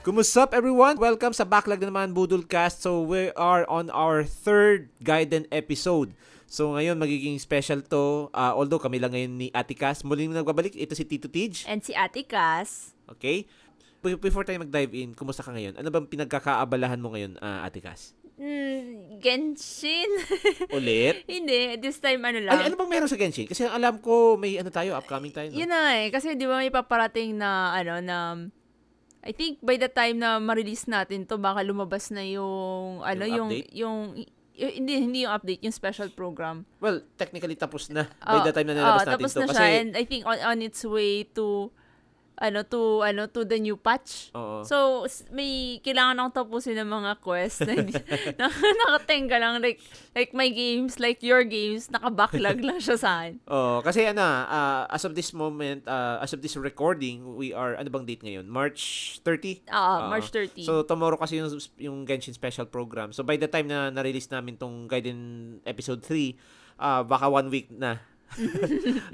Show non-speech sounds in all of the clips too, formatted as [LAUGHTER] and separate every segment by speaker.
Speaker 1: Kumusta everyone? Welcome sa Backlog na naman Budulcast. So we are on our third Gaiden episode. So ngayon magiging special to. Ah, although kami lang ngayon ni Ate Cass. Muling nagbabalik, ito si Tito Tij.
Speaker 2: And si Ate Cass,
Speaker 1: Okay? Be- Before tayo mag-dive in, kumusta ka ngayon? Ano bang pinagkakaabalahan mo ngayon, ah, Ate Cass?
Speaker 2: mm, Genshin? [LAUGHS]
Speaker 1: Ulit?
Speaker 2: Hindi, this time ano lang.
Speaker 1: Ay, ano bang meron sa Genshin? Kasi ang alam ko may ano tayo, upcoming tayo.
Speaker 2: Yun
Speaker 1: No?
Speaker 2: na nga eh, kasi di ba may paparating na ano na I think by the time na ma-release natin to baka lumabas na yung ano
Speaker 1: Yung
Speaker 2: yung
Speaker 1: update?
Speaker 2: yung, y- hindi hindi yung update, yung special program.
Speaker 1: Well, technically tapos na by
Speaker 2: Oh,
Speaker 1: the time na nalabas
Speaker 2: oh,
Speaker 1: natin
Speaker 2: tapos
Speaker 1: to.
Speaker 2: na
Speaker 1: kasi,
Speaker 2: siya and I think on, on its way to ano to ano to the new patch.
Speaker 1: Oo.
Speaker 2: So s- may kailangan akong tapusin ng mga quest na, hindi- [LAUGHS] na nakatenga lang like like my games, like your
Speaker 1: [LAUGHS]
Speaker 2: games, nakabacklog lang siya sa akin.
Speaker 1: Oh, kasi ano, ah, as of this moment, ah, as of this recording, we are ano bang date ngayon? March 30. Oo.
Speaker 2: Ah, March 30.
Speaker 1: So tomorrow kasi yung yung Genshin special program. So by the time na na-release namin tong Gaiden episode 3, ah baka one week
Speaker 2: [LAUGHS]
Speaker 1: na.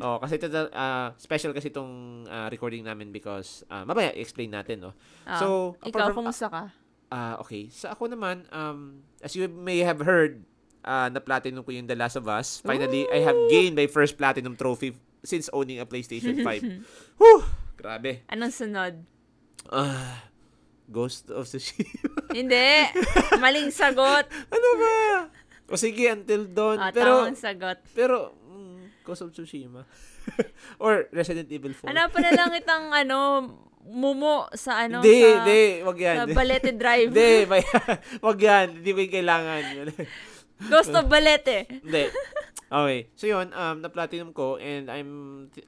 Speaker 1: oh, kasi ito ah, special kasi tong ah, recording namin because ah, mamaya explain natin, no.
Speaker 2: Ah,
Speaker 1: so, apart
Speaker 2: ikaw
Speaker 1: from-
Speaker 2: kung sa
Speaker 1: [LAUGHS]
Speaker 2: ka.
Speaker 1: Ah, okay. Sa ako naman, um, as you may have heard, ah, na platinum ko yung The Last of Us. Finally, I have gained my first platinum trophy since owning a PlayStation
Speaker 2: [LAUGHS]
Speaker 1: 5. Whew! Grabe.
Speaker 2: Anong sunod?
Speaker 1: Ah, Ghost of Tsushima. [LAUGHS]
Speaker 2: Hindi. Maling sagot.
Speaker 1: ano ba? O sige, until dawn.
Speaker 2: Ah,
Speaker 1: [LAUGHS] pero,
Speaker 2: tamang sagot.
Speaker 1: pero, mm, Ghost of Tsushima. [LAUGHS] Or Resident Evil 4.
Speaker 2: Hanapan na lang itang ano, mumo sa ano,
Speaker 1: Hindi,
Speaker 2: sa,
Speaker 1: hindi. Wag yan.
Speaker 2: sa Balete Drive.
Speaker 1: Hindi, may- [LAUGHS] wag yan. Hindi mo yung kailangan.
Speaker 2: [LAUGHS] Ghost of Balete.
Speaker 1: Hindi. Okay. So yun, um, na-platinum ko and I'm,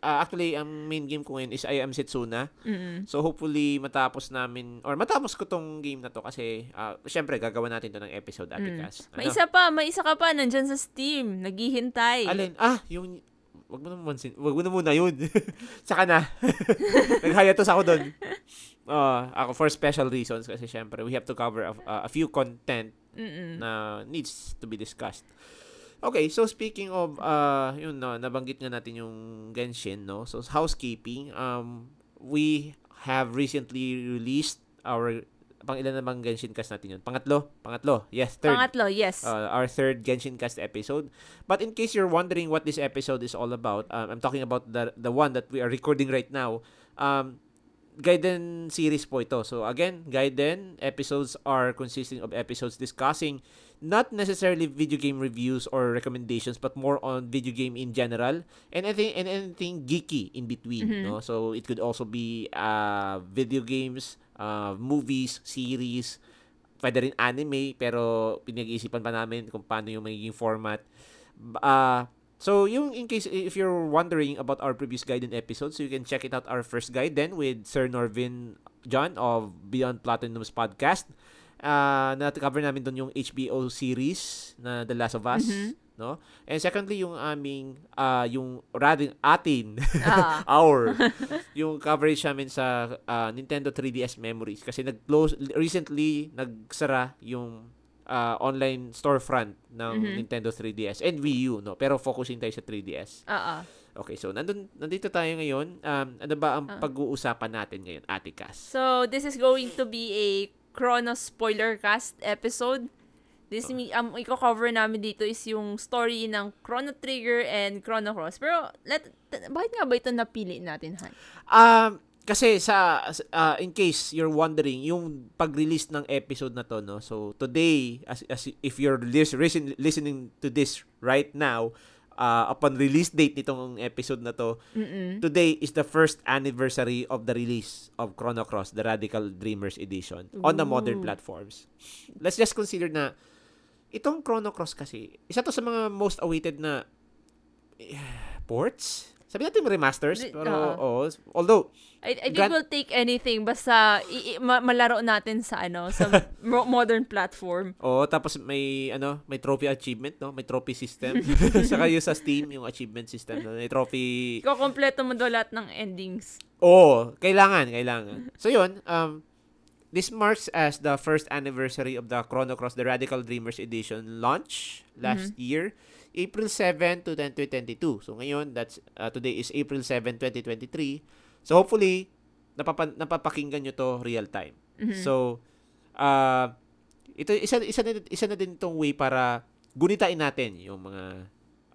Speaker 1: uh, actually, ang main game ko ngayon is I Am Setsuna.
Speaker 2: Mm-mm.
Speaker 1: So hopefully matapos namin, or matapos ko tong game na to kasi, uh, syempre, gagawa natin to ng episode, Ate
Speaker 2: Mm.
Speaker 1: Cass. Ano?
Speaker 2: May isa pa, eh. may isa ka pa, nandyan sa Steam, naghihintay.
Speaker 1: Alin? Ah, yung, wag mo na muna, sin- wag mo na muna yun. [LAUGHS] Saka na. [LAUGHS] Nag-hiatus ako
Speaker 2: [LAUGHS]
Speaker 1: doon. Uh, ako for special reasons kasi syempre we have to cover a, a few content
Speaker 2: Mm-mm.
Speaker 1: na needs to be discussed. Okay, so speaking of uh yun no, nabanggit nga natin yung Genshin, no. So housekeeping, um we have recently released our pang ilan na bang Genshin cast natin yun? Pangatlo, pangatlo. Yes, third.
Speaker 2: Pangatlo, yes.
Speaker 1: uh, our third Genshin Cast episode. But in case you're wondering what this episode is all about, um, I'm talking about the the one that we are recording right now. Um, Gaiden series po ito. So again, Gaiden episodes are consisting of episodes discussing not necessarily video game reviews or recommendations but more on video game in general and anything and anything geeky in between
Speaker 2: Mhm.
Speaker 1: no so it could also be uh video games uh movies series pwede rin anime pero pinag-iisipan pa namin kung paano yung magiging format. B- ah so yung in case if you're wondering about our previous Gaiden episodes, you can check it out our first Gaiden with Sir Norvin John of Beyond Platinum's podcast. Ah, na-cover namin doon yung HBO series na The Last of Us,
Speaker 2: Mhm.
Speaker 1: no? And secondly, yung aming ah yung rather atin [LAUGHS]
Speaker 2: Ah.
Speaker 1: hour yung coverage namin sa ah, Nintendo 3DS Memories kasi nag-close recently nagsara yung ah, online storefront ng
Speaker 2: Mhm.
Speaker 1: Nintendo 3DS and Wii U no pero focusing tayo sa 3DS.
Speaker 2: Ah, ah.
Speaker 1: Okay, so nandun nandito tayo ngayon. Um, ano ba ang
Speaker 2: Ah.
Speaker 1: pag-uusapan natin ngayon, Ate Cass?
Speaker 2: So, this is going to be a Chrono spoiler cast episode.
Speaker 1: Ah.
Speaker 2: This mi- um i-cover namin dito is yung story ng Chrono Trigger and Chrono Cross. Pero let, t- bakit nga ba ito napili natin, Han?
Speaker 1: Um, kasi sa sa- ah, in case you're wondering, yung pag-release ng episode na to, no. So today as, as if you're lis- listen- listening to this right now, ah, upon release date nitong episode na to,
Speaker 2: Mm-mm.
Speaker 1: today is the first anniversary of the release of Chrono Cross: The Radical Dreamers Edition on the modern
Speaker 2: Ooh.
Speaker 1: platforms. Let's just consider na itong Chrono Cross kasi isa to sa mga most awaited na eh, ports. Sabi natin remasters,
Speaker 2: Di-
Speaker 1: pero oo. although
Speaker 2: I, I think
Speaker 1: Gan-
Speaker 2: we'll take anything basta i- i- ma- malaro natin sa ano,
Speaker 1: [LAUGHS]
Speaker 2: sa mo- modern platform.
Speaker 1: Oo, tapos may ano, may trophy achievement, no? May trophy system. [LAUGHS] Saka yung sa Steam, yung achievement system, no? may trophy.
Speaker 2: Ikaw kompleto mo daw lahat ng endings.
Speaker 1: Oo, kailangan, kailangan. So yun, um this marks as the first anniversary of the Chrono Cross the Radical Dreamers Edition launch last year, April 7 to 10 2022. So ngayon, that's uh, today is April 7, 2023. So hopefully napapan- napapakinggan nyo to real time. So, uh, ito isa isa na, isa na din tong way para gunitain natin yung mga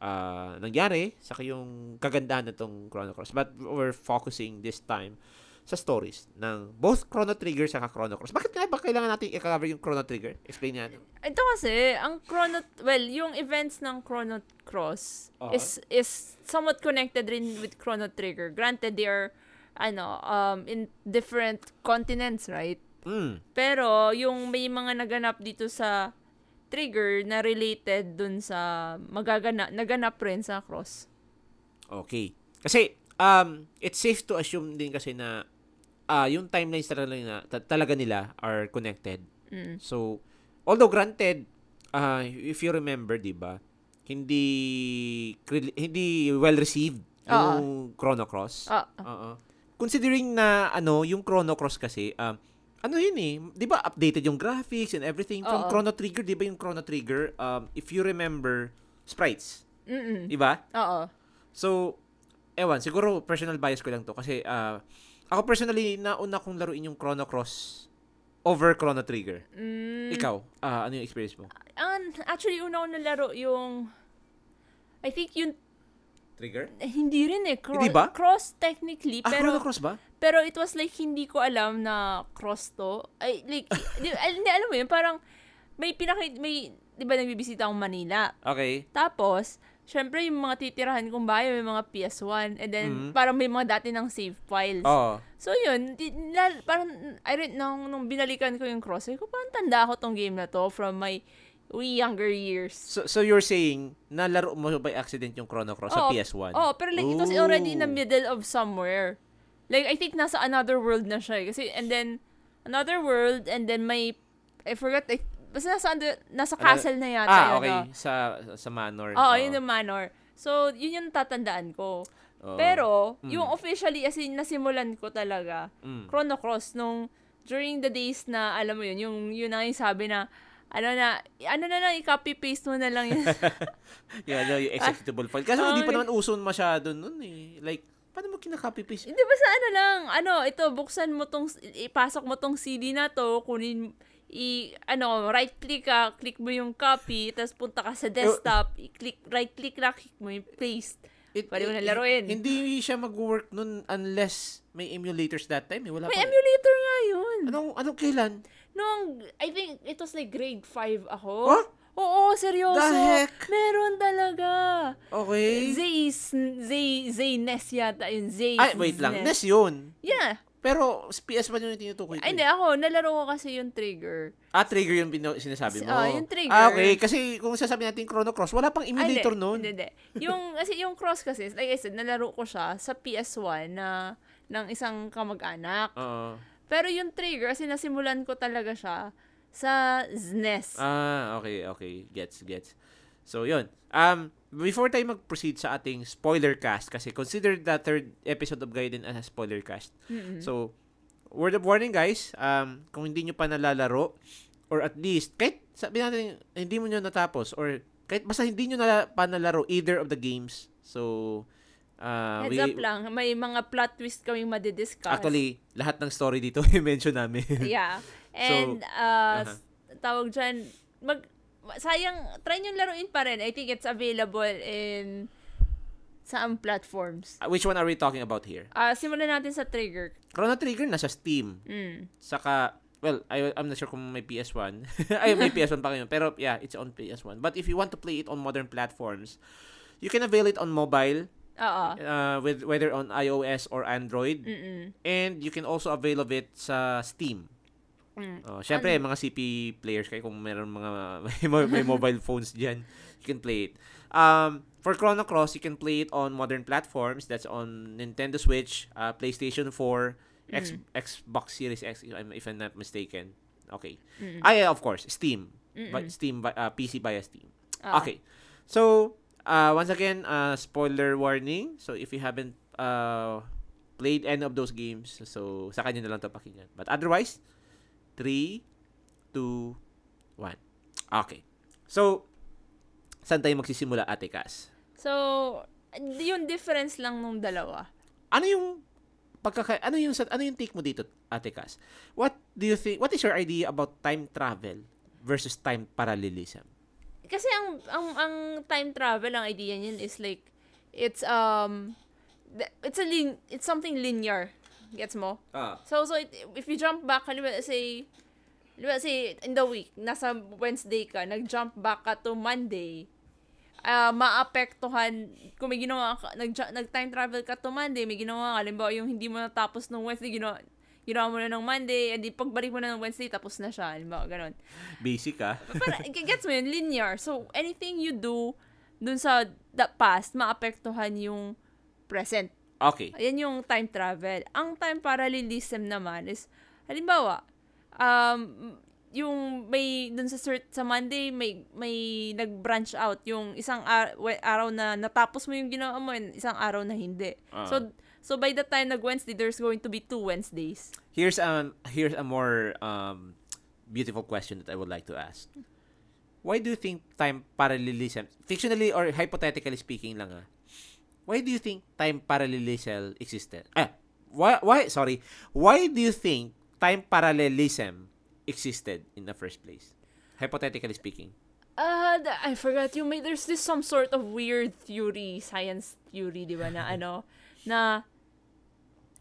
Speaker 1: ah, nangyari sa yung kagandahan nitong Chrono Cross. But we're focusing this time sa stories ng both Chrono Trigger sa Chrono Cross. Bakit nga ba kailangan natin i-cover yung Chrono Trigger? Explain niya.
Speaker 2: Ito kasi, ang Chrono, well, yung events ng Chrono Cross
Speaker 1: Oo.
Speaker 2: is is somewhat connected rin with Chrono Trigger. Granted, they are, ano, um, in different continents, right?
Speaker 1: Mm.
Speaker 2: Pero, yung may mga naganap dito sa Trigger na related dun sa magagana, naganap rin sa Cross.
Speaker 1: Okay. Kasi, um, it's safe to assume din kasi na ah yung timelines talaga, na, ta- talaga nila are connected.
Speaker 2: Mm.
Speaker 1: So, although granted, ah, if you remember, di ba, hindi, kril- hindi well-received yung Chrono Cross.
Speaker 2: Ah,
Speaker 1: Oo. Considering na ano, yung Chrono Cross kasi, um, ano yun eh, 'di ba updated yung graphics and everything from
Speaker 2: Oo.
Speaker 1: Chrono Trigger, 'di ba yung Chrono Trigger, um, if you remember, sprites,
Speaker 2: mm
Speaker 1: 'di ba?
Speaker 2: Oo.
Speaker 1: So, ewan, siguro personal bias ko lang to kasi ah, ako personally nauna kong laruin yung Chrono Cross over Chrono Trigger.
Speaker 2: Mm.
Speaker 1: Ikaw, ah, ano yung experience mo?
Speaker 2: Ang- actually, una ko nalaro yung, I think yung,
Speaker 1: Trigger?
Speaker 2: eh, hindi rin eh. Cro-
Speaker 1: Hindi ba?
Speaker 2: Cross technically,
Speaker 1: Ah,
Speaker 2: pero,
Speaker 1: Chrono Cross ba?
Speaker 2: pero it was like, hindi ko alam na cross to. Ay, like, [LAUGHS] di, al- hindi, alam mo yun, parang, may pinakit, may, di ba nagbibisita akong Manila?
Speaker 1: Okay.
Speaker 2: Tapos, syempre, yung mga titirahan kong bahay, may mga PS1, and then,
Speaker 1: Mhm.
Speaker 2: parang may mga dati ng save files.
Speaker 1: Oo.
Speaker 2: So, yun, di, na, parang, I don't know, nung binalikan ko yung cross, sabi ko, parang tanda ako tong game na to from my way younger years.
Speaker 1: So, so you're saying, nalaro mo by accident yung Chrono Cross sa
Speaker 2: Oo.
Speaker 1: PS1?
Speaker 2: Oh, pero like it was already in the
Speaker 1: Ooh.
Speaker 2: middle of somewhere. Like I think nasa another world na siya eh. kasi and then another world and then may I forgot I, basta nasa under, nasa
Speaker 1: Ano-
Speaker 2: castle na yata
Speaker 1: Ah,
Speaker 2: yun,
Speaker 1: okay.
Speaker 2: oh.
Speaker 1: Sa, sa Manor.
Speaker 2: Oo, yun yung manor. So, yun yung tatandaan ko.
Speaker 1: Oo.
Speaker 2: Pero,
Speaker 1: Mm.
Speaker 2: yung officially, as in, nasimulan ko talaga,
Speaker 1: Mm. [LAUGHS]
Speaker 2: Chrono Cross, nung, during the days na, alam mo yun, yung, yun na yung sabi na, ano na, ano na lang, i-copy-paste mo na lang yun.
Speaker 1: Yung, ano, yung executable file. Kasi hindi pa
Speaker 2: Okay.
Speaker 1: naman uso masyado nun eh. Like, paano mo kinakopy-paste?
Speaker 2: Hindi ba sa ano lang, ano, ito, buksan mo tong, ipasok mo tong CD na to, kunin, i, ano, right click ka, click mo yung copy, tapos punta ka sa desktop,
Speaker 1: Eh,
Speaker 2: i-click, right click lang, click mo yung paste.
Speaker 1: It,
Speaker 2: Pwede mo
Speaker 1: it-
Speaker 2: na laruin.
Speaker 1: Hindi siya mag-work nun unless may emulators that time. Eh. Wala
Speaker 2: May
Speaker 1: pa.
Speaker 2: emulator nga yun.
Speaker 1: anong, anong kailan?
Speaker 2: Noong, I think, it was like grade 5 ako.
Speaker 1: Huh?
Speaker 2: Oo, seryoso.
Speaker 1: The heck?
Speaker 2: Meron talaga.
Speaker 1: Okay.
Speaker 2: Zay's, Zay, Zay Ness yata yun. Zay's
Speaker 1: Ay, wait lang. NES
Speaker 2: Nest.
Speaker 1: yun.
Speaker 2: Yeah.
Speaker 1: Pero PS1 yun yung tinutukoy ko. eh.
Speaker 2: Ay, hindi ako. Nalaro ko kasi yung trigger.
Speaker 1: Ah, trigger yung pino- sinasabi
Speaker 2: Si-
Speaker 1: mo.
Speaker 2: oh, yung trigger.
Speaker 1: Ah, okay. Kasi kung sasabi natin Chrono Cross, wala pang
Speaker 2: Ay,
Speaker 1: emulator nun.
Speaker 2: Hindi, hindi. Yung, [LAUGHS] kasi yung cross kasi, like I said, nalaro ko siya sa PS1 na ng isang kamag-anak.
Speaker 1: Oo.
Speaker 2: Pero yung trigger, kasi nasimulan ko talaga siya sa E SNES.
Speaker 1: Ah, okay, okay. Gets, gets. So, yun. Um, before tayo mag-proceed sa ating spoiler cast, kasi consider the third episode of Gaiden as a spoiler cast.
Speaker 2: Mm-mm.
Speaker 1: So, word of warning guys, um, kung hindi nyo pa nalalaro, or at least, kahit sabi natin, hindi mo nyo natapos, or kahit basta hindi nyo nala, pa nalaro either of the games. So, uh,
Speaker 2: Heads up lang, may mga plot twist kaming madidiscuss.
Speaker 1: actually, [LAUGHS] lahat ng story dito [LAUGHS] i-mention namin.
Speaker 2: Yeah. And,
Speaker 1: uh-huh.
Speaker 2: uh, s- tawag dyan, mag, ma- sayang, try nyo laruin pa rin. I think it's available in saan platforms.
Speaker 1: Uh, Which one are we talking about here?
Speaker 2: ah simulan natin sa trigger.
Speaker 1: Chrono Trigger nasa Steam.
Speaker 2: Mm.
Speaker 1: Saka, well, I, I'm not sure kung may PS1. [LAUGHS] Ay, may PS1 pa kayo. Pero, yeah, it's on PS1. But if you want to play it on modern platforms, you can avail it on mobile,
Speaker 2: Oo.
Speaker 1: uh, with whether on iOS or Android.
Speaker 2: Mm-mm.
Speaker 1: And you can also avail of it sa Steam.
Speaker 2: Mm.
Speaker 1: Oh, syempre, mga CP players kayo kung meron mga [LAUGHS] may, mo- may mobile phones diyan, you can play it. Um, for Chrono Cross, you can play it on modern platforms. That's on Nintendo Switch, uh, PlayStation 4, X, Xbox Series X, if I'm, if I'm not mistaken. Okay.
Speaker 2: Mm-mm.
Speaker 1: Ah, yeah, of course, Steam. By,
Speaker 2: Mm-hmm. Mm-mm. Ah,
Speaker 1: Steam, by, uh, PC via Steam.
Speaker 2: Oo.
Speaker 1: Okay. So, uh, once again, uh, spoiler warning. So, if you haven't uh, played any of those games, so sa kanya na lang ito pakinggan. But otherwise, 3, 2, 1. Okay. So, saan tayo magsisimula, Ate Cass?
Speaker 2: So, yung difference lang nung dalawa.
Speaker 1: Ano yung pagkaka ano yung sa- ano yung take mo dito, Ate Cass? What do you think? What is your idea about time travel versus time parallelism?
Speaker 2: Kasi ang ang ang time travel ang idea niyan is like it's um th- it's a lin- it's something linear. Gets mo?
Speaker 1: Ah.
Speaker 2: So so it, if you jump back halimbawa say halimbawa say in the week nasa Wednesday ka nag-jump back ka to Monday ah maapektuhan kung may ginawa ka nag nag-time travel ka to Monday may ginawa ka halimbawa yung hindi mo natapos nung Wednesday ginawa ginawa mo na ng Monday and di pagbalik mo na ng Wednesday tapos na siya halimbawa ganun
Speaker 1: Basic ah.
Speaker 2: para g- gets mo yun, linear. So, anything you do dun sa the past, maapektuhan yung present.
Speaker 1: Okay.
Speaker 2: Ayan yung time travel. Ang time parallelism naman is, halimbawa, um, yung may dun sa cert sa Monday may may nag-branch out yung isang ar- we- araw na natapos mo yung ginawa mo and isang araw na hindi.
Speaker 1: Ah.
Speaker 2: So so by the time nag Wednesday there's going to be two Wednesdays.
Speaker 1: Here's um here's a more um beautiful question that I would like to ask. Why do you think time parallelism, fictionally or hypothetically speaking lang ah, why do you think time parallelism existed? Ah, why, why, sorry, why do you think time parallelism existed in the first place? Hypothetically speaking.
Speaker 2: Ah, the- I forgot you may there's this some sort of weird theory, science theory, di ba, na ano, na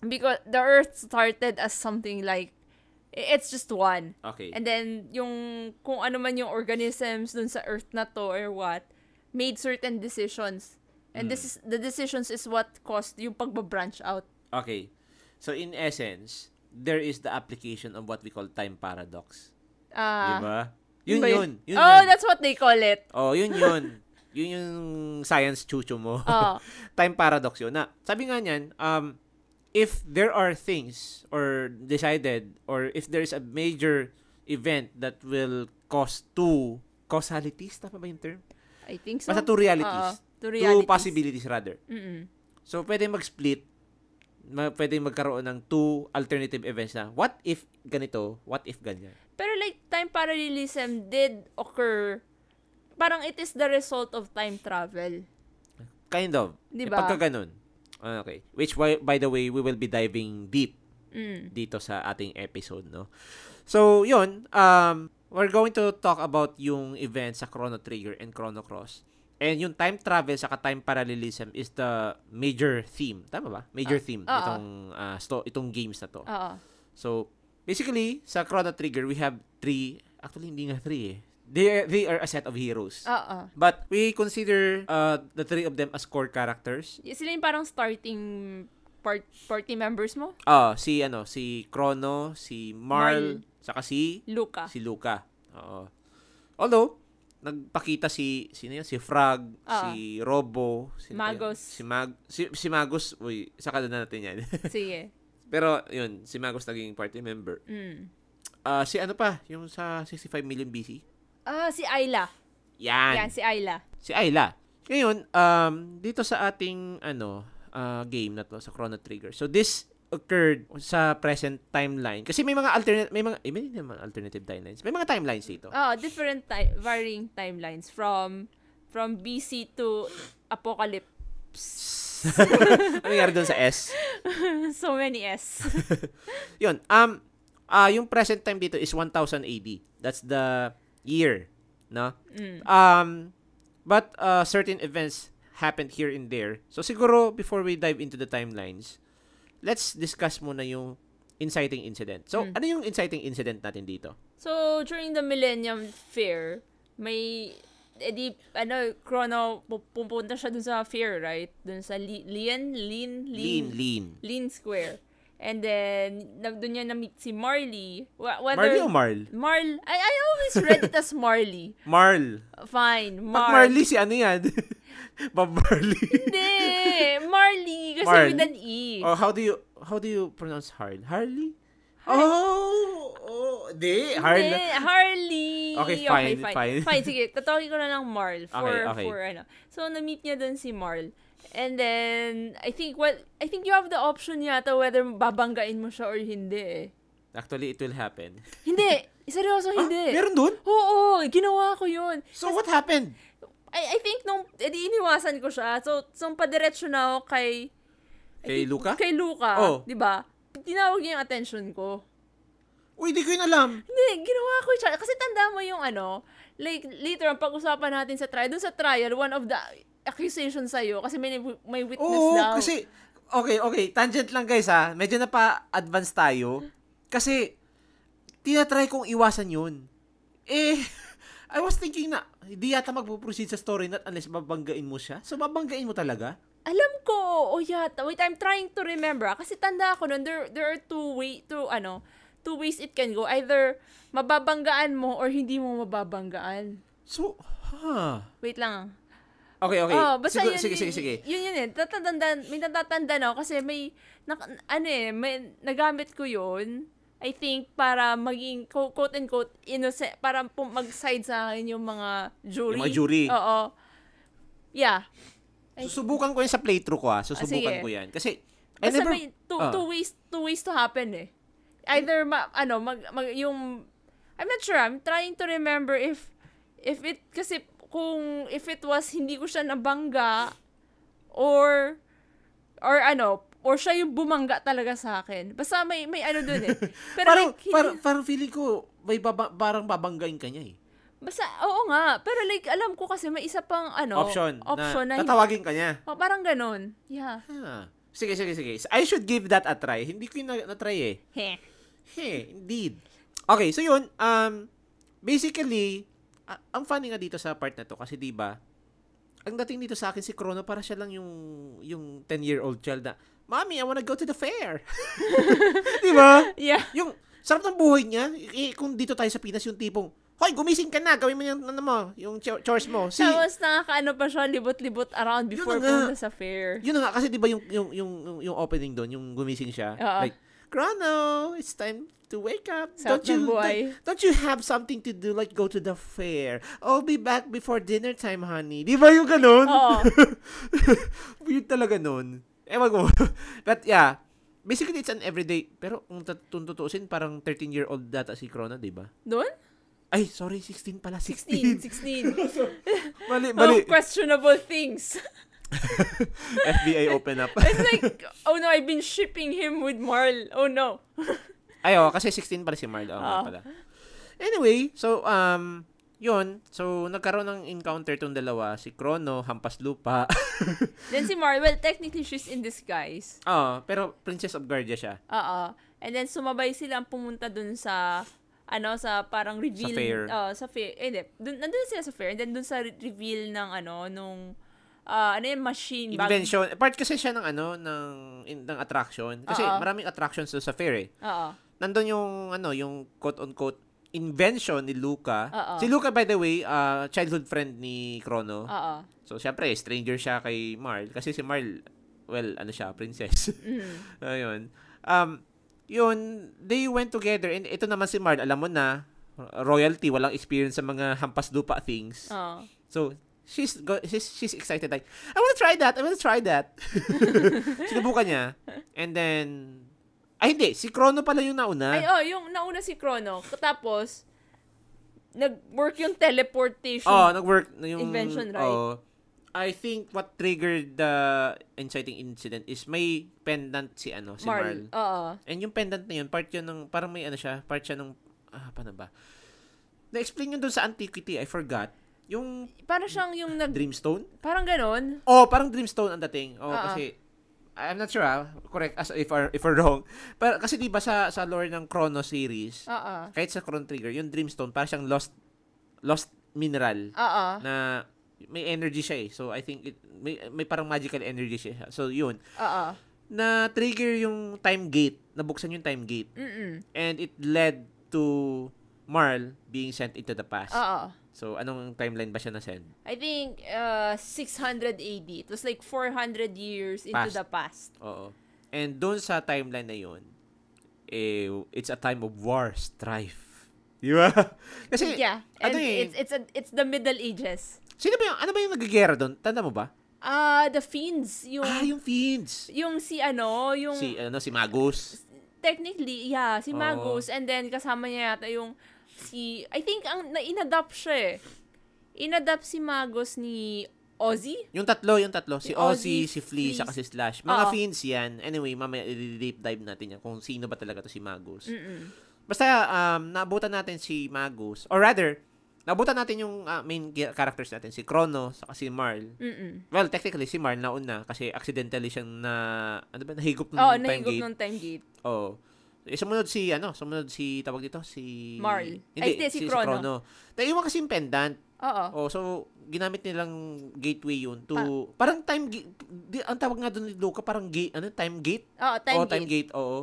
Speaker 2: because the earth started as something like i- it's just one.
Speaker 1: Okay.
Speaker 2: And then yung kung ano man yung organisms dun sa earth na to or what made certain decisions. And
Speaker 1: Hmm.
Speaker 2: this is the decisions is what caused yung pagbabranch out.
Speaker 1: Okay. So in essence, there is the application of what we call time paradox. Di ba?
Speaker 2: Ah.
Speaker 1: Diba? Yun,
Speaker 2: ba
Speaker 1: yun. yun
Speaker 2: oh,
Speaker 1: yun.
Speaker 2: that's what they call
Speaker 1: [LAUGHS]
Speaker 2: it.
Speaker 1: Oh, yun yun. yun yung science chucho mo.
Speaker 2: Oh.
Speaker 1: [LAUGHS] Time paradox yun. Na, sabi nga niyan, um, if there are things or decided or if there is a major event that will cause two causalities, tama ba yung term?
Speaker 2: I think so.
Speaker 1: Basta two realities.
Speaker 2: Oo, two
Speaker 1: Two
Speaker 2: realities.
Speaker 1: possibilities rather.
Speaker 2: Mm-mm.
Speaker 1: So, pwede mag-split. Ma- pwede magkaroon ng two alternative events na what if ganito, what if ganyan.
Speaker 2: Pero like time parallelism did occur. Parang it is the result of time travel.
Speaker 1: Kind of.
Speaker 2: Di
Speaker 1: Eh,
Speaker 2: ba?
Speaker 1: Pagka ganun. Ah, Okay. Which, why, by the way, we will be diving deep
Speaker 2: Mm.
Speaker 1: dito sa ating episode, no? So, yun. Um, we're going to talk about yung event sa Chrono Trigger and Chrono Cross. And yung time travel sa time parallelism is the major theme. Tama ba? Major
Speaker 2: Ah,
Speaker 1: theme
Speaker 2: oo.
Speaker 1: itong ah, sto- itong games na to.
Speaker 2: Oo.
Speaker 1: So, basically, sa Chrono Trigger, we have three, actually hindi nga three eh. They, they are a set of heroes.
Speaker 2: Oo.
Speaker 1: But we consider uh, the three of them as core characters.
Speaker 2: Y- Sila yung parang starting part party members mo?
Speaker 1: Ah, si ano, si Chrono, si Marl, saka si
Speaker 2: Luca.
Speaker 1: si Luca. Oo. Although nagpakita si sino yun? si Frog,
Speaker 2: Ah.
Speaker 1: si Robo, si
Speaker 2: Magus.
Speaker 1: Si Mag si, si Magus, uy, saka na natin 'yan. [LAUGHS]
Speaker 2: Sige.
Speaker 1: Pero yun, si Magus naging party member.
Speaker 2: Mm.
Speaker 1: Ah, si ano pa, yung sa 65 million BC.
Speaker 2: Ah, si Ayla. Yan, si Ayla.
Speaker 1: si Ayla. Ngayon, um, dito sa ating ano ah, game na to, sa Chrono Trigger. So, this occurred sa present timeline. Kasi may mga alternate, may mga, eh, may mga alternative timelines. May mga timelines dito.
Speaker 2: Oh, different ti- varying timelines from from BC to apocalypse.
Speaker 1: [LAUGHS]
Speaker 2: [LAUGHS]
Speaker 1: ano nangyari doon sa S?
Speaker 2: so many S.
Speaker 1: [LAUGHS] Yun, um, ah yung present time dito is 1000 AD. That's the year, no?
Speaker 2: Mm.
Speaker 1: Um, but uh, certain events happened here and there. So siguro before we dive into the timelines, let's discuss muna yung inciting incident. So
Speaker 2: Mm.
Speaker 1: ano yung inciting incident natin dito?
Speaker 2: So, during the Millennium Fair, may, edi, ano, Chrono, pu- pupunta siya dun sa fair, right? Dun sa Li- Lien? Lin?
Speaker 1: Lean,
Speaker 2: Lin?
Speaker 1: lean.
Speaker 2: Lin Square. And then, na, dun niya na-meet si Marley. Wh- Whether,
Speaker 1: Marley o Marl?
Speaker 2: Marl? I, I always read it as Marley.
Speaker 1: Marl.
Speaker 2: Fine,
Speaker 1: Pag
Speaker 2: Mar.
Speaker 1: Marley, si ano yan? [LAUGHS] Bob Marley.
Speaker 2: Hindi, Marley, kasi
Speaker 1: Marl.
Speaker 2: with an E.
Speaker 1: oh, how do you how do you pronounce Harl? Harley? Oh, oh, di.
Speaker 2: Hindi,
Speaker 1: Harl.
Speaker 2: Harley.
Speaker 1: Okay, fine, fine.
Speaker 2: Fine, sige. Tatawagin ko na lang Marl for,
Speaker 1: Okay, okay.
Speaker 2: for ano. So, na-meet niya dun si Marl. And then, I think, well, I think you have the option yata whether babanggain mo siya or hindi eh.
Speaker 1: Actually, it will happen. [LAUGHS]
Speaker 2: Hindi! Seryoso, hindi.
Speaker 1: Ah, Meron dun?
Speaker 2: Oo, ginawa ko yun.
Speaker 1: So what happened?
Speaker 2: eh, I, I think nung, edi iniwasan ko siya. So, so padiretso na ako kay,
Speaker 1: Kay Luca?
Speaker 2: Kay Luca,
Speaker 1: Oh.
Speaker 2: 'di ba? Tinawag niya yung attention ko.
Speaker 1: Uy, di ko yun alam.
Speaker 2: Hindi, ginawa ko siya. Kasi tanda mo yung ano, like, later ang pag-usapan natin sa trial, dun sa trial, one of the accusations sa'yo, kasi may, may witness
Speaker 1: Oo,
Speaker 2: daw.
Speaker 1: kasi, okay, okay, tangent lang guys ha, medyo na pa-advance tayo, kasi, tinatry kong iwasan yun. Eh, [LAUGHS] I was thinking na, hindi yata magpo-proceed sa story not unless babanggain mo siya. So, babanggain mo talaga?
Speaker 2: Alam ko, oh yata. Wait, I'm trying to remember. ah. Kasi tanda ako nun, there, there are two way, two, ano, two ways it can go. Either mababanggaan mo or hindi mo mababanggaan.
Speaker 1: So, ha?
Speaker 2: Wait lang. ah.
Speaker 1: Okay, okay.
Speaker 2: Oh, basta
Speaker 1: Siguro-
Speaker 2: yun,
Speaker 1: sige,
Speaker 2: yun,
Speaker 1: sige, sige.
Speaker 2: Yun yun eh. Tatatanda, may natatanda na ako kasi may, na, ano eh, may, nagamit ko yun. I think para maging quote quote and quote innocent para pum- mag-side sa akin yung mga jury.
Speaker 1: Yung mga jury.
Speaker 2: Oo. Yeah. Ay. Ah,
Speaker 1: Susubukan ko yan sa playthrough ko ha. Susubukan
Speaker 2: sige.
Speaker 1: ko yan. Kasi, I
Speaker 2: Kasi
Speaker 1: never...
Speaker 2: may two,
Speaker 1: Ah.
Speaker 2: two ways two ways to happen eh. Either ma, ano mag, mag yung I'm not sure. I'm trying to remember if if it kasi kung if it was hindi ko siya nabangga or or ano or siya yung bumangga talaga sa akin. Basta may may ano
Speaker 1: [LAUGHS]
Speaker 2: dun eh. Pero
Speaker 1: parang,
Speaker 2: like, hindi-
Speaker 1: parang, parang feeling ko, may baba, parang babanggain ka niya eh.
Speaker 2: basta oo nga, pero like alam ko kasi may isa pang ano
Speaker 1: option.
Speaker 2: option
Speaker 1: na,
Speaker 2: na,
Speaker 1: tatawagin ka niya.
Speaker 2: oh, parang ganun. Yeah.
Speaker 1: Ah. Sige, sige, sige. I should give that a try. Hindi ko yun na- na-try eh.
Speaker 2: Heh.
Speaker 1: Hey, indeed. Okay, so yun, um, basically, a- ang funny nga dito sa part na to, kasi di ba ang dating dito sa akin si Chrono, para siya lang yung, yung 10-year-old child na, Mommy, I wanna go to the fair. [LAUGHS] di ba?
Speaker 2: Yeah.
Speaker 1: Yung, sarap ng buhay niya. Eh, kung dito tayo sa Pinas, yung tipong, Hoy, gumising ka na, gawin mo yung, ano mo, yung cho- chores mo. Si,
Speaker 2: Tapos nakakaano pa siya, libot-libot around before
Speaker 1: na nga.
Speaker 2: pumunta sa fair.
Speaker 1: Yun na nga, kasi di ba yung, yung, yung, yung, yung opening doon, yung gumising siya,
Speaker 2: Oo.
Speaker 1: like, Chrono, it's time to wake up.
Speaker 2: Sarap
Speaker 1: don't you
Speaker 2: ng buhay."
Speaker 1: Don't, don't you have something to do like go to the fair? I'll be back before dinner time, honey. Di ba yung ganun?
Speaker 2: Oo. [LAUGHS]
Speaker 1: [LAUGHS] Weird talaga nun. Ewan ko. [LAUGHS] But yeah, basically it's an everyday. Pero kung tat- kung tutuusin, parang 13-year-old data si Chrono, di ba?
Speaker 2: Doon?
Speaker 1: Ay, sorry, 16 pala,
Speaker 2: 16.
Speaker 1: 16. [LAUGHS]
Speaker 2: 16.
Speaker 1: mali,
Speaker 2: Oh, [LAUGHS]
Speaker 1: mali.
Speaker 2: questionable
Speaker 1: [LAUGHS]
Speaker 2: things.
Speaker 1: FBI open up.
Speaker 2: It's like, oh no, I've been shipping him with Marl. Oh no.
Speaker 1: Ay, oo, kasi 16 pala si Marl. Oo, nga
Speaker 2: Oo.
Speaker 1: pala. Anyway, so, um, yun. So, nagkaroon ng encounter tong dalawa. Si Chrono, hampas lupa. [LAUGHS]
Speaker 2: Then si Marl, well, technically she's in disguise.
Speaker 1: Oo, pero Princess of Guardia siya.
Speaker 2: Oo. And then sumabay silang pumunta dun sa ano sa parang reveal
Speaker 1: fair.
Speaker 2: Oo, sa fair eh, hindi. dun, nandun sila sa fair and then dun sa re- reveal ng ano nung ah, ano yung machine bag-
Speaker 1: Invention. Part kasi siya ng ano, ng, in- ng attraction. Kasi
Speaker 2: Oo.
Speaker 1: maraming attractions doon sa fair eh.
Speaker 2: Oo.
Speaker 1: Nandun yung, ano, yung quote-unquote invention ni Luca.
Speaker 2: Oo.
Speaker 1: Si Luca, by the way, ah, childhood friend ni Chrono.
Speaker 2: Oo.
Speaker 1: So, syempre, stranger siya kay Marl. Kasi si Marl, well, ano siya, princess. [LAUGHS]
Speaker 2: Mm.
Speaker 1: Ayun. Um, yun, they went together and ito naman si Mard, alam mo na, royalty, walang experience sa mga hampas lupa things.
Speaker 2: Oo.
Speaker 1: So, she's, go, she's, she's excited like, I wanna try that, I wanna try
Speaker 2: [LAUGHS]
Speaker 1: that. Sinubukan niya. And then, ay hindi, si Chrono pala yung
Speaker 2: Ay,
Speaker 1: nauna.
Speaker 2: oh, yung nauna si Chrono. Tapos, nag-work yung teleportation.
Speaker 1: oh, nag-work na yung...
Speaker 2: Invention, right?
Speaker 1: oh. I think what triggered the inciting incident is may pendant si ano, si Marl.
Speaker 2: Marl. Oo.
Speaker 1: And yung pendant na yun, part yun ng, parang may ano siya, part siya ng, ah, paano ba? Na-explain yun doon sa antiquity, I forgot. Yung
Speaker 2: Parang siyang yung nag...
Speaker 1: dreamstone?
Speaker 2: Parang ganon.
Speaker 1: Oh, parang dreamstone ang dating. Oh,
Speaker 2: Ah, ah.
Speaker 1: kasi, I'm not sure ah, correct as if are, if we're wrong. [LAUGHS] Pero kasi 'di ba sa sa lore ng Chrono series,
Speaker 2: Oo.
Speaker 1: kahit sa Chrono Trigger, yung dreamstone para siyang lost lost mineral
Speaker 2: Oo.
Speaker 1: na may energy siya eh. So I think it, may may parang magical energy siya. So yun,
Speaker 2: Oo.
Speaker 1: na trigger yung time gate, nabuksan yung time gate.
Speaker 2: Mm-mm.
Speaker 1: And it led to Marl being sent into the past.
Speaker 2: Oo.
Speaker 1: So, anong timeline ba siya na-send?
Speaker 2: I think uh, 600 AD. It was like 400 years into
Speaker 1: Past.
Speaker 2: the past.
Speaker 1: Oo. And doon sa timeline na yun, eh, it's a time of war, strife. Di
Speaker 2: [LAUGHS]
Speaker 1: ba? Kasi,
Speaker 2: yeah. And
Speaker 1: ano eh,
Speaker 2: it's, it's, a, it's the Middle Ages.
Speaker 1: sino ba yung, ano ba yung nagagera doon? Tanda mo ba?
Speaker 2: Ah, the Fiends. Yung,
Speaker 1: Ah, yung fiends.
Speaker 2: yung si ano, yung...
Speaker 1: Si, ano, si Magus.
Speaker 2: technically, yeah, si
Speaker 1: Oo.
Speaker 2: Magus. And then, kasama niya yata yung si... I think, ang na-inadopt siya eh. Inadopt si Magus ni Ozzy?
Speaker 1: Yung tatlo, yung tatlo. Si
Speaker 2: Oh, Si Ozzy,
Speaker 1: Ozzy, si Flea,
Speaker 2: Flea.
Speaker 1: saka si Slash. Mga
Speaker 2: Oo.
Speaker 1: fiends yan. Anyway, mamaya i-deep dive natin yan kung sino ba talaga to si Magus.
Speaker 2: Mm-mm.
Speaker 1: Basta, um, naabutan natin si Magus. Or rather, naabutan natin yung ah, main gi- characters natin. Si Crono, saka si Marl.
Speaker 2: Mm-mm.
Speaker 1: Well, technically, si Marl nauna kasi accidentally siyang na, ano ba, nahigop ng
Speaker 2: Oo,
Speaker 1: time
Speaker 2: nahigop
Speaker 1: gate.
Speaker 2: ng time gate.
Speaker 1: Oo. Eh, sumunod si, ano, sumunod si, tawag dito, si...
Speaker 2: Marl.
Speaker 1: Hindi,
Speaker 2: Ay, hindi, si Crono.
Speaker 1: Naiwan kasi yung pendant. Oh,
Speaker 2: Oo.
Speaker 1: so ginamit nilang gateway yun to parang time gate di, ang tawag nga doon ni Luca parang gate ano time gate?
Speaker 2: Oo, time
Speaker 1: oh,
Speaker 2: gate.
Speaker 1: time gate. Oo.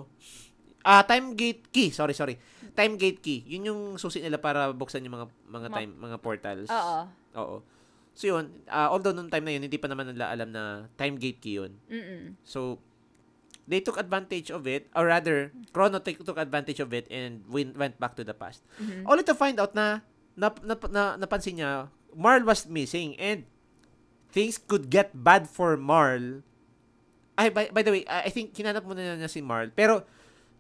Speaker 1: Ah, time gate key. Sorry, sorry. Time gate key. Yun yung susi nila para buksan yung mga mga
Speaker 2: Ma-
Speaker 1: time mga portals.
Speaker 2: Oo.
Speaker 1: Oo. So yun, ah, although nung time na yun hindi pa naman nila alam na time gate key yun.
Speaker 2: Mm-mm.
Speaker 1: So they took advantage of it or rather Chrono take- took advantage of it and win, went back to the past.
Speaker 2: Mhm.
Speaker 1: Only to find out na, na, na, na- napansin niya, Marl was missing and things could get bad for Marl. Ay, by, by the way, I I think hinanap muna niya si Marl. Pero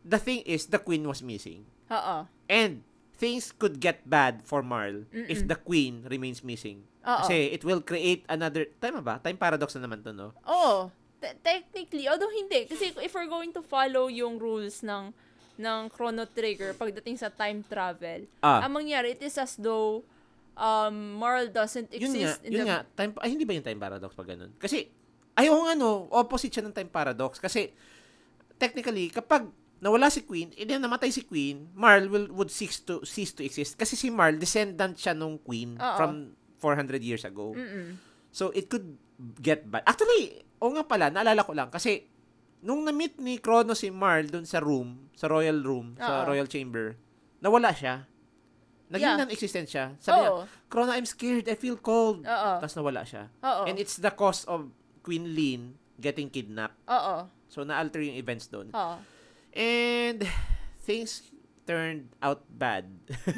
Speaker 1: the thing is, the queen was missing.
Speaker 2: Oo.
Speaker 1: And things could get bad for Marl if
Speaker 2: Mm-mm.
Speaker 1: the queen remains missing.
Speaker 2: Oo.
Speaker 1: Kasi it will create another... Tama ba? Time paradox na naman to, no?
Speaker 2: Oo. Te- technically, although hindi. Kasi if we're going to follow yung rules ng ng Chrono Trigger pagdating sa time travel,
Speaker 1: Ah.
Speaker 2: ang mangyari, it is as though um, moral doesn't
Speaker 1: yun nga,
Speaker 2: exist in
Speaker 1: yun
Speaker 2: the...
Speaker 1: nga, time, ay, hindi ba yung time paradox pag ganun? Kasi, ayaw nga no, opposite siya ng time paradox. Kasi, technically, kapag nawala si Queen, and then namatay si Queen, Marl will, would cease to, cease to exist. Kasi si Marl, descendant siya nung Queen
Speaker 2: Oo. Mm.
Speaker 1: from 400 years ago.
Speaker 2: Mm-mm.
Speaker 1: So, it could get bad. Actually, o nga pala, naalala ko lang, kasi, nung na-meet ni Crono si Marl dun sa room, sa royal room, sa
Speaker 2: Oo.
Speaker 1: royal chamber, nawala siya. Naging
Speaker 2: Ah. Yeah.
Speaker 1: non-existent siya. Sabi niya,
Speaker 2: Oo.
Speaker 1: Krona, I'm scared. I feel cold.
Speaker 2: Oo.
Speaker 1: Tapos nawala siya.
Speaker 2: Oo.
Speaker 1: And it's the cause of Queen Lynn getting kidnapped.
Speaker 2: Oo.
Speaker 1: So, na-alter yung events doon.
Speaker 2: Oo.
Speaker 1: And things turned out
Speaker 2: [LAUGHS]
Speaker 1: bad. [LAUGHS]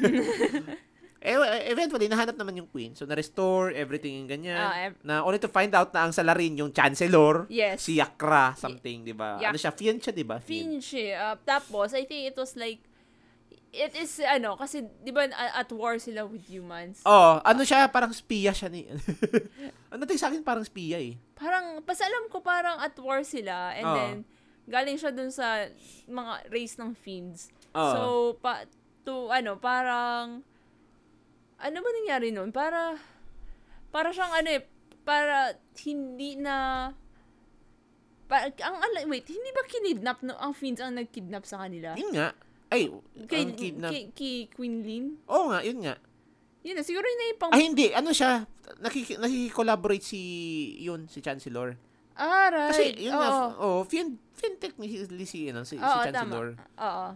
Speaker 1: eh, well, eventually, nahanap naman yung queen. So, na-restore everything yung ganyan.
Speaker 2: Ah, ev-
Speaker 1: na only to find out na ang salarin yung chancellor,
Speaker 2: Yes.
Speaker 1: si Yakra something, di ba?
Speaker 2: Yak-
Speaker 1: Ano siya? Fiend siya, di ba? Fiend.
Speaker 2: Finch eh. Ah, tapos, I think it was like, it is, ano, kasi, di ba, a- at war sila with humans.
Speaker 1: Oh, ano siya? Parang spiya siya ni... [LAUGHS] ano natin sa akin parang spiya eh.
Speaker 2: Parang, basta alam ko parang at war sila, and
Speaker 1: Oo.
Speaker 2: then, galing siya dun sa mga race ng fiends.
Speaker 1: Oo.
Speaker 2: So, pa, to, ano, parang, ano ba nangyari nun? Para, para siyang, ano eh, para hindi na, para, ang, ala- wait, hindi ba kinidnap, no, ang fiends ang nagkidnap sa kanila?
Speaker 1: Oh. Yun nga. Ay,
Speaker 2: Kay,
Speaker 1: ang kidnap.
Speaker 2: kay, kay Queen Lynn?
Speaker 1: Oo nga, yun nga.
Speaker 2: Yun na, siguro yun na yung pang...
Speaker 1: Ay, hindi. Ano siya? Nakiki- nakikollaborate si, yun, si Chancellor.
Speaker 2: ah, right.
Speaker 1: Kasi, yun
Speaker 2: Oo.
Speaker 1: nga, f- oh, fin, fin technically si, ano, si, si
Speaker 2: Oo, tama.
Speaker 1: Chancellor.
Speaker 2: Oo.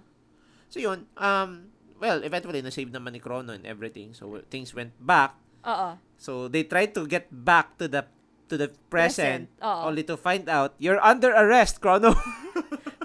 Speaker 1: So, yun, um, well, eventually, na-save naman ni Crono and everything. So, things went back.
Speaker 2: Oo.
Speaker 1: So, they tried to get back to the to the present,
Speaker 2: Present, Oh. oo.
Speaker 1: only to find out you're under arrest, Crono.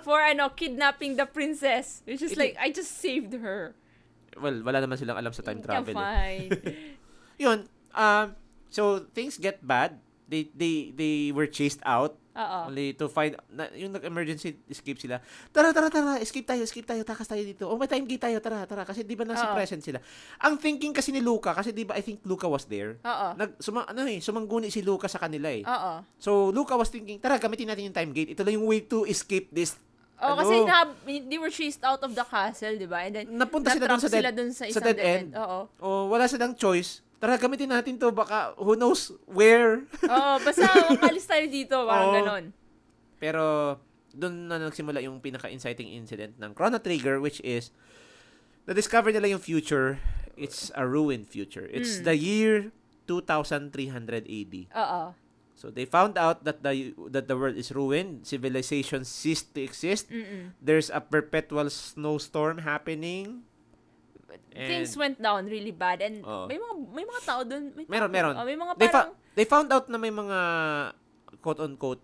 Speaker 2: For, ano, kidnapping the princess. Which is
Speaker 1: It-
Speaker 2: like, I just saved her.
Speaker 1: [LAUGHS] well, wala naman silang alam sa time travel.
Speaker 2: Yeah,
Speaker 1: eh.
Speaker 2: fine.
Speaker 1: [LAUGHS] Yun, um, so, things get bad. They, they, they were chased out.
Speaker 2: Oo.
Speaker 1: Only to find, na, yung nag-emergency escape sila. Tara, tara, tara, escape tayo, escape tayo, takas tayo dito. Oh, may time gate tayo, tara, tara. Kasi di ba nasa
Speaker 2: Oo.
Speaker 1: present sila. Ang thinking kasi ni Luca, kasi di ba I think Luca was there.
Speaker 2: Oo.
Speaker 1: Nag, suma, ano eh, sumangguni si Luca sa kanila eh.
Speaker 2: Oo.
Speaker 1: So, Luca was thinking, tara, gamitin natin yung time gate. Ito lang yung way to escape this.
Speaker 2: Oh,
Speaker 1: Ano?
Speaker 2: kasi na, they were chased out of the castle, di ba? And then,
Speaker 1: Napunta sila
Speaker 2: na-trap
Speaker 1: dun sa dead,
Speaker 2: sila dun sa isang
Speaker 1: dead, end.
Speaker 2: Oo.
Speaker 1: O, wala silang choice. Tara, gamitin natin to. Baka, who knows where.
Speaker 2: Oo,
Speaker 1: [LAUGHS]
Speaker 2: basta makalis tayo dito, parang
Speaker 1: Oo.
Speaker 2: ganon.
Speaker 1: Pero doon na nagsimula yung pinaka-inciting incident ng Chrono Trigger which is na-discover nila yung future. It's a ruined future. It's
Speaker 2: Mm.
Speaker 1: the year 2300 AD.
Speaker 2: Oo.
Speaker 1: So they found out that the that the world is ruined, civilization ceased to exist.
Speaker 2: Mm-mm.
Speaker 1: There's a perpetual snowstorm happening. And
Speaker 2: Things went down really bad and
Speaker 1: Oo.
Speaker 2: may mga may mga tao doon. May
Speaker 1: Meron, meron.
Speaker 2: Oh, may mga
Speaker 1: they,
Speaker 2: parang
Speaker 1: fa- they found out na may mga quote-unquote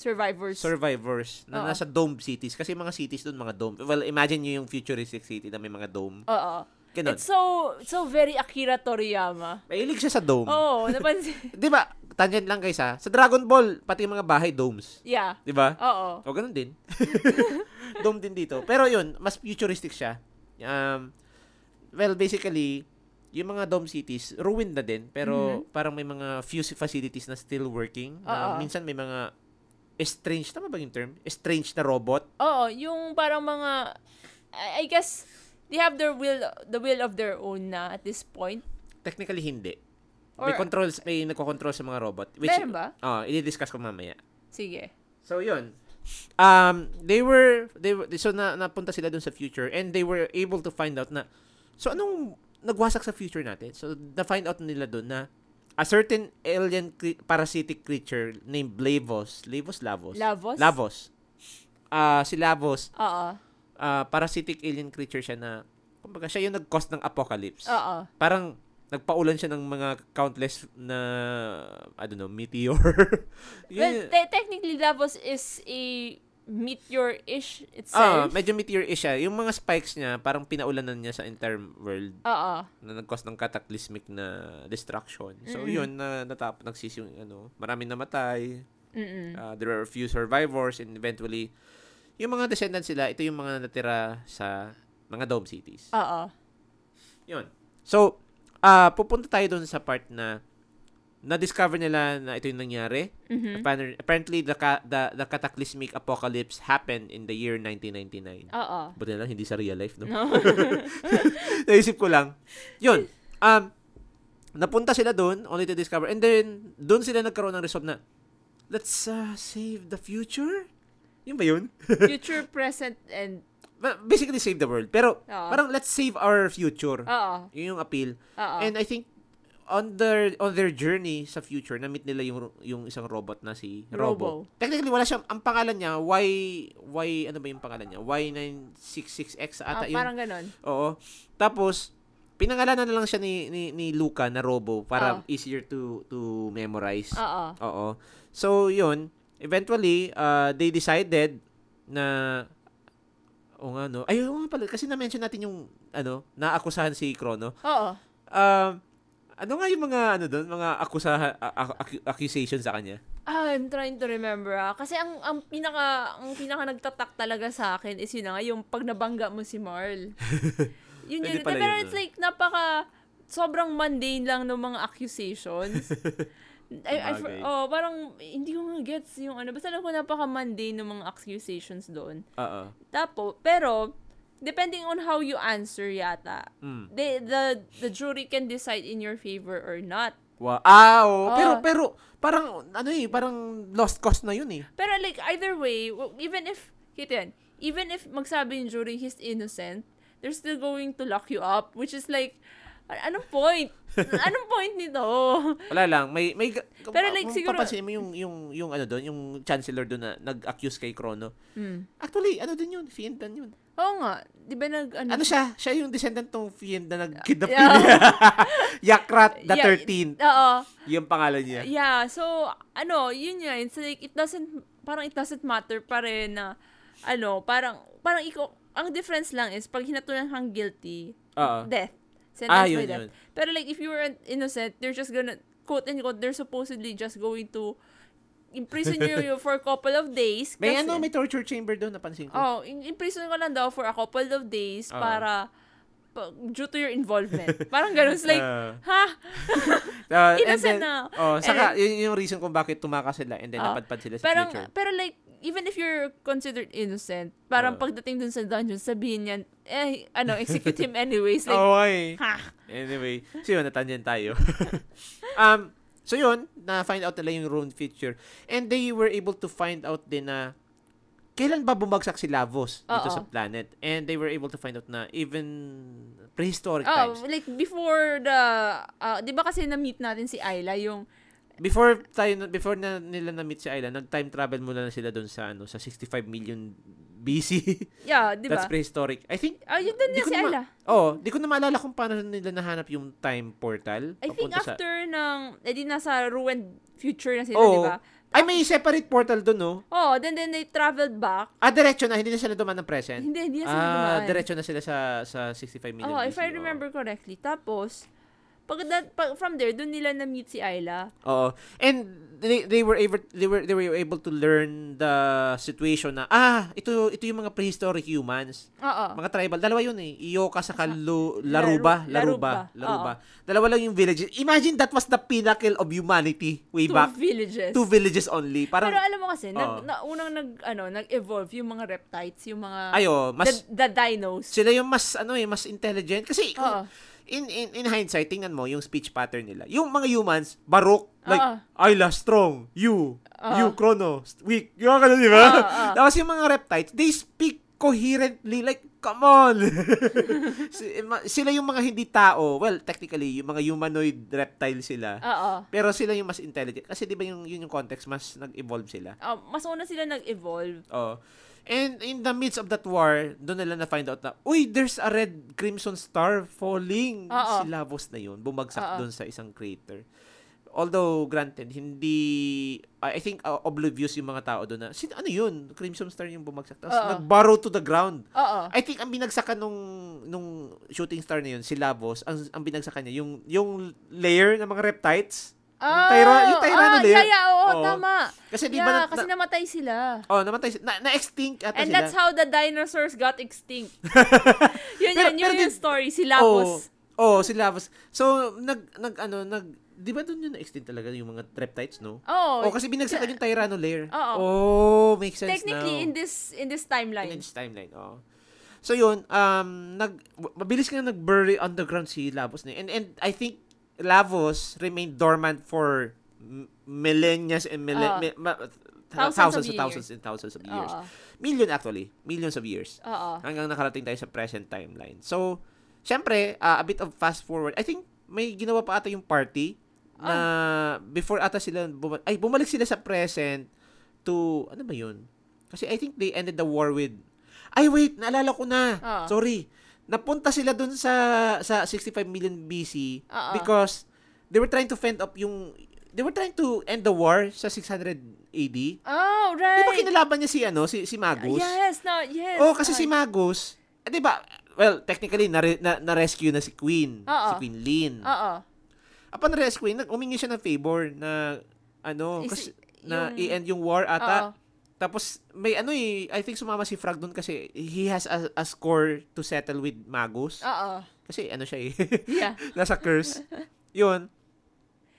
Speaker 2: survivors.
Speaker 1: survivors na
Speaker 2: Oo.
Speaker 1: nasa dome cities. Kasi mga cities doon, mga dome. Well, imagine nyo yung futuristic city na may mga dome.
Speaker 2: Oo.
Speaker 1: Ganun.
Speaker 2: It's so it's so very Akira Toriyama.
Speaker 1: Mahilig siya sa dome.
Speaker 2: Oo, napansin. [LAUGHS]
Speaker 1: Di ba? Tangent lang guys ha. Sa Dragon Ball, pati yung mga bahay, domes.
Speaker 2: yeah.
Speaker 1: Di ba?
Speaker 2: Oo.
Speaker 1: O, ganun din. [LAUGHS] dome din dito. Pero yun, mas futuristic siya. Um, well, basically, yung mga dome cities, ruined na din. Pero parang may mga few facilities na still working. Na
Speaker 2: Mm-hmm. Oo.
Speaker 1: minsan may mga strange, tama ba yung term? Strange na robot.
Speaker 2: Oo, yung parang mga I, I guess they have their will the will of their own na at this point.
Speaker 1: Technically, hindi. may
Speaker 2: Or-
Speaker 1: controls, may nagko-control sa mga robot.
Speaker 2: Meron ba?
Speaker 1: Oh, i-discuss ko mamaya.
Speaker 2: Sige.
Speaker 1: So yun. Um they were they were, so na, napunta sila dun sa future and they were able to find out na so anong nagwasak sa future natin. So na find out nila dun na a certain alien cre- parasitic creature named Lavos, Lavos Lavos.
Speaker 2: Lavos?
Speaker 1: Lavos. Ah si Lavos,
Speaker 2: Oo.
Speaker 1: ah, parasitic alien creature siya na kumbaga siya yung nag-cause ng apocalypse.
Speaker 2: Oo.
Speaker 1: Parang nagpaulan siya ng mga countless na I don't know, meteor. [LAUGHS] Yun
Speaker 2: Well,
Speaker 1: yun.
Speaker 2: te- technically Davos is a meteor-ish
Speaker 1: Ah,
Speaker 2: itself.
Speaker 1: medyo meteor-ish siya. Yung mga spikes niya, parang pinaulanan niya sa entire world
Speaker 2: Oo.
Speaker 1: na nag-cause ng cataclysmic na destruction. So,
Speaker 2: Mm-mm.
Speaker 1: yun, na natap, nagsis yung ano, maraming namatay.
Speaker 2: Mm-hmm. Mm-mm.
Speaker 1: Ah, there were a few survivors and eventually, yung mga descendants sila, ito yung mga natira sa mga dome cities.
Speaker 2: Oo.
Speaker 1: Yun. So, ah pupunta tayo dun sa part na na-discover nila na ito yung nangyari.
Speaker 2: Mhm.
Speaker 1: Appar- Apparently, the, ca- the, the cataclysmic apocalypse happened in the year 1999.
Speaker 2: Oo.
Speaker 1: Buti na lang, hindi sa real life, no?
Speaker 2: No.
Speaker 1: [LAUGHS] Naisip ko lang. Yun. Um, napunta sila doon, only to discover. And then, doon sila nagkaroon ng resolve na, let's uh, save the future? Yun ba yun?
Speaker 2: [LAUGHS] Future, present, and...
Speaker 1: Ba- Basically, save the world. Pero,
Speaker 2: Oo.
Speaker 1: parang let's save our future.
Speaker 2: Oo.
Speaker 1: Yun yung appeal.
Speaker 2: Oo.
Speaker 1: And I think, on their on their journey sa future na-meet nila yung yung isang robot na si Robo.
Speaker 2: Robo.
Speaker 1: Technically wala siyang ang pangalan niya Y Y ano ba yung pangalan niya? Y966X
Speaker 2: Ah,
Speaker 1: ata yun.
Speaker 2: parang ganon.
Speaker 1: Oo. Tapos, pinangalanan na lang siya ni, ni, ni Luca na Robo para
Speaker 2: Oo.
Speaker 1: easier to to memorize.
Speaker 2: Oo.
Speaker 1: Oo. So, yun. Eventually, uh, they decided na o nga no. Ay, oo nga pala. Kasi na-mention natin yung ano, naakusahan si Crono.
Speaker 2: Oo.
Speaker 1: Um, ano nga yung mga ano doon, mga akusahan a- a- acu- accusation sa kanya?
Speaker 2: Ah, I'm trying to remember ah. Kasi ang ang pinaka ang pinaka nagtatak talaga sa akin is yun na nga yung pag nabangga mo si
Speaker 1: [LAUGHS]
Speaker 2: Marl. yun
Speaker 1: Pwede
Speaker 2: yun.
Speaker 1: pala
Speaker 2: Pero
Speaker 1: yun,
Speaker 2: it's
Speaker 1: ah.
Speaker 2: like napaka sobrang mundane lang ng mga accusations.
Speaker 1: [LAUGHS]
Speaker 2: I, I, for-
Speaker 1: Sabagay.
Speaker 2: oh, parang hindi ko nga gets yung ano. Basta alam ko napaka mundane ng mga accusations doon.
Speaker 1: Oo.
Speaker 2: Tapos, pero depending on how you answer yata,
Speaker 1: Mm.
Speaker 2: they, the the jury can decide in your favor or not.
Speaker 1: Wa- ah, oo.
Speaker 2: Oo.
Speaker 1: Pero pero parang ano eh, parang lost cause na yun eh.
Speaker 2: Pero like, either way, w- even if, kita yan, even if magsabi yung jury he's innocent, they're still going to lock you up, which is like, a- anong
Speaker 1: [LAUGHS]
Speaker 2: point? anong point nito?
Speaker 1: Wala lang, may may ga- ah,
Speaker 2: Pero like,
Speaker 1: kung
Speaker 2: siguro-
Speaker 1: papansin mo yung yung yung ano doon, yung chancellor doon na nag-accuse kay Crono. Actually, ano din yun, fiendan yun.
Speaker 2: Hmm. Oo nga, di ba nag, ano?
Speaker 1: Ano siya? Siya yung descendant ng fiend na nag-kidnap
Speaker 2: Yeah.
Speaker 1: niya. [LAUGHS] Yakrat the
Speaker 2: Yeah,
Speaker 1: 13th.
Speaker 2: Oo.
Speaker 1: Yung pangalan niya.
Speaker 2: Yeah, so, ano, yun nga, it's like, it doesn't, parang it doesn't matter pa rin na, ano, parang, parang ikaw, ang difference lang is, pag hinatulan kang guilty,
Speaker 1: Oo.
Speaker 2: death. Sentence
Speaker 1: Ah,
Speaker 2: by
Speaker 1: yun,
Speaker 2: death.
Speaker 1: yun.
Speaker 2: Pero like, if you were innocent, they're just gonna, quote and quote, they're supposedly just going to imprison
Speaker 1: [LAUGHS]
Speaker 2: you for a couple of days.
Speaker 1: May
Speaker 2: kasi-
Speaker 1: ano, may torture chamber doon, napansin ko.
Speaker 2: Oh, in- imprison ko lang daw for a couple of days
Speaker 1: Oo.
Speaker 2: para, pa- due to your
Speaker 1: [LAUGHS]
Speaker 2: involvement. Parang ganun. It's like,
Speaker 1: Ah.
Speaker 2: ha?
Speaker 1: Uh, and
Speaker 2: Innocent
Speaker 1: then-
Speaker 2: na.
Speaker 1: Oh,
Speaker 2: And
Speaker 1: saka yun yung reason kung bakit tumakas sila and then
Speaker 2: Oh.
Speaker 1: napadpad sila sa
Speaker 2: Parang,
Speaker 1: future.
Speaker 2: pero like, even if you're considered innocent, parang
Speaker 1: Oo.
Speaker 2: pagdating dun sa dungeon, sabihin yan, eh, ano, execute him anyways.
Speaker 1: [LAUGHS] Oh,
Speaker 2: Like,
Speaker 1: okay.
Speaker 2: ha?
Speaker 1: Anyway, so yun, natanyan tayo. [LAUGHS] um, so yun, na-find out nila yung rune feature. And they were able to find out din na kailan ba bumagsak si Lavos dito
Speaker 2: Oo.
Speaker 1: sa planet. And they were able to find out na even prehistoric
Speaker 2: Oh,
Speaker 1: times.
Speaker 2: like before the ah, 'di ba kasi na-meet natin si Ayla yung
Speaker 1: Before tayo na- before na nila na-meet si Ayla, nag-time travel muna na sila doon sa ano, sa 65 million [LAUGHS] BC.
Speaker 2: yeah, 'di ba?
Speaker 1: That's prehistoric. I think
Speaker 2: Ah, yun doon
Speaker 1: Di
Speaker 2: niya
Speaker 1: ko
Speaker 2: si
Speaker 1: na ma-
Speaker 2: Ayla.
Speaker 1: Oh, di ko na maalala kung paano nila nahanap yung time portal.
Speaker 2: I think
Speaker 1: papunta sa-
Speaker 2: after ng eh di nasa ruined future na sila,
Speaker 1: Oo.
Speaker 2: 'di ba?
Speaker 1: Ay, may separate portal doon, no?
Speaker 2: Oh, then then they traveled back.
Speaker 1: Ah, diretso na. Hindi na sila dumaan ng present.
Speaker 2: Hindi hindi na sila
Speaker 1: ah,
Speaker 2: dumaan.
Speaker 1: diretso na sila sa sa 65 million.
Speaker 2: Oh, if
Speaker 1: BC,
Speaker 2: I
Speaker 1: oo.
Speaker 2: remember correctly. Tapos Pag, that, pag from there, doon nila na-meet si Ayla.
Speaker 1: Oo. And they, they were able they were they were able to learn the situation na ah, ito ito yung mga prehistoric humans,
Speaker 2: Oo.
Speaker 1: mga tribal. Dalawa yun eh, Iyoka sa Kalu,
Speaker 2: Oh. Laru-
Speaker 1: Laruba,
Speaker 2: Laruba.
Speaker 1: Laruba, Laruba. Dalawa lang yung villages. Imagine that was the pinnacle of humanity way
Speaker 2: Two
Speaker 1: back.
Speaker 2: villages.
Speaker 1: Two villages only.
Speaker 2: Pero
Speaker 1: Parang
Speaker 2: alam mo kasi,
Speaker 1: Oo.
Speaker 2: nag, na, unang nag, ano, nag-evolve yung mga reptiles, yung mga,
Speaker 1: ayo, mas
Speaker 2: the, the dinos.
Speaker 1: sila yung mas ano eh, mas intelligent kasi kung-
Speaker 2: Oo.
Speaker 1: in, in in hindsight tingnan mo yung speech pattern nila. Yung mga humans, barok like
Speaker 2: Oo.
Speaker 1: Ayla strong, you,
Speaker 2: Oo.
Speaker 1: you Chrono st- weak. Yung mga ganun, di ba?
Speaker 2: Oo, oo.
Speaker 1: Tapos yung mga reptiles, they speak coherently like come
Speaker 2: [LAUGHS]
Speaker 1: on. Si- eh, ma- sila yung mga hindi tao. Well, technically yung mga humanoid reptile sila.
Speaker 2: Oo.
Speaker 1: Pero sila yung mas intelligent kasi di ba yung yun yung context mas nag-evolve sila.
Speaker 2: Ah, mas una sila nag-evolve.
Speaker 1: Oh. And in the midst of that war, doon nila na find out na, uy, there's a red crimson star falling. Si
Speaker 2: Oo.
Speaker 1: Lavos na yun, bumagsak
Speaker 2: Oo.
Speaker 1: doon sa isang crater. Although, granted, hindi, I I think uh, oblivious yung mga tao doon na, "Sin- ano yun? Crimson star yung bumagsak. Tapos
Speaker 2: Oo.
Speaker 1: nag-burrow to the ground.
Speaker 2: Oo.
Speaker 1: I think ang binagsakan nung nung shooting star na yun, si Lavos, ang, ang binagsakan niya, yung, yung layer ng mga reptites. yung Tyra- yung Tyranno
Speaker 2: ah,
Speaker 1: layer.
Speaker 2: yeah, yeah, oo,
Speaker 1: Oo.
Speaker 2: tama.
Speaker 1: Kasi di
Speaker 2: yeah,
Speaker 1: ba, na,
Speaker 2: kasi
Speaker 1: na-
Speaker 2: namatay sila.
Speaker 1: oh, namatay, si- na, na-extinct ata
Speaker 2: And
Speaker 1: sila.
Speaker 2: that's how [LAUGHS] the dinosaurs got
Speaker 1: [LAUGHS]
Speaker 2: extinct. yun,
Speaker 1: Pero-
Speaker 2: yun,
Speaker 1: pero
Speaker 2: yun yung
Speaker 1: did-
Speaker 2: story. Si Lapos.
Speaker 1: Oh, oh si Lavos. So, nag, nag, ano, nag, di ba doon yun na-extinct talaga yung mga reptites, no?
Speaker 2: Oh,
Speaker 1: Oh, kasi binagsakan yung Tyranno layer.
Speaker 2: Oo.
Speaker 1: Oh, makes sense
Speaker 2: technically, in
Speaker 1: now.
Speaker 2: this in this
Speaker 1: in
Speaker 2: timeline.
Speaker 1: this timeline, oh. So yun, um, nag, w- mabilis ka na nag-bury underground si Lavos na yun. And, and I think Lavos remained dormant for m- millennias and millen-
Speaker 2: Oo.
Speaker 1: mi- ma- th-
Speaker 2: Thousands
Speaker 1: thousands,
Speaker 2: of years.
Speaker 1: and thousands and thousands of years.
Speaker 2: Oo.
Speaker 1: Million actually. Millions of years
Speaker 2: Oo.
Speaker 1: hanggang nakarating tayo sa present timeline. So, syempre, ah, a bit of fast forward. I think may ginawa pa ata yung party na before ata sila bumalik, ay bumalik sila sa present to ano ba yun? Kasi I think they ended the war with Ay wait, naalala ko na.
Speaker 2: Oo.
Speaker 1: Sorry. Napunta sila dun sa sa 65 million BC
Speaker 2: Oo.
Speaker 1: because they were trying to fend up yung they were trying to end the war sa 600 AD.
Speaker 2: Oh,
Speaker 1: Di ba
Speaker 2: right.
Speaker 1: kinalaban niya si ano si si Magus?
Speaker 2: Yes, no, yes.
Speaker 1: Oh, kasi
Speaker 2: Ah,
Speaker 1: si Magus, eh, 'di ba? Well, technically na, na, rescue na si Queen,
Speaker 2: Oo.
Speaker 1: si Queen Lynn.
Speaker 2: Oo.
Speaker 1: Upon rescue, nag umingi siya ng favor na ano,
Speaker 2: Is-
Speaker 1: kasi na
Speaker 2: yung-
Speaker 1: i-end yung war
Speaker 2: Oo.
Speaker 1: ata. Tapos may ano eh, I think sumama si Frag doon kasi he has a, a score to settle with Magus.
Speaker 2: Oo.
Speaker 1: Kasi ano siya eh, [LAUGHS]
Speaker 2: Yeah.
Speaker 1: nasa curse. 'Yun.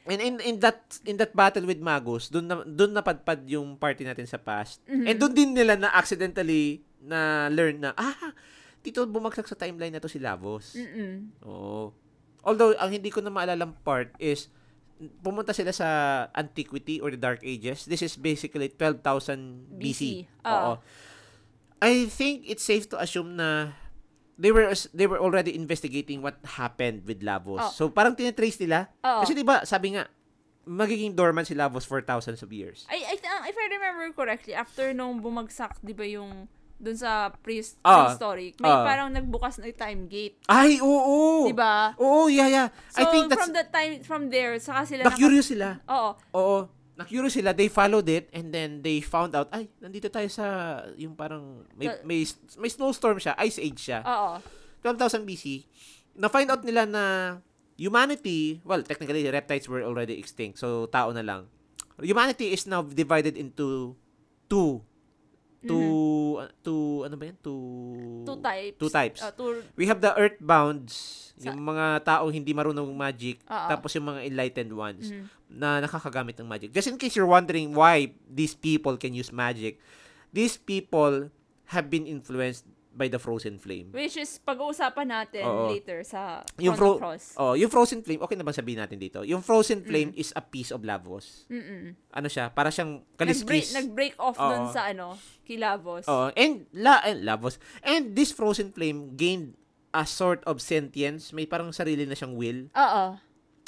Speaker 1: And in in that in that battle with Magus, doon na, doon napadpad yung party natin sa past. And doon din nila na accidentally na learn na ah dito bumagsak sa timeline na to si Lavos.
Speaker 2: Mm-mm.
Speaker 1: Oo. Although ang hindi ko na maalalang part is pumunta sila sa antiquity or the dark ages. This is basically 12,000 BC.
Speaker 2: BC. Ah.
Speaker 1: Oo. I think it's safe to assume na they were they were already investigating what happened with Lavos.
Speaker 2: Oh.
Speaker 1: So parang tinatrace nila.
Speaker 2: Oo.
Speaker 1: Kasi 'di ba, sabi nga magiging dormant si Lavos for thousands of years.
Speaker 2: I, I, th- if I remember correctly, after nung bumagsak, di ba yung dun sa priest
Speaker 1: Ah.
Speaker 2: prehistoric, may
Speaker 1: Ah.
Speaker 2: parang nagbukas na time gate.
Speaker 1: Ay, oo.
Speaker 2: Di ba?
Speaker 1: Oo, yeah, yeah.
Speaker 2: So,
Speaker 1: I think that's
Speaker 2: from that time, from there, saka sila
Speaker 1: na-curious sila.
Speaker 2: Oo.
Speaker 1: Oo. Na-curious sila, they followed it, and then they found out, ay, nandito tayo sa, yung parang, may,
Speaker 2: Sa- Ah.
Speaker 1: may, may snowstorm siya, ice age siya,
Speaker 2: Oo.
Speaker 1: 12,000 BC. Na-find out nila na humanity, well, technically, reptiles were already extinct, so tao na lang. Humanity is now divided into two. Two, uh, two, ano ba yan? Two,
Speaker 2: Mm-hmm. Two types.
Speaker 1: Two types.
Speaker 2: Ah, two,
Speaker 1: We have the earthbounds,
Speaker 2: Sa-
Speaker 1: yung mga taong hindi marunong magic,
Speaker 2: Oo.
Speaker 1: tapos yung mga enlightened ones
Speaker 2: Mhm.
Speaker 1: na nakakagamit ng magic. Just in case you're wondering why these people can use magic, these people have been influenced by the frozen flame.
Speaker 2: which is pag-uusapan natin
Speaker 1: Oo.
Speaker 2: later sa
Speaker 1: Yung
Speaker 2: Chrono
Speaker 1: fro-
Speaker 2: Cross. Mm-hmm.
Speaker 1: Oh, yung frozen flame, okay na bang sabihin natin dito? Yung frozen flame is a piece of lavos.
Speaker 2: Mm-mm.
Speaker 1: Ano siya? Para siyang
Speaker 2: Nag-break,
Speaker 1: kaliskis.
Speaker 2: nag-break off
Speaker 1: Oo.
Speaker 2: dun sa ano, kilabos.
Speaker 1: Oh, and la and lavos. And this frozen flame gained a sort of sentience, may parang sarili na siyang will.
Speaker 2: Oo.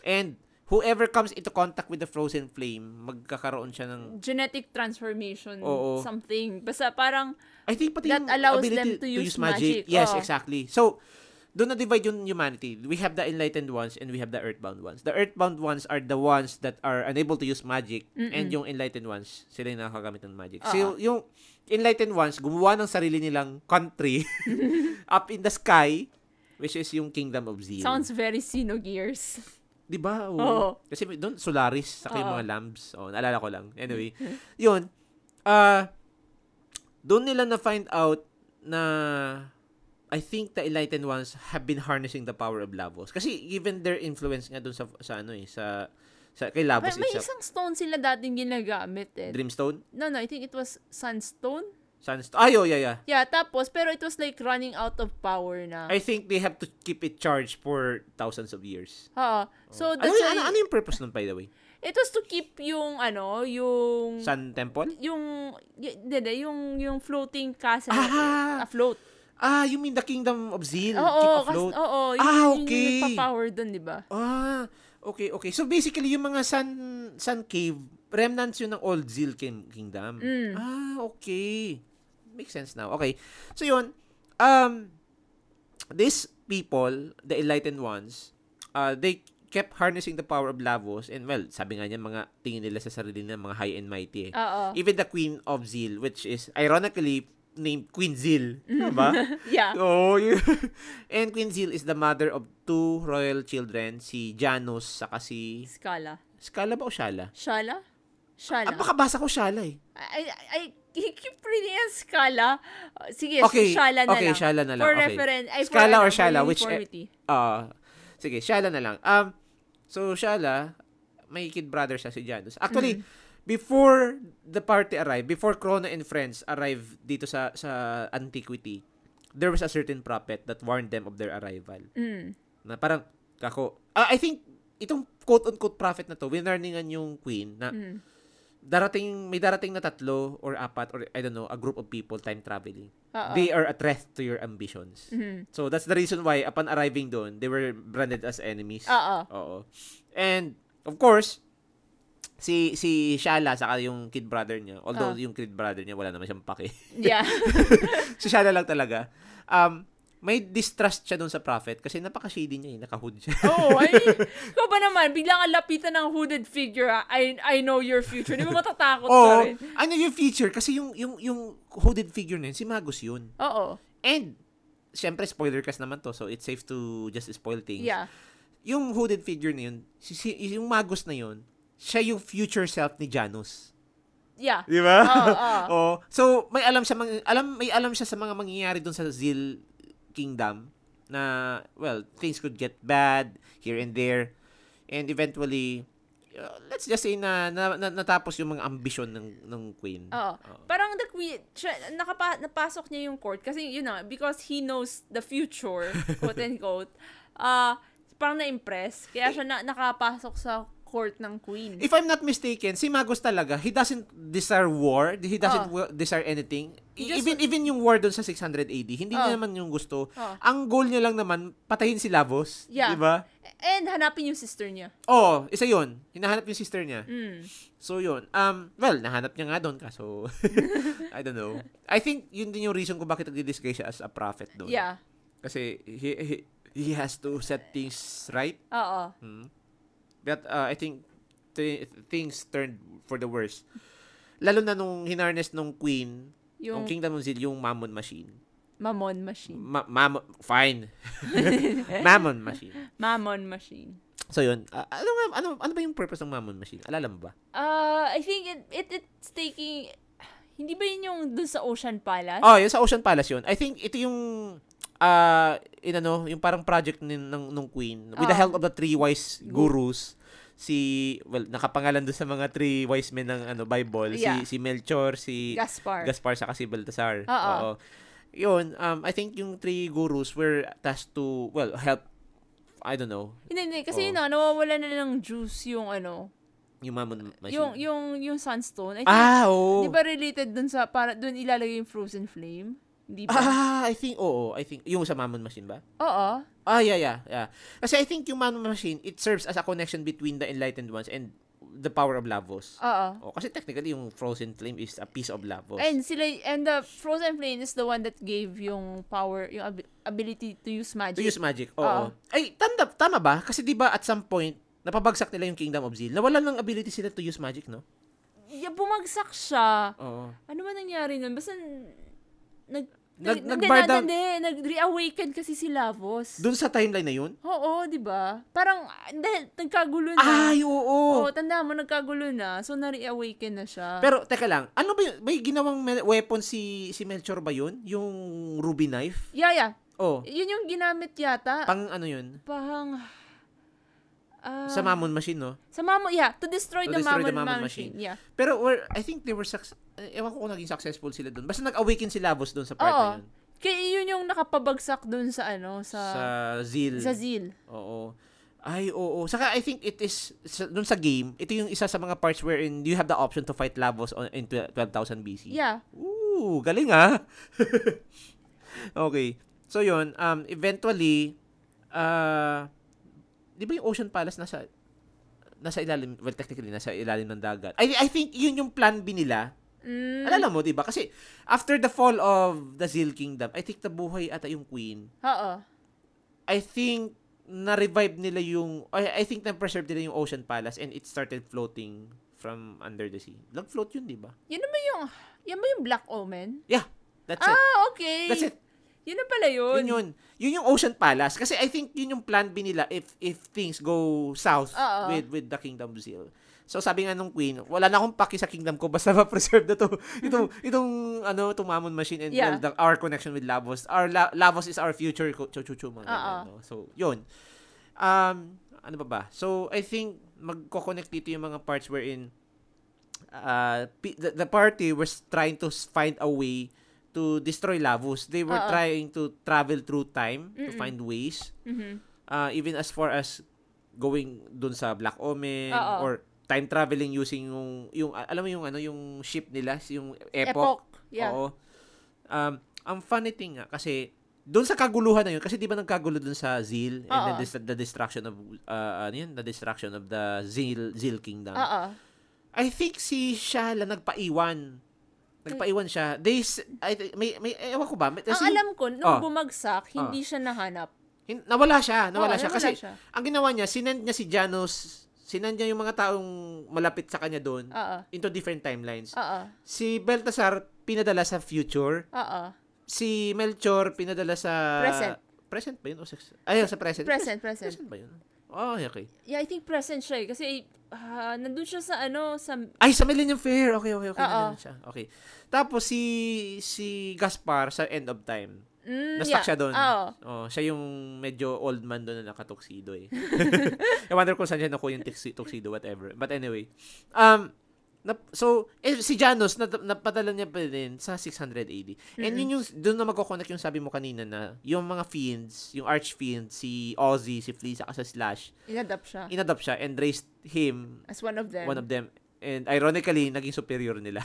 Speaker 1: And whoever comes into contact with the frozen flame, magkakaroon siya ng
Speaker 2: Genetic transformation,
Speaker 1: Oo.
Speaker 2: something. Basta parang,
Speaker 1: I think pati
Speaker 2: That
Speaker 1: yung
Speaker 2: allows
Speaker 1: ability
Speaker 2: them to use magic.
Speaker 1: Yes,
Speaker 2: Oo.
Speaker 1: exactly. So, doon na-divide yung humanity. We have the enlightened ones and we have the earthbound ones. The earthbound ones are the ones that are unable to use magic and yung enlightened ones, sila yung nakakagamit ng magic. So,
Speaker 2: Oo.
Speaker 1: yung enlightened ones, gumawa ng sarili nilang
Speaker 2: [LAUGHS]
Speaker 1: country [LAUGHS] up in the sky, which is yung Kingdom of Zeal. [LAUGHS]
Speaker 2: sounds very Sino Gears.
Speaker 1: 'Di ba? Oo.
Speaker 2: Oo.
Speaker 1: Kasi may- doon Solaris sa
Speaker 2: Oo.
Speaker 1: mga lambs. Oh, naalala ko lang.
Speaker 2: [LAUGHS]
Speaker 1: Anyway, 'yun. Ah doon nila na find out na I think the Enlightened Ones have been harnessing the power of Lavos. Kasi given their influence nga doon sa sa ano eh, sa sa kay
Speaker 2: May,
Speaker 1: Lavos
Speaker 2: may
Speaker 1: itself.
Speaker 2: isang stone sila dating ginagamit eh.
Speaker 1: Dreamstone?
Speaker 2: No, no, I think it was sunstone.
Speaker 1: Sunstone? Ay, oh, yeah, yeah.
Speaker 2: Yeah, tapos, pero it was like running out of power na.
Speaker 1: I think they have to keep it charged for thousands of years.
Speaker 2: Ha. So,
Speaker 1: Ano,
Speaker 2: that's
Speaker 1: yun-
Speaker 2: why,
Speaker 1: ano, ano yung purpose nun, by the way?
Speaker 2: it was to keep yung, ano, yung,
Speaker 1: Sun Temple?
Speaker 2: yung, y- hindi, hindi, yung, yung floating castle.
Speaker 1: Ah!
Speaker 2: Afloat.
Speaker 1: Ah, you mean the Kingdom of Zeal? keep
Speaker 2: Oo, kasi,
Speaker 1: afloat?
Speaker 2: oo, yun,
Speaker 1: Ah,
Speaker 2: yun yung
Speaker 1: okay.
Speaker 2: nagpa-power dun, di ba?
Speaker 1: Ah, okay, okay. So basically, yung mga Sun, sun Cave, remnants yun ng old Zeal King- Kingdom.
Speaker 2: Mm.
Speaker 1: Ah, okay. Makes sense now. Okay. So yun, um, these people, the enlightened ones, uh, they kept harnessing the power of Lavos and well, sabi nga niya, mga tingin nila sa sarili nila, mga high and mighty eh.
Speaker 2: Oo.
Speaker 1: Even the Queen of Zeal, which is ironically named Queen Zeal. Diba?
Speaker 2: Yeah.
Speaker 1: Oh, yun. [LAUGHS] And Queen Zeal is the mother of two royal children, si Janus saka si
Speaker 2: Scala.
Speaker 1: Scala ba o Shala? Ah,
Speaker 2: Shala? Shala.
Speaker 1: baka basa ko Shala eh.
Speaker 2: I, I, I- I keep reading ang Scala. Uh, Sige,
Speaker 1: Okay,
Speaker 2: Shala na
Speaker 1: okay,
Speaker 2: lang.
Speaker 1: Shala na lang,
Speaker 2: For
Speaker 1: okay.
Speaker 2: reference. Ay, for
Speaker 1: Scala
Speaker 2: ano,
Speaker 1: or
Speaker 2: for
Speaker 1: Shala, which- eh,
Speaker 2: uniformity.
Speaker 1: Ah, sige, Shala na lang. Um, so Shala, may kid brother siya si Janus. Actually,
Speaker 2: Mm-hmm.
Speaker 1: before the party arrived, before Crono and friends arrived dito sa sa antiquity, there was a certain prophet that warned them of their arrival.
Speaker 2: Mm.
Speaker 1: na parang kako ah, I think itong quote-unquote prophet na to winarningan yung queen na
Speaker 2: Mm.
Speaker 1: darating may darating na tatlo or apat or I don't know a group of people time traveling
Speaker 2: Oo.
Speaker 1: they are a threat to your ambitions
Speaker 2: Mhm.
Speaker 1: so that's the reason why upon arriving doon they were branded as enemies [LAUGHS]
Speaker 2: Oo.
Speaker 1: oo and of course si si Shala saka yung kid brother niya although
Speaker 2: Ah.
Speaker 1: yung kid brother niya wala naman siyang pake [LAUGHS]
Speaker 2: Yeah.
Speaker 1: si Shala lang talaga um may distrust siya doon sa prophet kasi napaka-shady niya eh naka-hood
Speaker 2: [LAUGHS]
Speaker 1: siya
Speaker 2: Oo, oh, I mean, ikaw ba naman, biglang ang lapitan ng hooded figure, ah, I, I know your future. Di ba matatakot ka
Speaker 1: Oo.
Speaker 2: rin?
Speaker 1: Ano yung feature? Kasi yung, yung, yung hooded figure na yun, si Magus yun.
Speaker 2: Oo.
Speaker 1: And, syempre, spoiler cast naman to, so it's safe to just spoil things.
Speaker 2: Yeah.
Speaker 1: Yung hooded figure na yun, si, si, yung Magus na yun, siya yung future self ni Janus.
Speaker 2: Yeah.
Speaker 1: Di ba?
Speaker 2: Oo, oo.
Speaker 1: [LAUGHS] Oo. So, may alam siya, mang- alam, may alam siya sa mga mangyayari dun sa Zeal Kingdom na, well, things could get bad here and there. And eventually, uh, let's just say na, na, na- natapos yung mga ambisyon ng, ng Queen.
Speaker 2: Oo.
Speaker 1: Oo.
Speaker 2: Parang the queen, siya, nakapa, napasok niya yung court kasi, you know, because he knows the future, quote unquote, ah, parang na-impress. Kaya siya na, nakapasok sa court ng queen.
Speaker 1: If I'm not mistaken, si Magus talaga, he doesn't desire war, he doesn't wa- desire anything.
Speaker 2: Oh.
Speaker 1: E-
Speaker 2: He just-
Speaker 1: even even yung war doon sa 600 AD, hindi
Speaker 2: Oh.
Speaker 1: niya naman yung gusto.
Speaker 2: Oh.
Speaker 1: Ang goal niya lang naman, patayin si Lavos.
Speaker 2: Yeah.
Speaker 1: Di ba?
Speaker 2: And hanapin yung sister niya.
Speaker 1: Oo, isa yun. Hinahanap yung sister niya.
Speaker 2: Mm.
Speaker 1: So yun. Um, well, nahanap niya nga doon kaso [LAUGHS] I don't know. I think yun din yung reason kung bakit nagdi-disguise siya as a prophet doon.
Speaker 2: Yeah.
Speaker 1: Kasi he, he, he has to set things right.
Speaker 2: Oo.
Speaker 1: Mm. But uh, I think th- things turned for the worse. Lalo na nung hinarness nung queen, yung
Speaker 2: Yung
Speaker 1: Kingdom of Zeal, yung Mammon Machine.
Speaker 2: mammon
Speaker 1: [LAUGHS]
Speaker 2: machine. [LAUGHS]
Speaker 1: Ma- mammon, fine.
Speaker 2: Eh?
Speaker 1: mammon Machine.
Speaker 2: Mammon machine.
Speaker 1: So yun, ah, ano, nga, ano, ano ba yung purpose ng Mammon Machine? Alala mo ba?
Speaker 2: Uh, I think it, it it's taking hindi ba yun yung dun sa Ocean Palace?
Speaker 1: Oh, yung sa Ocean Palace yun. I think ito yung uh, in ano, yung parang project nin, ng nung Queen with the
Speaker 2: Ah.
Speaker 1: help of the three wise gurus si well nakapangalan doon sa mga three wise men ng ano Bible
Speaker 2: Yeah.
Speaker 1: si si Melchor si
Speaker 2: Gaspar.
Speaker 1: Gaspar saka si Baltasar.
Speaker 2: Oo.
Speaker 1: Oo. Yun, um, I think yung three gurus were tasked to, well, help, I don't know,
Speaker 2: hindi, hindi. Kasi
Speaker 1: Oo.
Speaker 2: yun na, nawawala na ng juice yung ano,
Speaker 1: yung mammon machine.
Speaker 2: yung, yung, yung sunstone. I think,
Speaker 1: ah, oo.
Speaker 2: di ba related dun sa, para dun ilalagay yung frozen flame? Di ba?
Speaker 1: Ah, I think, oo, I think, yung sa mammon machine ba?
Speaker 2: Oo.
Speaker 1: Ah, yeah, yeah, yeah. Kasi I think yung mammon machine, it serves as a connection between the enlightened ones and the power of Lavos.
Speaker 2: Oo.
Speaker 1: oh, kasi technically, yung frozen flame is a piece of Lavos.
Speaker 2: And sila, and the frozen flame is the one that gave yung power, yung abi- ability to use magic.
Speaker 1: to use magic, oo.
Speaker 2: Oo.
Speaker 1: Ay, tanda, tama ba? Kasi di ba at some point, napabagsak nila yung Kingdom of Zeal. Nawalan ng ability sila to use magic, no?
Speaker 2: Yeah, bumagsak siya.
Speaker 1: Oo.
Speaker 2: Ano ba nangyari nun? Basta, nag,
Speaker 1: Nag,
Speaker 2: nag,
Speaker 1: nagbarda
Speaker 2: nag, nag-reawaken kasi si Lavos.
Speaker 1: dun sa timeline na yun?
Speaker 2: Oo, di ba? Parang, ah, dahil nagkagulo na.
Speaker 1: Ay, oo.
Speaker 2: Oo, tanda mo, nagkagulo na. So, na-reawaken na siya.
Speaker 1: Pero teka lang, ano ba yun? may ginawang me- weapon si si Melchor ba yun? Yung ruby knife?
Speaker 2: yeah, yeah.
Speaker 1: Oh,
Speaker 2: Yun yung ginamit yata.
Speaker 1: pang ano yun?
Speaker 2: Pang... ah,
Speaker 1: Sa Mammon machine, no?
Speaker 2: Sa Mamo, yeah. To destroy,
Speaker 1: To
Speaker 2: the,
Speaker 1: destroy the
Speaker 2: mammon
Speaker 1: Mammon
Speaker 2: machine.
Speaker 1: machine.
Speaker 2: Yeah.
Speaker 1: Pero were, I think they were success eh, ewan ko kung naging successful sila doon. Basta nag-awaken si Lavos doon sa part
Speaker 2: Oo.
Speaker 1: na yun.
Speaker 2: Kaya yun yung nakapabagsak dun sa ano,
Speaker 1: Sa,
Speaker 2: sa...
Speaker 1: Zeal.
Speaker 2: Sa Zil.
Speaker 1: Oo. Ay, oo. Saka I think it is, sa, dun sa game, ito yung isa sa mga parts wherein you have the option to fight Lavos on, in 12- 12,000 BC.
Speaker 2: Yeah.
Speaker 1: Ooh, galing ah. [LAUGHS] okay. So yun, um, eventually, uh, di ba yung Ocean Palace nasa, nasa ilalim, well technically, nasa ilalim ng dagat. I, I think yun yung plan B nila.
Speaker 2: Mm.
Speaker 1: Alala mo, di ba? Kasi after the fall of the Zil Kingdom, I think nabuhay ata yung queen.
Speaker 2: Oo.
Speaker 1: I think na-revive nila yung, I, I think na-preserve nila yung Ocean Palace and it started floating from under the sea. Nag-float yun, di ba?
Speaker 2: Yun naman yung... Yan ba yung Black Omen?
Speaker 1: Yeah, that's it.
Speaker 2: Ah, okay.
Speaker 1: That's it.
Speaker 2: Yun na pala yun.
Speaker 1: Yun yun. Yun yung Ocean Palace kasi I think yun yung plan B nila if if things go south
Speaker 2: Oo.
Speaker 1: with with the Kingdom of Zeal. So sabi nga nung queen, wala na akong paki sa kingdom ko basta [LAUGHS] ma-preserve na to
Speaker 2: [LAUGHS]
Speaker 1: itong itong ano itong Mammon machine and well,
Speaker 2: Yeah.
Speaker 1: the- our connection with Lavos. Our La- Lavos is our future ko chu chu chu mga ganyan,
Speaker 2: Oo.
Speaker 1: no? So yun. Um ano ba ba? So I think magko-connect dito yung mga parts wherein uh pi- the, the party was trying to s- find a way to destroy Lavos. They were
Speaker 2: Oo.
Speaker 1: trying to travel through time to
Speaker 2: Mm-mm.
Speaker 1: find ways.
Speaker 2: Mhm.
Speaker 1: Uh, even as far as going dun sa Black Omen
Speaker 2: Oo.
Speaker 1: or time traveling using yung yung alam mo yung ano yung ship nila yung epoch.
Speaker 2: Epoch. Yeah.
Speaker 1: Oo. Um ang funny thing nga kasi doon sa kaguluhan na yun kasi di ba nagkagulo doon sa Zeal and
Speaker 2: Oo.
Speaker 1: the, dis- the destruction of uh, ano yun the destruction of the Zeal Zeal Kingdom.
Speaker 2: Oo.
Speaker 1: I think si Shala nagpaiwan. Nagpaiwan siya. They s- I thi- may may ewan ko ba? May-
Speaker 2: Ang
Speaker 1: kasi-
Speaker 2: alam ko, nung
Speaker 1: Oh.
Speaker 2: bumagsak, hindi siya nahanap.
Speaker 1: hin- nawala siya, nawala
Speaker 2: Oo,
Speaker 1: siya
Speaker 2: nawala
Speaker 1: kasi
Speaker 2: siya.
Speaker 1: ang ginawa niya, sinend niya si Janos, sinend niya yung mga taong malapit sa kanya doon
Speaker 2: Oo.
Speaker 1: into different timelines.
Speaker 2: Oo.
Speaker 1: Si Baltasar pinadala sa future,
Speaker 2: Oo.
Speaker 1: si Melchor pinadala sa
Speaker 2: Present.
Speaker 1: Present ba yun? O sex- Ay, sa present.
Speaker 2: Present, present.
Speaker 1: [LAUGHS] Present ba yun? Oh, okay.
Speaker 2: Yeah, I think present siya eh. Kasi ah, nandun siya sa ano, sa...
Speaker 1: Ay, sa Millennium Fair. Okay, okay, okay.
Speaker 2: Oo.
Speaker 1: Nandun siya. Okay. Tapos si si Gaspar sa End of Time.
Speaker 2: Mm,
Speaker 1: Na-stuck
Speaker 2: yeah.
Speaker 1: siya doon.
Speaker 2: Oo.
Speaker 1: Oh, siya yung medyo old man doon na nakatuxedo eh. [LAUGHS] I wonder kung saan siya nakuha yung tuxi- tuxedo, whatever. But anyway. Um, na- so, eh, si Janus, na, napadala niya pa din sa 600 AD. And yun yung, doon na magkoconnect yung sabi mo kanina na yung mga fiends, yung archfiend, si Ozzy, si Flea, saka sa Slash,
Speaker 2: Inadapt siya.
Speaker 1: inadapt siya and raised him,
Speaker 2: As one of them.
Speaker 1: one of them. And ironically, naging superior nila.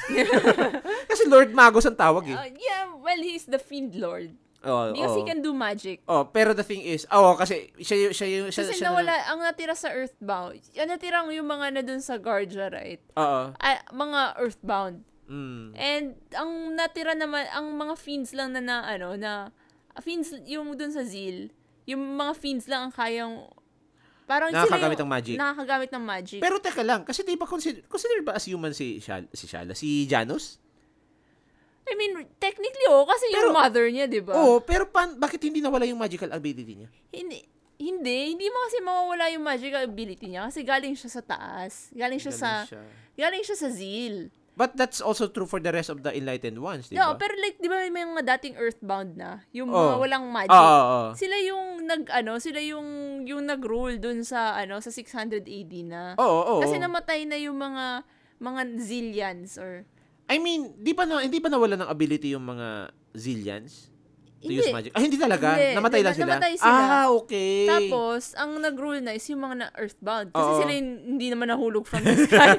Speaker 1: [LAUGHS] Kasi Lord Magos ang tawag eh.
Speaker 2: Ah, yeah, well, he's the Fiend Lord.
Speaker 1: Oh,
Speaker 2: Because
Speaker 1: oh.
Speaker 2: he can do magic.
Speaker 1: Oh, pero the thing is, oh, kasi siya yung, siya yung, siya,
Speaker 2: Kasi
Speaker 1: siya
Speaker 2: nawala, ang natira sa Earthbound, ang natira yung mga na dun sa Garja, right?
Speaker 1: Oo.
Speaker 2: Ah, mga Earthbound.
Speaker 1: Mm.
Speaker 2: And ang natira naman, ang mga fiends lang na, na ano, na, fiends, yung dun sa Zeal, yung mga fiends lang ang kayang, parang sila
Speaker 1: Nakakagamit ng
Speaker 2: yung-
Speaker 1: magic.
Speaker 2: Nakakagamit ng magic.
Speaker 1: Pero teka lang, kasi di ba consider, consider ba as human si Shala, si Shala, si Janus?
Speaker 2: I mean, technically, oo, kasi yung
Speaker 1: Pero-
Speaker 2: mother niya, di ba?
Speaker 1: Oo, pero pan, bakit hindi nawala yung magical ability niya?
Speaker 2: Hindi, hindi, hindi mo kasi mawawala yung magical ability niya kasi galing siya sa taas. Galing siya sa,
Speaker 1: Ganun siya.
Speaker 2: galing siya sa zeal.
Speaker 1: But that's also true for the rest of the enlightened ones, di ba?
Speaker 2: No,
Speaker 1: Oh.
Speaker 2: pero like, di ba may mga dating earthbound na, yung mga
Speaker 1: Oo.
Speaker 2: walang magic.
Speaker 1: Oo, oo, oo.
Speaker 2: Sila yung nag, ano, sila yung, yung nag-rule dun sa, ano, sa 600 AD na.
Speaker 1: Oo, oo,
Speaker 2: Kasi
Speaker 1: oo.
Speaker 2: namatay na yung mga, mga zillions or,
Speaker 1: I mean, di ba na, hindi ba nawala ng ability yung mga Zillians? To
Speaker 2: Hindi.
Speaker 1: use magic? Ah, hindi talaga?
Speaker 2: Hindi.
Speaker 1: Namatay
Speaker 2: Na-
Speaker 1: lang sila?
Speaker 2: namatay sila.
Speaker 1: Ah, okay.
Speaker 2: Tapos, ang nag-rule na is yung mga na-earthbound. Kasi
Speaker 1: Oo.
Speaker 2: sila yung hindi naman nahulog from the
Speaker 1: [LAUGHS]
Speaker 2: sky. [LAUGHS]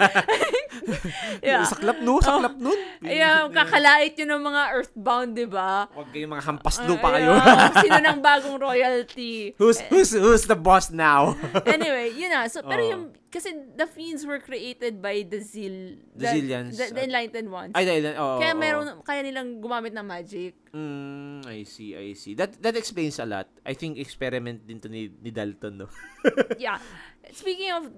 Speaker 2: yeah.
Speaker 1: Saklap no, saklap nun.
Speaker 2: Ayan, kakalait yun ng mga earthbound, di ba? Ah,
Speaker 1: Huwag kayong mga hampas lupa
Speaker 2: Ayan,
Speaker 1: kayo. [LAUGHS]
Speaker 2: sino ng bagong royalty?
Speaker 1: who's, who's, who's the boss
Speaker 2: [LAUGHS]
Speaker 1: now?
Speaker 2: Anyway, yun na. So, pero
Speaker 1: Oo.
Speaker 2: yung, kasi the fiends were created by the Zil...
Speaker 1: The Zillions
Speaker 2: The, the
Speaker 1: at-
Speaker 2: Enlightened Ones.
Speaker 1: Ay, dahil, oo.
Speaker 2: kaya
Speaker 1: oo,
Speaker 2: meron,
Speaker 1: oo.
Speaker 2: kaya nilang gumamit ng magic.
Speaker 1: Mm, I see, I see. That that explains a lot. I think experiment din to ni, ni Dalton, no? [LAUGHS]
Speaker 2: Yeah. Speaking of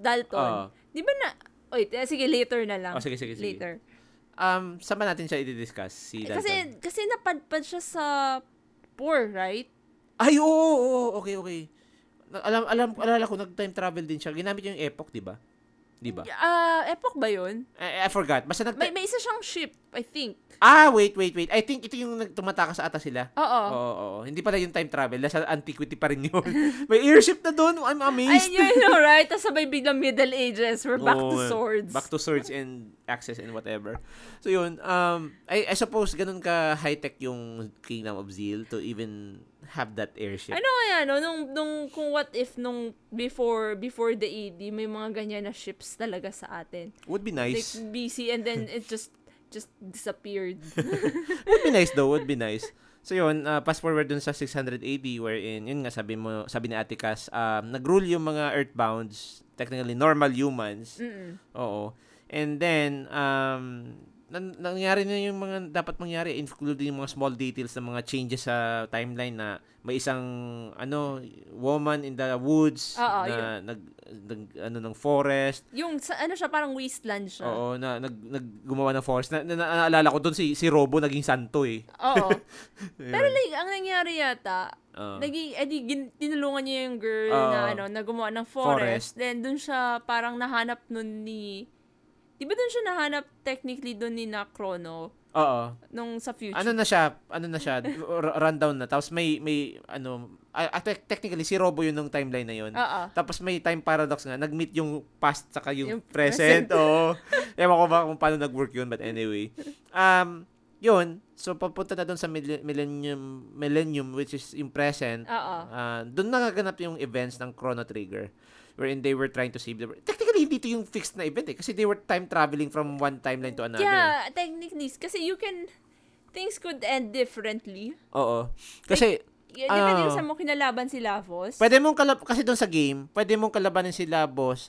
Speaker 1: Oo.
Speaker 2: Dalton, di ba na... Wait, eh, sige, later na lang.
Speaker 1: Oh, sige, sige, sige.
Speaker 2: Later.
Speaker 1: Um, saan ba natin siya i-discuss? Si
Speaker 2: Eh,
Speaker 1: Dalton?
Speaker 2: Kasi, kasi napadpad siya sa poor, right?
Speaker 1: Ay, oo, oo, oo, okay, okay. Na- Alam, alam, alala ko, nag-time travel din siya. Ginamit niya yung epoch, di ba? Di ba?
Speaker 2: Ah, epoch ba yun?
Speaker 1: I, I forgot. Basta nag
Speaker 2: May, may isa siyang ship, I think.
Speaker 1: Ah, wait, wait, wait. I think ito yung nagtumatakas sa ata sila. Oo,
Speaker 2: Oo.
Speaker 1: oo, oo. Hindi pala yung time travel. Nasa antiquity pa rin yun. [LAUGHS] May airship na doon. I'm
Speaker 2: Ay,
Speaker 1: amazed. [LAUGHS]
Speaker 2: you know, right? Tapos sabay biglang Middle Ages. We're back
Speaker 1: Oo,
Speaker 2: to
Speaker 1: man.
Speaker 2: swords.
Speaker 1: Back to swords and access and whatever. So yun, um, I, I suppose ganun ka high-tech yung Kingdom of Zeal to even have that airship.
Speaker 2: Ano kaya, no? Nung, nung, kung what if nung before, before the AD, may mga ganyan na ships talaga sa atin.
Speaker 1: Would be nice.
Speaker 2: Like BC and
Speaker 1: [LAUGHS]
Speaker 2: then it just, just disappeared. [LAUGHS]
Speaker 1: would be nice though, would be nice. So yun, uh, fast forward dun sa 600 AD wherein, yun nga sabi mo, sabi ni Ate Cass, um, nagrule yung mga earthbounds, technically normal humans.
Speaker 2: Mm-mm.
Speaker 1: Oo. And then, um, nan- nangyari na yung mga dapat mangyari, including yung mga small details ng mga changes sa timeline na may isang, ano, woman in the woods
Speaker 2: Oo,
Speaker 1: na nag, nag, ano, ng forest.
Speaker 2: Yung, sa, ano siya, parang wasteland siya.
Speaker 1: Oo, na nag, nag gumawa ng forest. Na, na, na- naalala ko dun si, si Robo naging santo eh. [LAUGHS]
Speaker 2: Oo. Pero
Speaker 1: Ayun.
Speaker 2: like, ang nangyari yata,
Speaker 1: Oo.
Speaker 2: naging, edi, gin- tinulungan niya yung girl
Speaker 1: Oo.
Speaker 2: na, ano, na gumawa ng forest.
Speaker 1: Forest.
Speaker 2: Then, dun siya parang nahanap nun ni, di ba dun siya nahanap technically dun ni na Chrono?
Speaker 1: Oo.
Speaker 2: Nung sa future.
Speaker 1: Ano na siya? Ano na siya? r- rundown na. Tapos may may ano, ah, ah, te- technically si Robo 'yun nung timeline na 'yun.
Speaker 2: Oo.
Speaker 1: Tapos may time paradox nga, nag-meet yung past saka yung,
Speaker 2: Yung
Speaker 1: present. Oo. Ewan ko ba kung paano nag-work 'yun, but anyway. Um, 'yun. So papunta na doon sa mille- millennium millennium which is yung present.
Speaker 2: Oo.
Speaker 1: doon nagaganap yung events ng Chrono Trigger wherein they were trying to save the world. Technically, hindi ito yung fixed na event eh. Kasi they were time traveling from one timeline to another.
Speaker 2: Yeah, technically. Kasi you can, things could end differently.
Speaker 1: Oo. Kasi,
Speaker 2: Yeah, Depende
Speaker 1: Oo.
Speaker 2: yung sa mo kinalaban si Lavos.
Speaker 1: Pwede mong kalab kasi doon sa game, pwede mong kalabanin sila boss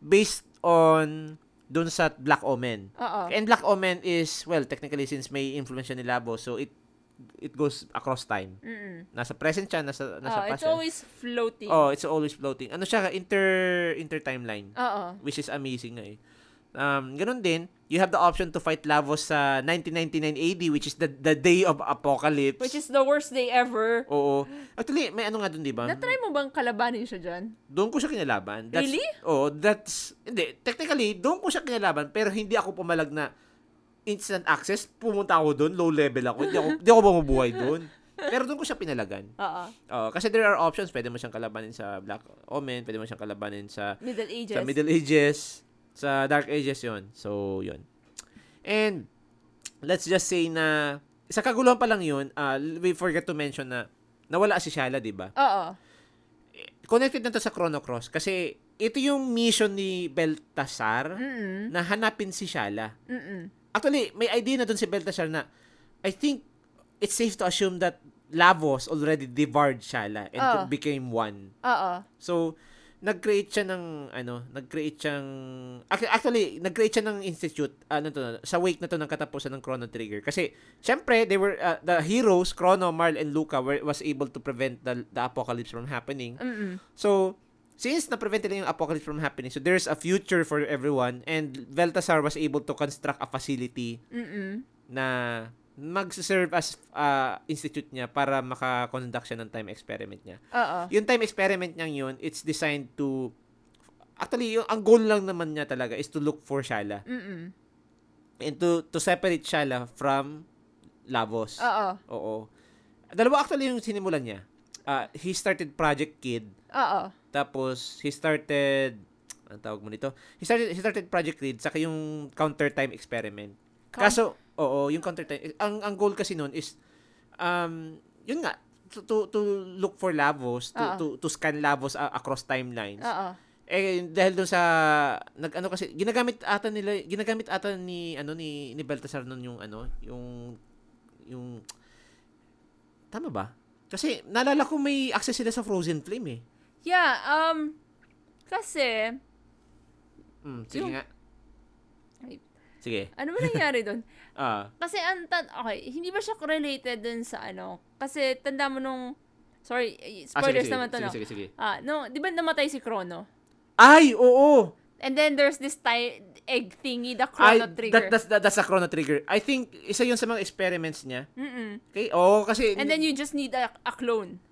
Speaker 1: based on doon sa Black Omen.
Speaker 2: Oo.
Speaker 1: And Black Omen is well, technically since may influence siya ni Labo, so it it goes across time.
Speaker 2: Mm-mm.
Speaker 1: Nasa present siya, nasa nasa past.
Speaker 2: Oo, Oh, it's
Speaker 1: siya.
Speaker 2: always floating. Oo.
Speaker 1: oh, it's always floating. Ano siya, inter inter timeline, which is amazing nga eh. Um, ganun din, you have the option to fight Lavos sa 1999 AD, which is the the day of apocalypse.
Speaker 2: Which is the worst day ever.
Speaker 1: Oo. Actually, may ano nga doon, di ba?
Speaker 2: Natry mo bang kalabanin siya dyan?
Speaker 1: doon ko siya kinalaban. That's,
Speaker 2: Really?
Speaker 1: Oh, that's, hindi, technically, doon ko siya kinalaban, pero hindi ako pumalag na instant access. Pumunta ako doon, low level ako, hindi ako, hindi ako bumubuhay doon. Pero doon ko siya pinalagan.
Speaker 2: Oo.
Speaker 1: Oh, kasi there are options, pwede mo siyang kalabanin sa Black Omen, pwede mo siyang kalabanin sa,
Speaker 2: Middle Ages.
Speaker 1: sa Middle Ages, sa Dark Ages yon So, yon And, let's just say na, sa kaguluhan pa lang yun, ah, we forget to mention na, nawala si Shala, di ba?
Speaker 2: Oo.
Speaker 1: connected na to sa Chrono Cross kasi ito yung mission ni Beltasar
Speaker 2: Mm-mm.
Speaker 1: na hanapin si Shala.
Speaker 2: Mm-mm.
Speaker 1: Actually, may idea na dun si Beltasar na I think it's safe to assume that Lavos already devoured Shala and
Speaker 2: Ah.
Speaker 1: became one.
Speaker 2: Oo.
Speaker 1: So, nag-create siya ng ano, nag-create siyang ac- actually nag-create siya ng institute ano to sa wake na to ng katapusan ng Chrono Trigger kasi syempre they were uh, the heroes Chrono, Marl and Luca were was able to prevent the, the apocalypse from happening.
Speaker 2: Mm-mm.
Speaker 1: So, since na-prevent nila yung apocalypse from happening, so there's a future for everyone and Veltasar was able to construct a facility
Speaker 2: Mm-mm.
Speaker 1: na mag-serve as uh, institute niya para maka-conduct siya ng time experiment niya.
Speaker 2: Oo.
Speaker 1: Yung time experiment niya yun, it's designed to Actually, yung, ang goal lang naman niya talaga is to look for Shala
Speaker 2: Mm-mm.
Speaker 1: and to, to separate Shala from Lavos.
Speaker 2: Oo.
Speaker 1: Oo. Dalawa actually yung sinimulan niya. Uh, he started Project Kid
Speaker 2: Oo.
Speaker 1: tapos, he started, ang tawag mo nito, he started, he started Project Read, saka yung counter time experiment.
Speaker 2: Count-
Speaker 1: Kaso, oo, yung counter time, ang, ang goal kasi nun is, um, yun nga, to, to, to look for Lavos, to,
Speaker 2: Oo.
Speaker 1: to, to scan Lavos a- across timelines.
Speaker 2: Oo.
Speaker 1: Eh, dahil doon sa, nag, ano kasi, ginagamit ata nila, ginagamit ata ni, ano, ni, ni Baltasar nun yung, ano, yung, yung, tama ba? Kasi, naalala ko may access sila sa Frozen Flame eh.
Speaker 2: Yeah, um, kasi,
Speaker 1: Mm, sige
Speaker 2: Yung-
Speaker 1: nga.
Speaker 2: Ay.
Speaker 1: Sige.
Speaker 2: ano ba nangyari doon?
Speaker 1: Ah,
Speaker 2: Kasi, ang tan- okay, hindi ba siya correlated doon sa ano? Kasi, tanda mo nung, sorry, eh,
Speaker 1: ah, sige,
Speaker 2: spoilers
Speaker 1: sige,
Speaker 2: naman to, Ah,
Speaker 1: sige,
Speaker 2: no?
Speaker 1: sige, sige. oh,
Speaker 2: Ah, no, di ba namatay si Chrono?
Speaker 1: Ay, oo.
Speaker 2: And then there's this ti- egg thingy,
Speaker 1: I,
Speaker 2: the Chrono Trigger.
Speaker 1: that, that's, that, that's a Chrono Trigger. I think isa yun sa mga experiments niya.
Speaker 2: Mm-mm.
Speaker 1: Okay? Oo, kasi...
Speaker 2: And then you just need a, a clone.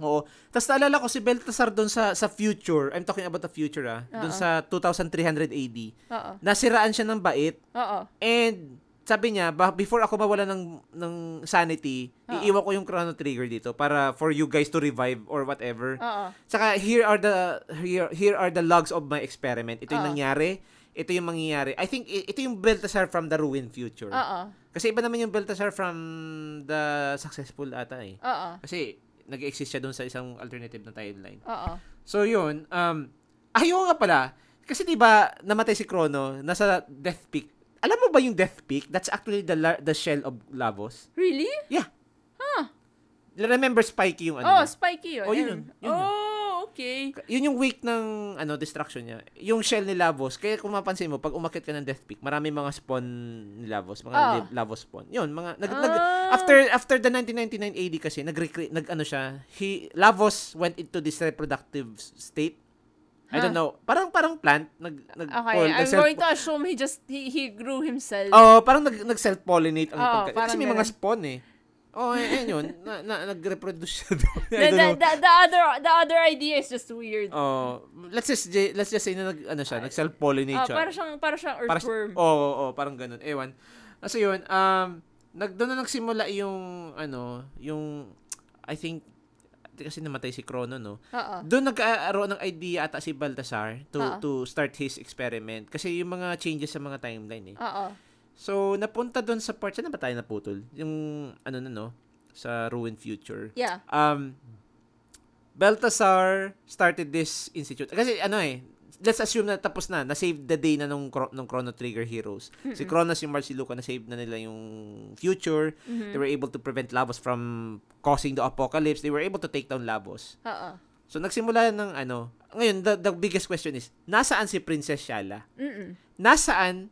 Speaker 1: Oo. Tapos naalala ko si Baltasar doon sa, sa future. I'm talking about the future, ah. Doon
Speaker 2: Oo.
Speaker 1: sa 2300 AD.
Speaker 2: Oo.
Speaker 1: Nasiraan siya ng bait.
Speaker 2: Oo.
Speaker 1: And sabi niya, ba, before ako mawala ng, ng sanity,
Speaker 2: Oo.
Speaker 1: iiwan ko yung Chrono Trigger dito para for you guys to revive or whatever.
Speaker 2: Oo.
Speaker 1: Saka here are the here, here are the logs of my experiment. Ito yung
Speaker 2: Oo.
Speaker 1: nangyari. Ito yung mangyayari. I think i- ito yung Baltasar from the ruined future.
Speaker 2: Oo.
Speaker 1: Kasi iba naman yung Baltasar from the successful ata eh.
Speaker 2: Oo.
Speaker 1: Kasi nag-exist siya doon sa isang alternative na timeline.
Speaker 2: Oo.
Speaker 1: So yun, um ayo nga pala kasi 'di ba namatay si Chrono nasa Death Peak. Alam mo ba yung Death Peak? That's actually the la- the shell of Lavos.
Speaker 2: Really?
Speaker 1: Remember Spikey yung ano? niya?
Speaker 2: Oh, spiky yun.
Speaker 1: Oh, yun
Speaker 2: Ayun.
Speaker 1: yun. Yun yun.
Speaker 2: Oh, okay.
Speaker 1: yun yung weak ng ano destruction niya. Yung shell ni Lavos. Kaya kung mapansin mo, pag umakyat ka ng Death Peak, marami mga spawn ni Lavos, mga
Speaker 2: Ah.
Speaker 1: li- Lavos spawn. Yun, mga nag,
Speaker 2: Ah.
Speaker 1: nag- after after the 1999 AD kasi nag nag ano siya, he Lavos went into this reproductive state. I don't know. Parang parang plant nag nag
Speaker 2: Okay,
Speaker 1: pol-
Speaker 2: I'm
Speaker 1: nag-self-
Speaker 2: going to assume he just, he, he grew himself.
Speaker 1: Oh, parang nag nag-self-pollinate ang
Speaker 2: Oo,
Speaker 1: pagka-
Speaker 2: Oh, parang
Speaker 1: Kasi may mga
Speaker 2: ganun.
Speaker 1: spawn eh. Oh, eh, eh, yun. Na, na, nag-reproduce siya doon. [LAUGHS] I
Speaker 2: the,
Speaker 1: don't
Speaker 2: the,
Speaker 1: know.
Speaker 2: the, the other the other idea is just weird.
Speaker 1: Oh, let's just let's just say na nag ano siya, nag-self-pollinate
Speaker 2: Ah,
Speaker 1: siya.
Speaker 2: para siyang para siyang
Speaker 1: Para sa-
Speaker 2: earthworm.
Speaker 1: Oo, oh, parang ganun. Ewan. Kasi yun, um, nag, doon na nagsimula yung, ano, yung, I think, kasi namatay si Crono, no?
Speaker 2: Oo.
Speaker 1: Doon nagkaroon ng idea ata si Baltasar to,
Speaker 2: Oo.
Speaker 1: to start his experiment. Kasi yung mga changes sa mga timeline, eh.
Speaker 2: Oo.
Speaker 1: So, napunta doon sa part, saan na ba tayo naputol? Yung, ano na, no? Sa Ruined Future.
Speaker 2: Yeah.
Speaker 1: Um, Baltasar started this institute. Kasi ano eh, let's assume na tapos na, na-save the day na nung, Chro- nung Chrono Trigger heroes. Si Cronus, si Mars, si Luca, na-save na nila yung future.
Speaker 2: Mm-hmm. Mm.
Speaker 1: They were able to prevent Lavos from causing the apocalypse. They were able to take down Lavos.
Speaker 2: Oo.
Speaker 1: So, nagsimula ng ano. Ngayon, the, the biggest question is, nasaan si Princess Shala?
Speaker 2: Mm.
Speaker 1: nasaan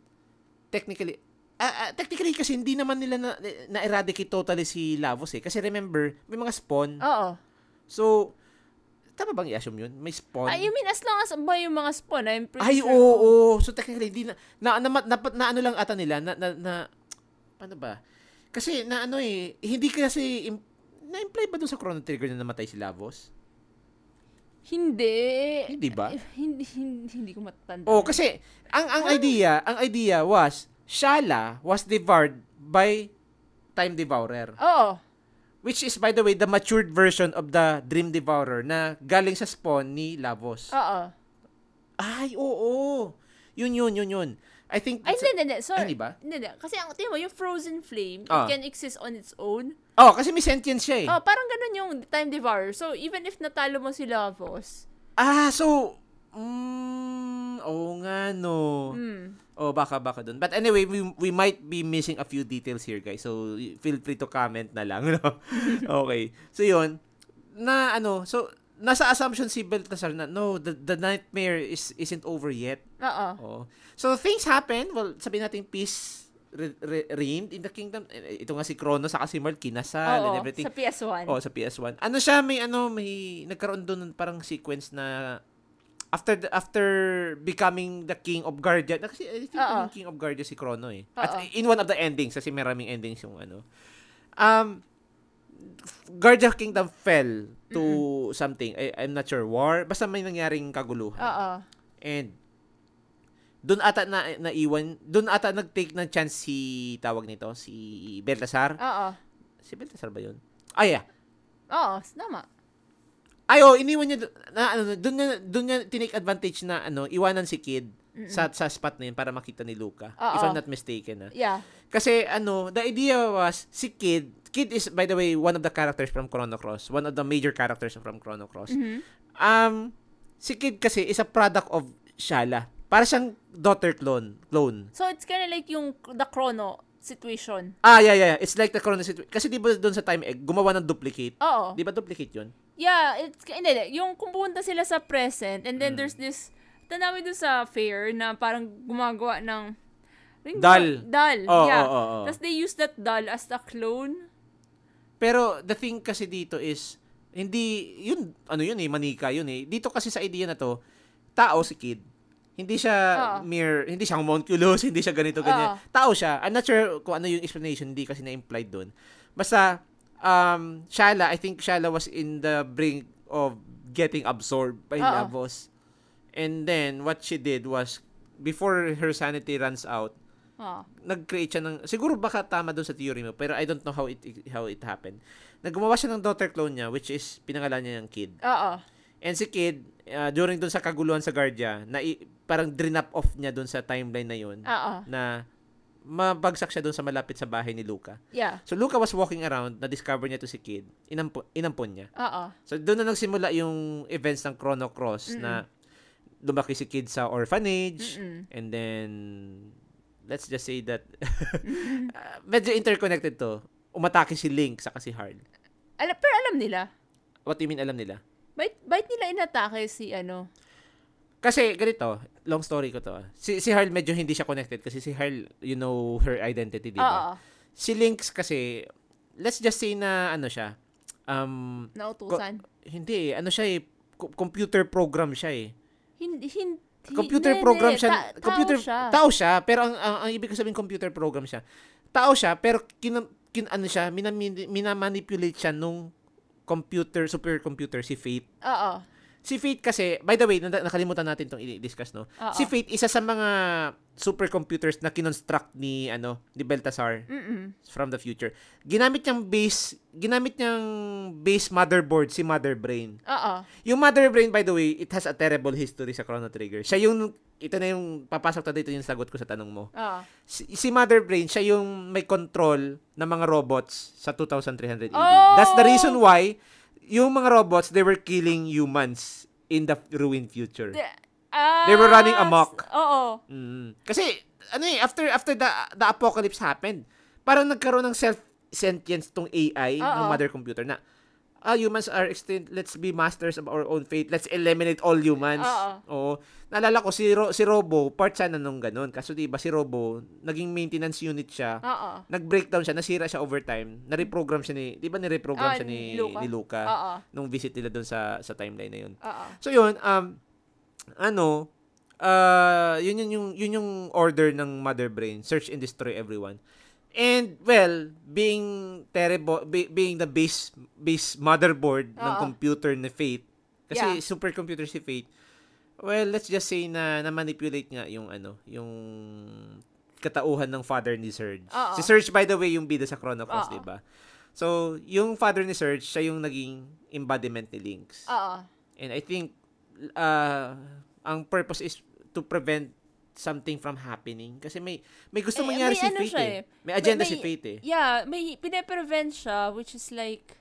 Speaker 1: technically ah, ah, technically kasi hindi naman nila na, na-eradicate totally si Lavos eh kasi remember may mga spawn
Speaker 2: Oo.
Speaker 1: so tama bang i-assume yun may spawn
Speaker 2: Ah, you mean as long as ba yung mga spawn, I'm pretty
Speaker 1: Oh. ay
Speaker 2: sure.
Speaker 1: oo oo. so technically hindi na na, na, na, na ano lang ata nila na, na, na paano ba kasi na ano eh hindi kasi im- na-imply ba dun sa Chrono Trigger na namatay si Lavos?
Speaker 2: Hindi.
Speaker 1: Hindi ba?
Speaker 2: Eh, Hindi, hindi, hindi ko matatanda.
Speaker 1: Oh, kasi ang ang idea, ang idea was Shala was devoured by Time Devourer.
Speaker 2: Oo.
Speaker 1: Which is, by the way, the matured version of the Dream Devourer na galing sa spawn ni Lavos.
Speaker 2: Oo.
Speaker 1: Ay, oo. Yun, yun, yun, yun. I think...
Speaker 2: Ay,
Speaker 1: it's a-
Speaker 2: hindi, hindi, hindi. Sorry.
Speaker 1: Ay, di ba?
Speaker 2: Hindi, hindi. Kasi ang tingin mo, yung frozen flame,
Speaker 1: Ah.
Speaker 2: it can exist on its own.
Speaker 1: oh, kasi may sentience siya eh.
Speaker 2: Oh, parang ganun yung Time Devourer. So, even if natalo mo si Lavos,
Speaker 1: Ah, so... Mm, oo nga, no.
Speaker 2: hmm.
Speaker 1: Oh, baka, baka dun. But anyway, we, we might be missing a few details here, guys. So, y- feel free to comment na lang, [LAUGHS] no? okay. So, yun. Na, ano, so, nasa assumption si Baltasar na, no, the, the nightmare is, isn't over yet.
Speaker 2: Oo.
Speaker 1: Oo. So, things happen. Well, sabi natin, peace re- re- reigned in the kingdom. Eh, Ito nga si Crono, saka si Mark, kinasal
Speaker 2: Oo,
Speaker 1: Ah, and everything.
Speaker 2: sa PS1.
Speaker 1: oh, sa PS1. Ano siya, may ano, may nagkaroon doon ng parang sequence na after the- after becoming the king of guardian na- kasi I think
Speaker 2: Oo.
Speaker 1: naging king of guardian si Crono eh at
Speaker 2: Oo.
Speaker 1: in one of the endings kasi maraming endings yung ano um guardian kingdom fell to something I, I'm not sure war basta may nangyaring kaguluhan
Speaker 2: Oo.
Speaker 1: And doon ata na naiwan, doon ata nag-take ng chance si tawag nito, si Baltasar.
Speaker 2: Oo.
Speaker 1: Si Baltasar ba 'yun? Ah, yeah.
Speaker 2: Oo, tama.
Speaker 1: Ay, oh, iniwan niya dun- na ano, doon niya doon niya tinake advantage na ano, iwanan si Kid sa sa spot na 'yun para makita ni Luca.
Speaker 2: Oo.
Speaker 1: If I'm not mistaken, ah.
Speaker 2: Yeah.
Speaker 1: Kasi ano, the idea was si Kid, Kid is by the way one of the characters from Chrono Cross, one of the major characters from Chrono Cross.
Speaker 2: Mhm.
Speaker 1: Um si Kid kasi is a product of Shala. Para siyang daughter clone, clone.
Speaker 2: So, it's kind of like yung the chrono situation.
Speaker 1: Ah, yeah, yeah. yeah. It's like the Chrono situation. Kasi di ba doon sa time egg, gumawa ng duplicate?
Speaker 2: Oo.
Speaker 1: Di ba duplicate yun?
Speaker 2: Yeah, it's, hindi, hindi. Yung kung pumunta sila sa present,
Speaker 1: Mm.
Speaker 2: and then there's this, tanawi doon sa fair na parang gumagawa ng, ring-
Speaker 1: Doll.
Speaker 2: Doll,
Speaker 1: Oo,
Speaker 2: yeah.
Speaker 1: oo, oo, oo.
Speaker 2: Tapos they use that doll as a clone.
Speaker 1: Pero the thing kasi dito is, hindi, yun, ano yun eh, manika yun eh. Dito kasi sa idea na to, tao si Kid. Hindi siya
Speaker 2: Oo.
Speaker 1: mere, hindi siya homunculus, hindi siya ganito, ganyan.
Speaker 2: Oo.
Speaker 1: Tao siya. I'm not sure kung ano yung explanation, hindi kasi na-implied doon. Basta, um, Shala, I think Shala was in the brink of getting absorbed by
Speaker 2: Oo.
Speaker 1: Lavos. And then, what she did was, before her sanity runs out,
Speaker 2: Oo.
Speaker 1: nag-create siya ng siguro baka tama doon sa theory mo pero I don't know how it how it happened. Naggumawa siya ng daughter clone niya which is pinangalan niya ng kid.
Speaker 2: Oo.
Speaker 1: And si kid uh, during doon sa kaguluhan sa Guardia na i- parang drain up off niya doon sa timeline na yun
Speaker 2: Oo.
Speaker 1: na mabagsak siya doon sa malapit sa bahay ni Luca.
Speaker 2: Yeah.
Speaker 1: So Luca was walking around na discover niya to si kid. Inampo, inampon niya.
Speaker 2: Oo.
Speaker 1: So doon na nagsimula yung events ng Chrono Cross na lumaki si kid sa orphanage
Speaker 2: Mm-mm.
Speaker 1: and then let's just say that [LAUGHS] uh, medyo interconnected to. Umatake si Link saka si Hard.
Speaker 2: Ala- pero alam nila.
Speaker 1: What do you mean alam nila?
Speaker 2: Bait, bait nila inatake si ano.
Speaker 1: Kasi ganito, long story ko to. ah. Si si Harl medyo hindi siya connected kasi si Harl, you know her identity, di ba?
Speaker 2: Oo.
Speaker 1: Si Lynx kasi let's just say na ano siya. Um
Speaker 2: Nautusan.
Speaker 1: hindi, eh, ano siya eh, co- computer program siya eh.
Speaker 2: hindi, hindi.
Speaker 1: Computer
Speaker 2: hindi,
Speaker 1: program
Speaker 2: hindi.
Speaker 1: siya.
Speaker 2: Ta- tao
Speaker 1: computer
Speaker 2: siya.
Speaker 1: tao siya, pero ang, ang, ang ibig ko sabihin computer program siya. Tao siya pero kin, kin ano siya, minamini- minamanipulate siya nung computer supercomputer si Fate.
Speaker 2: Oo.
Speaker 1: Si Fate kasi, by the way, nanda- nakalimutan natin itong i-discuss, no?
Speaker 2: Oo.
Speaker 1: Si Fate, isa sa mga supercomputers na kinonstruct ni, ano, ni Baltasar
Speaker 2: Mm-mm.
Speaker 1: from the future. Ginamit niyang base, ginamit niyang base motherboard, si Mother Brain.
Speaker 2: Oo.
Speaker 1: Yung Mother Brain, by the way, it has a terrible history sa Chrono Trigger. Siya yung, ito na yung, papasok na dito yung sagot ko sa tanong mo.
Speaker 2: Oo.
Speaker 1: Si, si Mother Brain, siya yung may control ng mga robots sa 2380.
Speaker 2: Oh!
Speaker 1: That's the reason why yung mga robots, they were killing humans in the ruined future.
Speaker 2: The- ah,
Speaker 1: They were running amok.
Speaker 2: s- Oo.
Speaker 1: Mm. Kasi, ano eh, after, after the, the apocalypse happened, parang nagkaroon ng self-sentience tong AI, ng
Speaker 2: Oo.
Speaker 1: mother computer, na, ah, humans are extinct, let's be masters of our own fate, let's eliminate all humans.
Speaker 2: Oo.
Speaker 1: Oo. Naalala ko, si, Ro- si Robo, part sana nung ganun. Kaso di ba si Robo, naging maintenance unit siya,
Speaker 2: Oo.
Speaker 1: nag-breakdown siya, nasira siya over time, na-reprogram siya ni, di ba ni-reprogram
Speaker 2: Ah,
Speaker 1: siya ni,
Speaker 2: ni Ah. Luca.
Speaker 1: ni Luca,
Speaker 2: Oo.
Speaker 1: nung visit nila doon sa, sa timeline na yun.
Speaker 2: Oo.
Speaker 1: So yun, um ano, uh yun yun yung yun yung order ng Mother Brain, search and destroy everyone. And well, being terrible be- being the base base motherboard ng
Speaker 2: Oo.
Speaker 1: computer ni Fate. Kasi
Speaker 2: Yeah.
Speaker 1: supercomputer si Fate. Well, let's just say na na-manipulate nga yung ano, yung katauhan ng father ni Surge.
Speaker 2: Oo.
Speaker 1: Si Surge by the way yung bida sa Chrono Cross,
Speaker 2: Oo.
Speaker 1: 'di ba? So, yung father ni Surge, siya yung naging embodiment ni Lynx.
Speaker 2: Oo.
Speaker 1: And I think uh, ang purpose is to prevent something from happening kasi may may gusto
Speaker 2: Eh,
Speaker 1: mangyari
Speaker 2: may
Speaker 1: si
Speaker 2: ano
Speaker 1: Fate.
Speaker 2: siya
Speaker 1: eh.
Speaker 2: eh.
Speaker 1: May agenda
Speaker 2: may-
Speaker 1: si Fate. Eh.
Speaker 2: Yeah, may pinaprevent siya, which is like,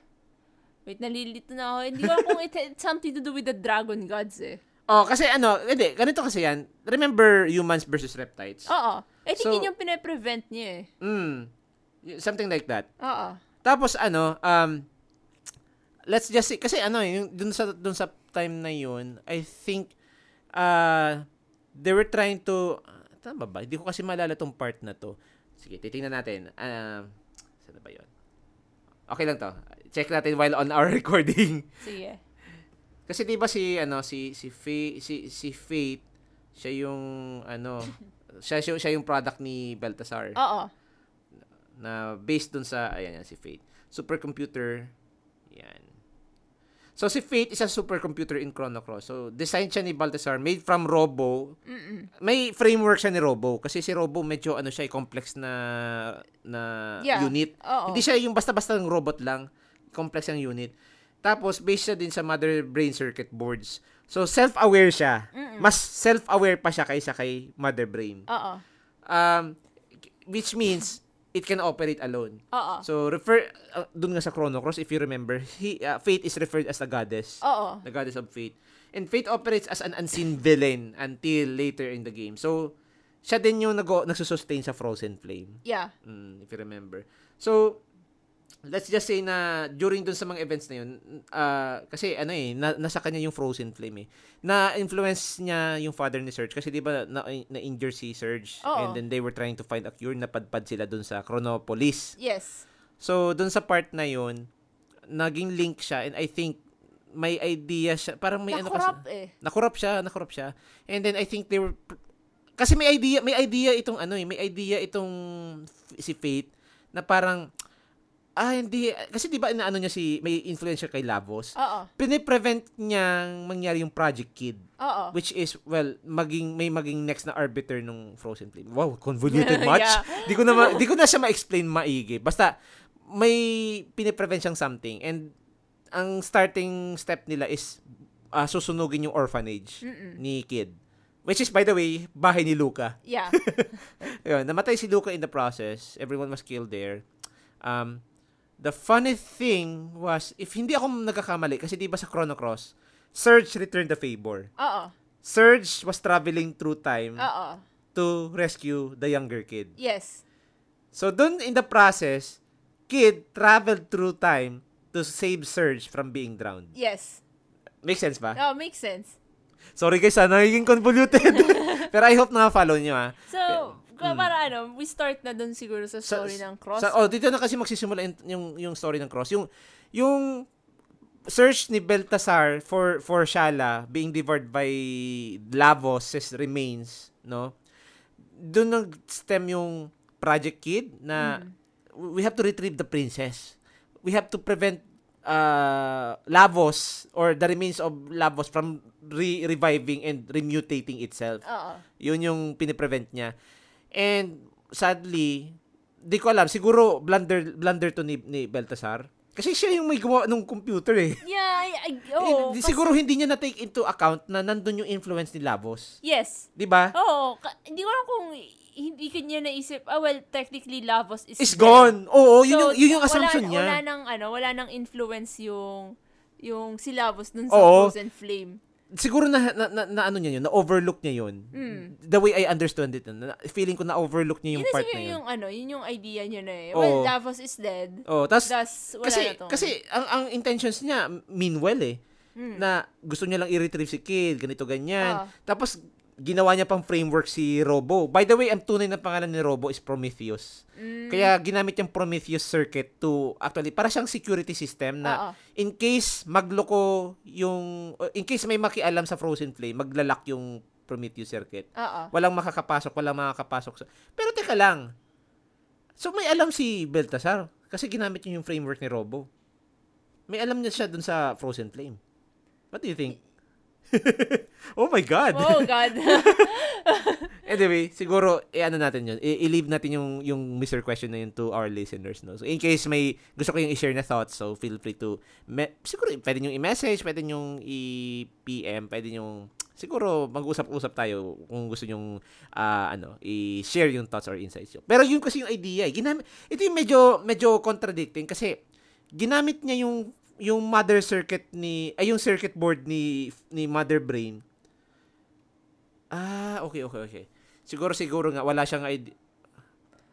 Speaker 2: wait, nalilito na ako. Hindi ko alam kung it had something to do with the dragon gods eh.
Speaker 1: Oh, kasi ano, hindi, ganito kasi yan. Remember humans versus reptiles?
Speaker 2: Oo. I think
Speaker 1: So-
Speaker 2: yun yung pinaprevent niya eh.
Speaker 1: Mm. Y- Something like that.
Speaker 2: Oo.
Speaker 1: Tapos ano, um let's just say kasi ano eh, yung dun sa dun sa time na yun, I think uh they were trying to ah, tama ba? Hindi ko kasi maalala tong part na to. Sige, titingnan natin. Um saan na ba yun? Okay lang to. Check natin while on our [LAUGHS] recording.
Speaker 2: Sige.
Speaker 1: Kasi 'di ba si ano si si Fa- si si Fate siya yung ano siya, siya siya yung product ni Baltasar
Speaker 2: Oo.
Speaker 1: na based dun sa, ayan yan, si Fate. Supercomputer, yan. So, si Fate is a supercomputer in Chrono Cross. So, design siya ni Baltasar, made from Robo.
Speaker 2: Mm-mm.
Speaker 1: May framework siya ni Robo. Kasi si Robo medyo, ano siya, eh, complex na, na
Speaker 2: Yeah.
Speaker 1: Uh,
Speaker 2: Oh.
Speaker 1: unit.
Speaker 2: Oo.
Speaker 1: Hindi siya yung basta-basta ng robot lang. Complex ang unit. Tapos, based siya din sa mother brain circuit boards. So, self-aware siya.
Speaker 2: Mm-mm.
Speaker 1: Mas self-aware pa siya kaysa kay mother brain.
Speaker 2: Oo.
Speaker 1: Um, which means, it can operate alone.
Speaker 2: Oo.
Speaker 1: So refer uh, doon nga sa Chrono Cross if you remember, he uh, Fate is referred as the goddess,
Speaker 2: Oo.
Speaker 1: the goddess of fate. And Fate operates as an unseen villain until later in the game. So siya din yung nag nagsusustain sa Frozen Flame,
Speaker 2: Yeah.
Speaker 1: mm, if you remember. So let's just say na during dun sa mga events na yun, ah, kasi ano eh, na, nasa kanya yung Frozen Flame eh. Na-influence niya yung father ni Surge kasi di ba na, na-injure si Surge
Speaker 2: Oo.
Speaker 1: and then they were trying to find a cure, napadpad sila dun sa Chronopolis.
Speaker 2: Yes.
Speaker 1: So, dun sa part na yun, naging link siya and I think may idea siya. Parang may ano kasi.
Speaker 3: Nakurap eh.
Speaker 1: Nakurap siya, nakurap siya. And then I think they were kasi may idea, may idea itong ano eh, may idea itong f- si Faith na parang ah hindi kasi 'di ba inaano niya si may influencer kay Lavos.
Speaker 3: Oo.
Speaker 1: Piniprevent niyang mangyari yung Project Kid
Speaker 3: Oo.
Speaker 1: which is well maging may maging next na arbiter nung Frozen Flame. Wow, convoluted much.
Speaker 3: [LAUGHS] Yeah.
Speaker 1: Di ko na ma- di ko na siya ma-explain maigi. Basta may piniprevent siyang something and ang starting step nila is ah, susunugin yung orphanage
Speaker 3: Mm-mm.
Speaker 1: ni Kid. Which is by the way, bahay ni
Speaker 3: [LAUGHS]
Speaker 1: Luca. [LAUGHS]
Speaker 3: Yeah.
Speaker 1: Ayun, namatay si Luca in the process. Everyone was killed there. Um, the funny thing was, if hindi ako nagkakamali, kasi di ba sa Chrono Cross, Surge returned the favor.
Speaker 3: Oo.
Speaker 1: Surge was traveling through time
Speaker 2: Ah.
Speaker 3: Oo.
Speaker 1: to rescue the younger kid.
Speaker 3: Yes.
Speaker 1: So dun in the process, kid traveled through time to save Surge from being drowned.
Speaker 3: Yes.
Speaker 1: Make sense
Speaker 2: Ah.
Speaker 3: Oh,
Speaker 1: ba?
Speaker 3: makes sense.
Speaker 1: Sorry guys, ah, nagiging convoluted. Pero I hope na-follow nyo ah.
Speaker 3: So, kung para ano, we start na dun siguro sa
Speaker 1: Sa-
Speaker 3: story ng Cross.
Speaker 1: Sa, oh, dito na kasi magsisimula yung, yung, yung story ng Cross. Yung, yung search ni Beltasar for for Shala being devoured by Lavos' remains, no? Doon nag-stem yung Project Kid na
Speaker 3: Hmm.
Speaker 1: we have to retrieve the princess. We have to prevent uh, Lavos or the remains of Lavos from re- reviving and remutating itself.
Speaker 3: Oo.
Speaker 1: Yun yung piniprevent niya. And sadly, di ko alam, siguro blunder blunder to ni, ni Baltasar. Kasi siya yung may gumawa ng computer eh.
Speaker 3: Yeah, I, I,
Speaker 1: Eh,
Speaker 3: oo.
Speaker 1: di-
Speaker 3: kasi-
Speaker 1: siguro [LAUGHS] hindi niya na-take into account na nandun yung influence ni Labos.
Speaker 3: Yes.
Speaker 1: Di ba?
Speaker 3: Oo. ka- hindi ko alam kung hindi kanya naisip, ah, well, technically, Lavos is
Speaker 1: It's gone. Oo, yun, yung, yun yung
Speaker 3: wala-
Speaker 1: assumption niya.
Speaker 3: Wala nang, ano, wala nang influence yung yung si Lavos dun sa
Speaker 1: Oo.
Speaker 3: Frozen Flame.
Speaker 1: siguro na, na, na, na ano niya yun, na-overlook niya yun. The way I understand it, na, feeling ko na-overlook
Speaker 3: Hmm. Yun
Speaker 1: niya yung
Speaker 3: na
Speaker 1: part
Speaker 3: siguro
Speaker 1: na yun.
Speaker 3: yung, ano, yun yung idea niya na eh.
Speaker 1: Oo.
Speaker 3: Well, Lavos is dead.
Speaker 1: Oh, tas,
Speaker 3: Thus, wala
Speaker 1: kasi,
Speaker 3: na tong-
Speaker 1: kasi ang, ang intentions niya, mean well eh.
Speaker 3: Hmm.
Speaker 1: Na gusto niya lang i-retrieve si Kid, ganito,
Speaker 3: Ah.
Speaker 1: ganyan. Tapos, ginawa niya pang framework si Robo. By the way, ang tunay na pangalan ni Robo is Prometheus.
Speaker 3: Hmm.
Speaker 1: Kaya ginamit yung Prometheus circuit to actually para siyang security system na
Speaker 3: Oo.
Speaker 1: in case magloko yung o in case may makialam sa Frozen Flame, maglalak yung Prometheus circuit. [LAUGHS]
Speaker 3: Oo.
Speaker 1: Walang makakapasok, walang makakapasok. sa- Pero teka lang. So may alam si Beltasar kasi ginamit niya yung framework ni Robo. May alam niya siya dun sa Frozen Flame. What do you think? [LAUGHS] oh my God!
Speaker 3: Oh, God. [LAUGHS]
Speaker 1: anyway, siguro, i-ano natin yun. I- leave natin yung, yung Mr. Question na yun to our listeners. No? So, in case may gusto kayong i-share na thoughts, so feel free to, me- siguro, pwede nyo i-message, pwede nyo i-PM, pwede nyo, siguro, mag-usap-usap tayo kung gusto nyo, ano, i-share yung thoughts or insights nyo. Pero yun kasi yung idea. Eh. Ginamit, ito yung medyo, medyo contradicting kasi ginamit niya yung yung mother circuit ni ay yung circuit board ni ni mother brain Ah, okay, okay, okay. Siguro, siguro nga, wala siyang idea.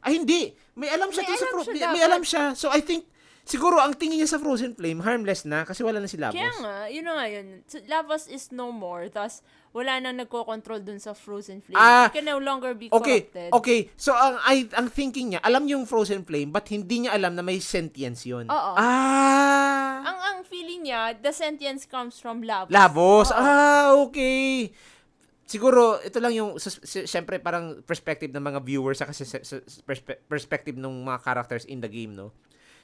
Speaker 1: Ay, hindi! May alam siya
Speaker 3: May
Speaker 1: dun sa
Speaker 3: alam
Speaker 1: Fro-
Speaker 3: siya
Speaker 1: may, may
Speaker 3: dapat.
Speaker 1: alam siya. So, I think, siguro, ang tingin niya sa Frozen Flame, harmless na kasi wala na si Labos.
Speaker 3: Kaya nga, yun na nga yun. So, Lavos is no more. Thus, wala nang nagko-control dun sa Frozen Flame.
Speaker 1: Ah.
Speaker 3: It can no longer be
Speaker 1: Okay,
Speaker 3: corrupted.
Speaker 1: okay. So, ang, I, ang thinking niya, alam yung Frozen Flame, but hindi niya alam na may sentience yun.
Speaker 3: Oo.
Speaker 1: Ah!
Speaker 3: Ang ang feeling niya, the sentience comes from Lavos.
Speaker 1: Labos.
Speaker 3: Oo.
Speaker 1: Ah, okay. Siguro, ito lang yung, sus- si- syempre, parang perspective ng mga viewers sa kasi sa- sa- perspe- perspective ng mga characters in the game, no?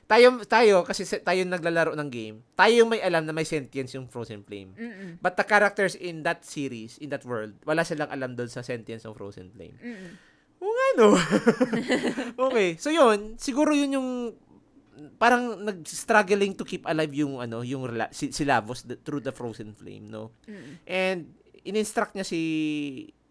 Speaker 1: Tayo, tayo kasi sa- tayo yung naglalaro ng game, tayo yung may alam na may sentience yung Frozen Flame.
Speaker 3: Mm-mm.
Speaker 1: But the characters in that series, in that world, wala silang alam doon sa sentience ng Frozen Flame.
Speaker 3: Mm-mm.
Speaker 1: Oo nga, no? okay. So, yun. Siguro yun yung parang nag-struggling to keep alive yung ano yung rela- si, si Lavos the- through the frozen flame no and in-instruct niya si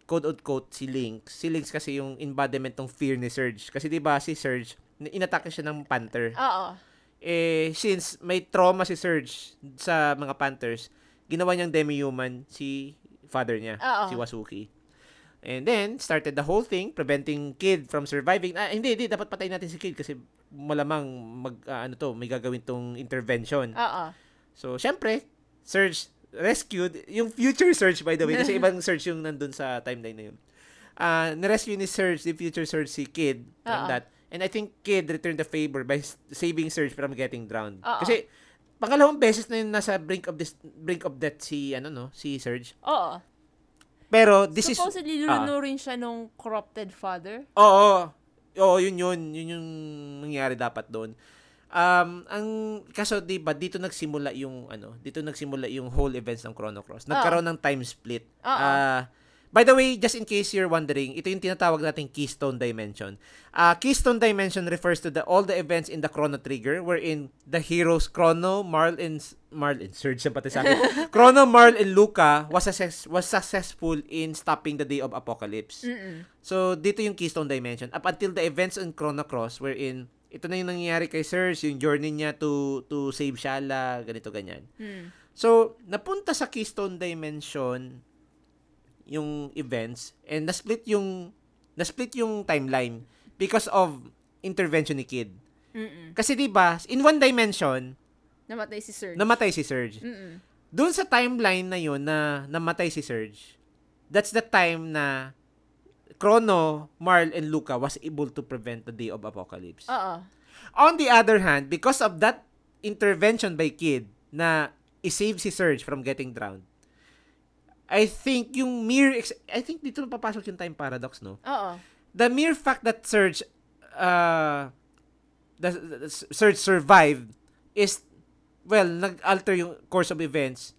Speaker 1: quote unquote si Lynx si Lynx kasi yung embodiment ng fear ni Surge kasi di ba si Surge ni- inatake siya ng panther
Speaker 3: Oo.
Speaker 1: eh since may trauma si Surge sa mga Panthers, ginawa niyang demi-human si father niya,
Speaker 3: Oo.
Speaker 1: si Wasuki. And then started the whole thing preventing kid from surviving. Ah, hindi, hindi dapat patayin natin si kid kasi malamang mag ah, ano to, may gagawin tong intervention.
Speaker 3: Oo.
Speaker 1: So, syempre, Surge rescued, yung future Surge by the way,
Speaker 3: [LAUGHS]
Speaker 1: kasi ibang Surge yung nandun sa timeline na yun. Ah, na-rescue ni Surge, the future Surge, si Kid from
Speaker 3: Oo.
Speaker 1: that. And I think Kid returned the favor by s- saving Surge from getting drowned.
Speaker 3: Oo.
Speaker 1: Kasi, pangalawang beses na yun nasa brink of this brink of death si ano no, si Serge.
Speaker 3: Oo.
Speaker 1: Pero this is ah.
Speaker 3: Supposedly, lulunurin siya nung corrupted father.
Speaker 1: Oo. Oo, yun yun. Yun yung nangyari dapat doon. Um, ang kaso 'di ba dito nagsimula yung ano, dito nagsimula yung whole events ng Chrono Cross. Nagkaroon ng time split.
Speaker 3: Oo.
Speaker 1: Ah, by the way, just in case you're wondering, ito yung tinatawag nating Keystone Dimension. Ah, Keystone Dimension refers to the all the events in the Chrono Trigger wherein the heroes Chrono, Marl and S- Marl and Surge na pati
Speaker 3: [LAUGHS]
Speaker 1: sa akin. Chrono, Marl and Luca was success, was successful in stopping the day of apocalypse.
Speaker 3: Mm-mm.
Speaker 1: So, dito yung Keystone Dimension. Up until the events in Chrono Cross, wherein, ito na yung nangyayari kay Serge, yung journey niya to, to save Shala, ganito, ganyan.
Speaker 3: Hmm.
Speaker 1: So, napunta sa Keystone Dimension yung events, and na-split yung, na-split yung timeline because of intervention ni Kid.
Speaker 3: Mm-mm.
Speaker 1: Kasi di ba in one dimension,
Speaker 3: Namatay si Sir.
Speaker 1: namatay si Serge.
Speaker 3: Mm-mm.
Speaker 1: Doon sa timeline na yun na namatay si Serge, that's the time na Chrono, Marl, and Luca was able to prevent the day of apocalypse.
Speaker 2: Uh,
Speaker 3: Oo.
Speaker 1: On the other hand, because of that intervention by Kid na isave si Serge from getting drowned, I think yung mere... Ex- I think dito na papasok yung time paradox, no?
Speaker 3: Oo.
Speaker 1: the mere fact that Serge uh the, the Serge survived is well nag-alter yung course of events.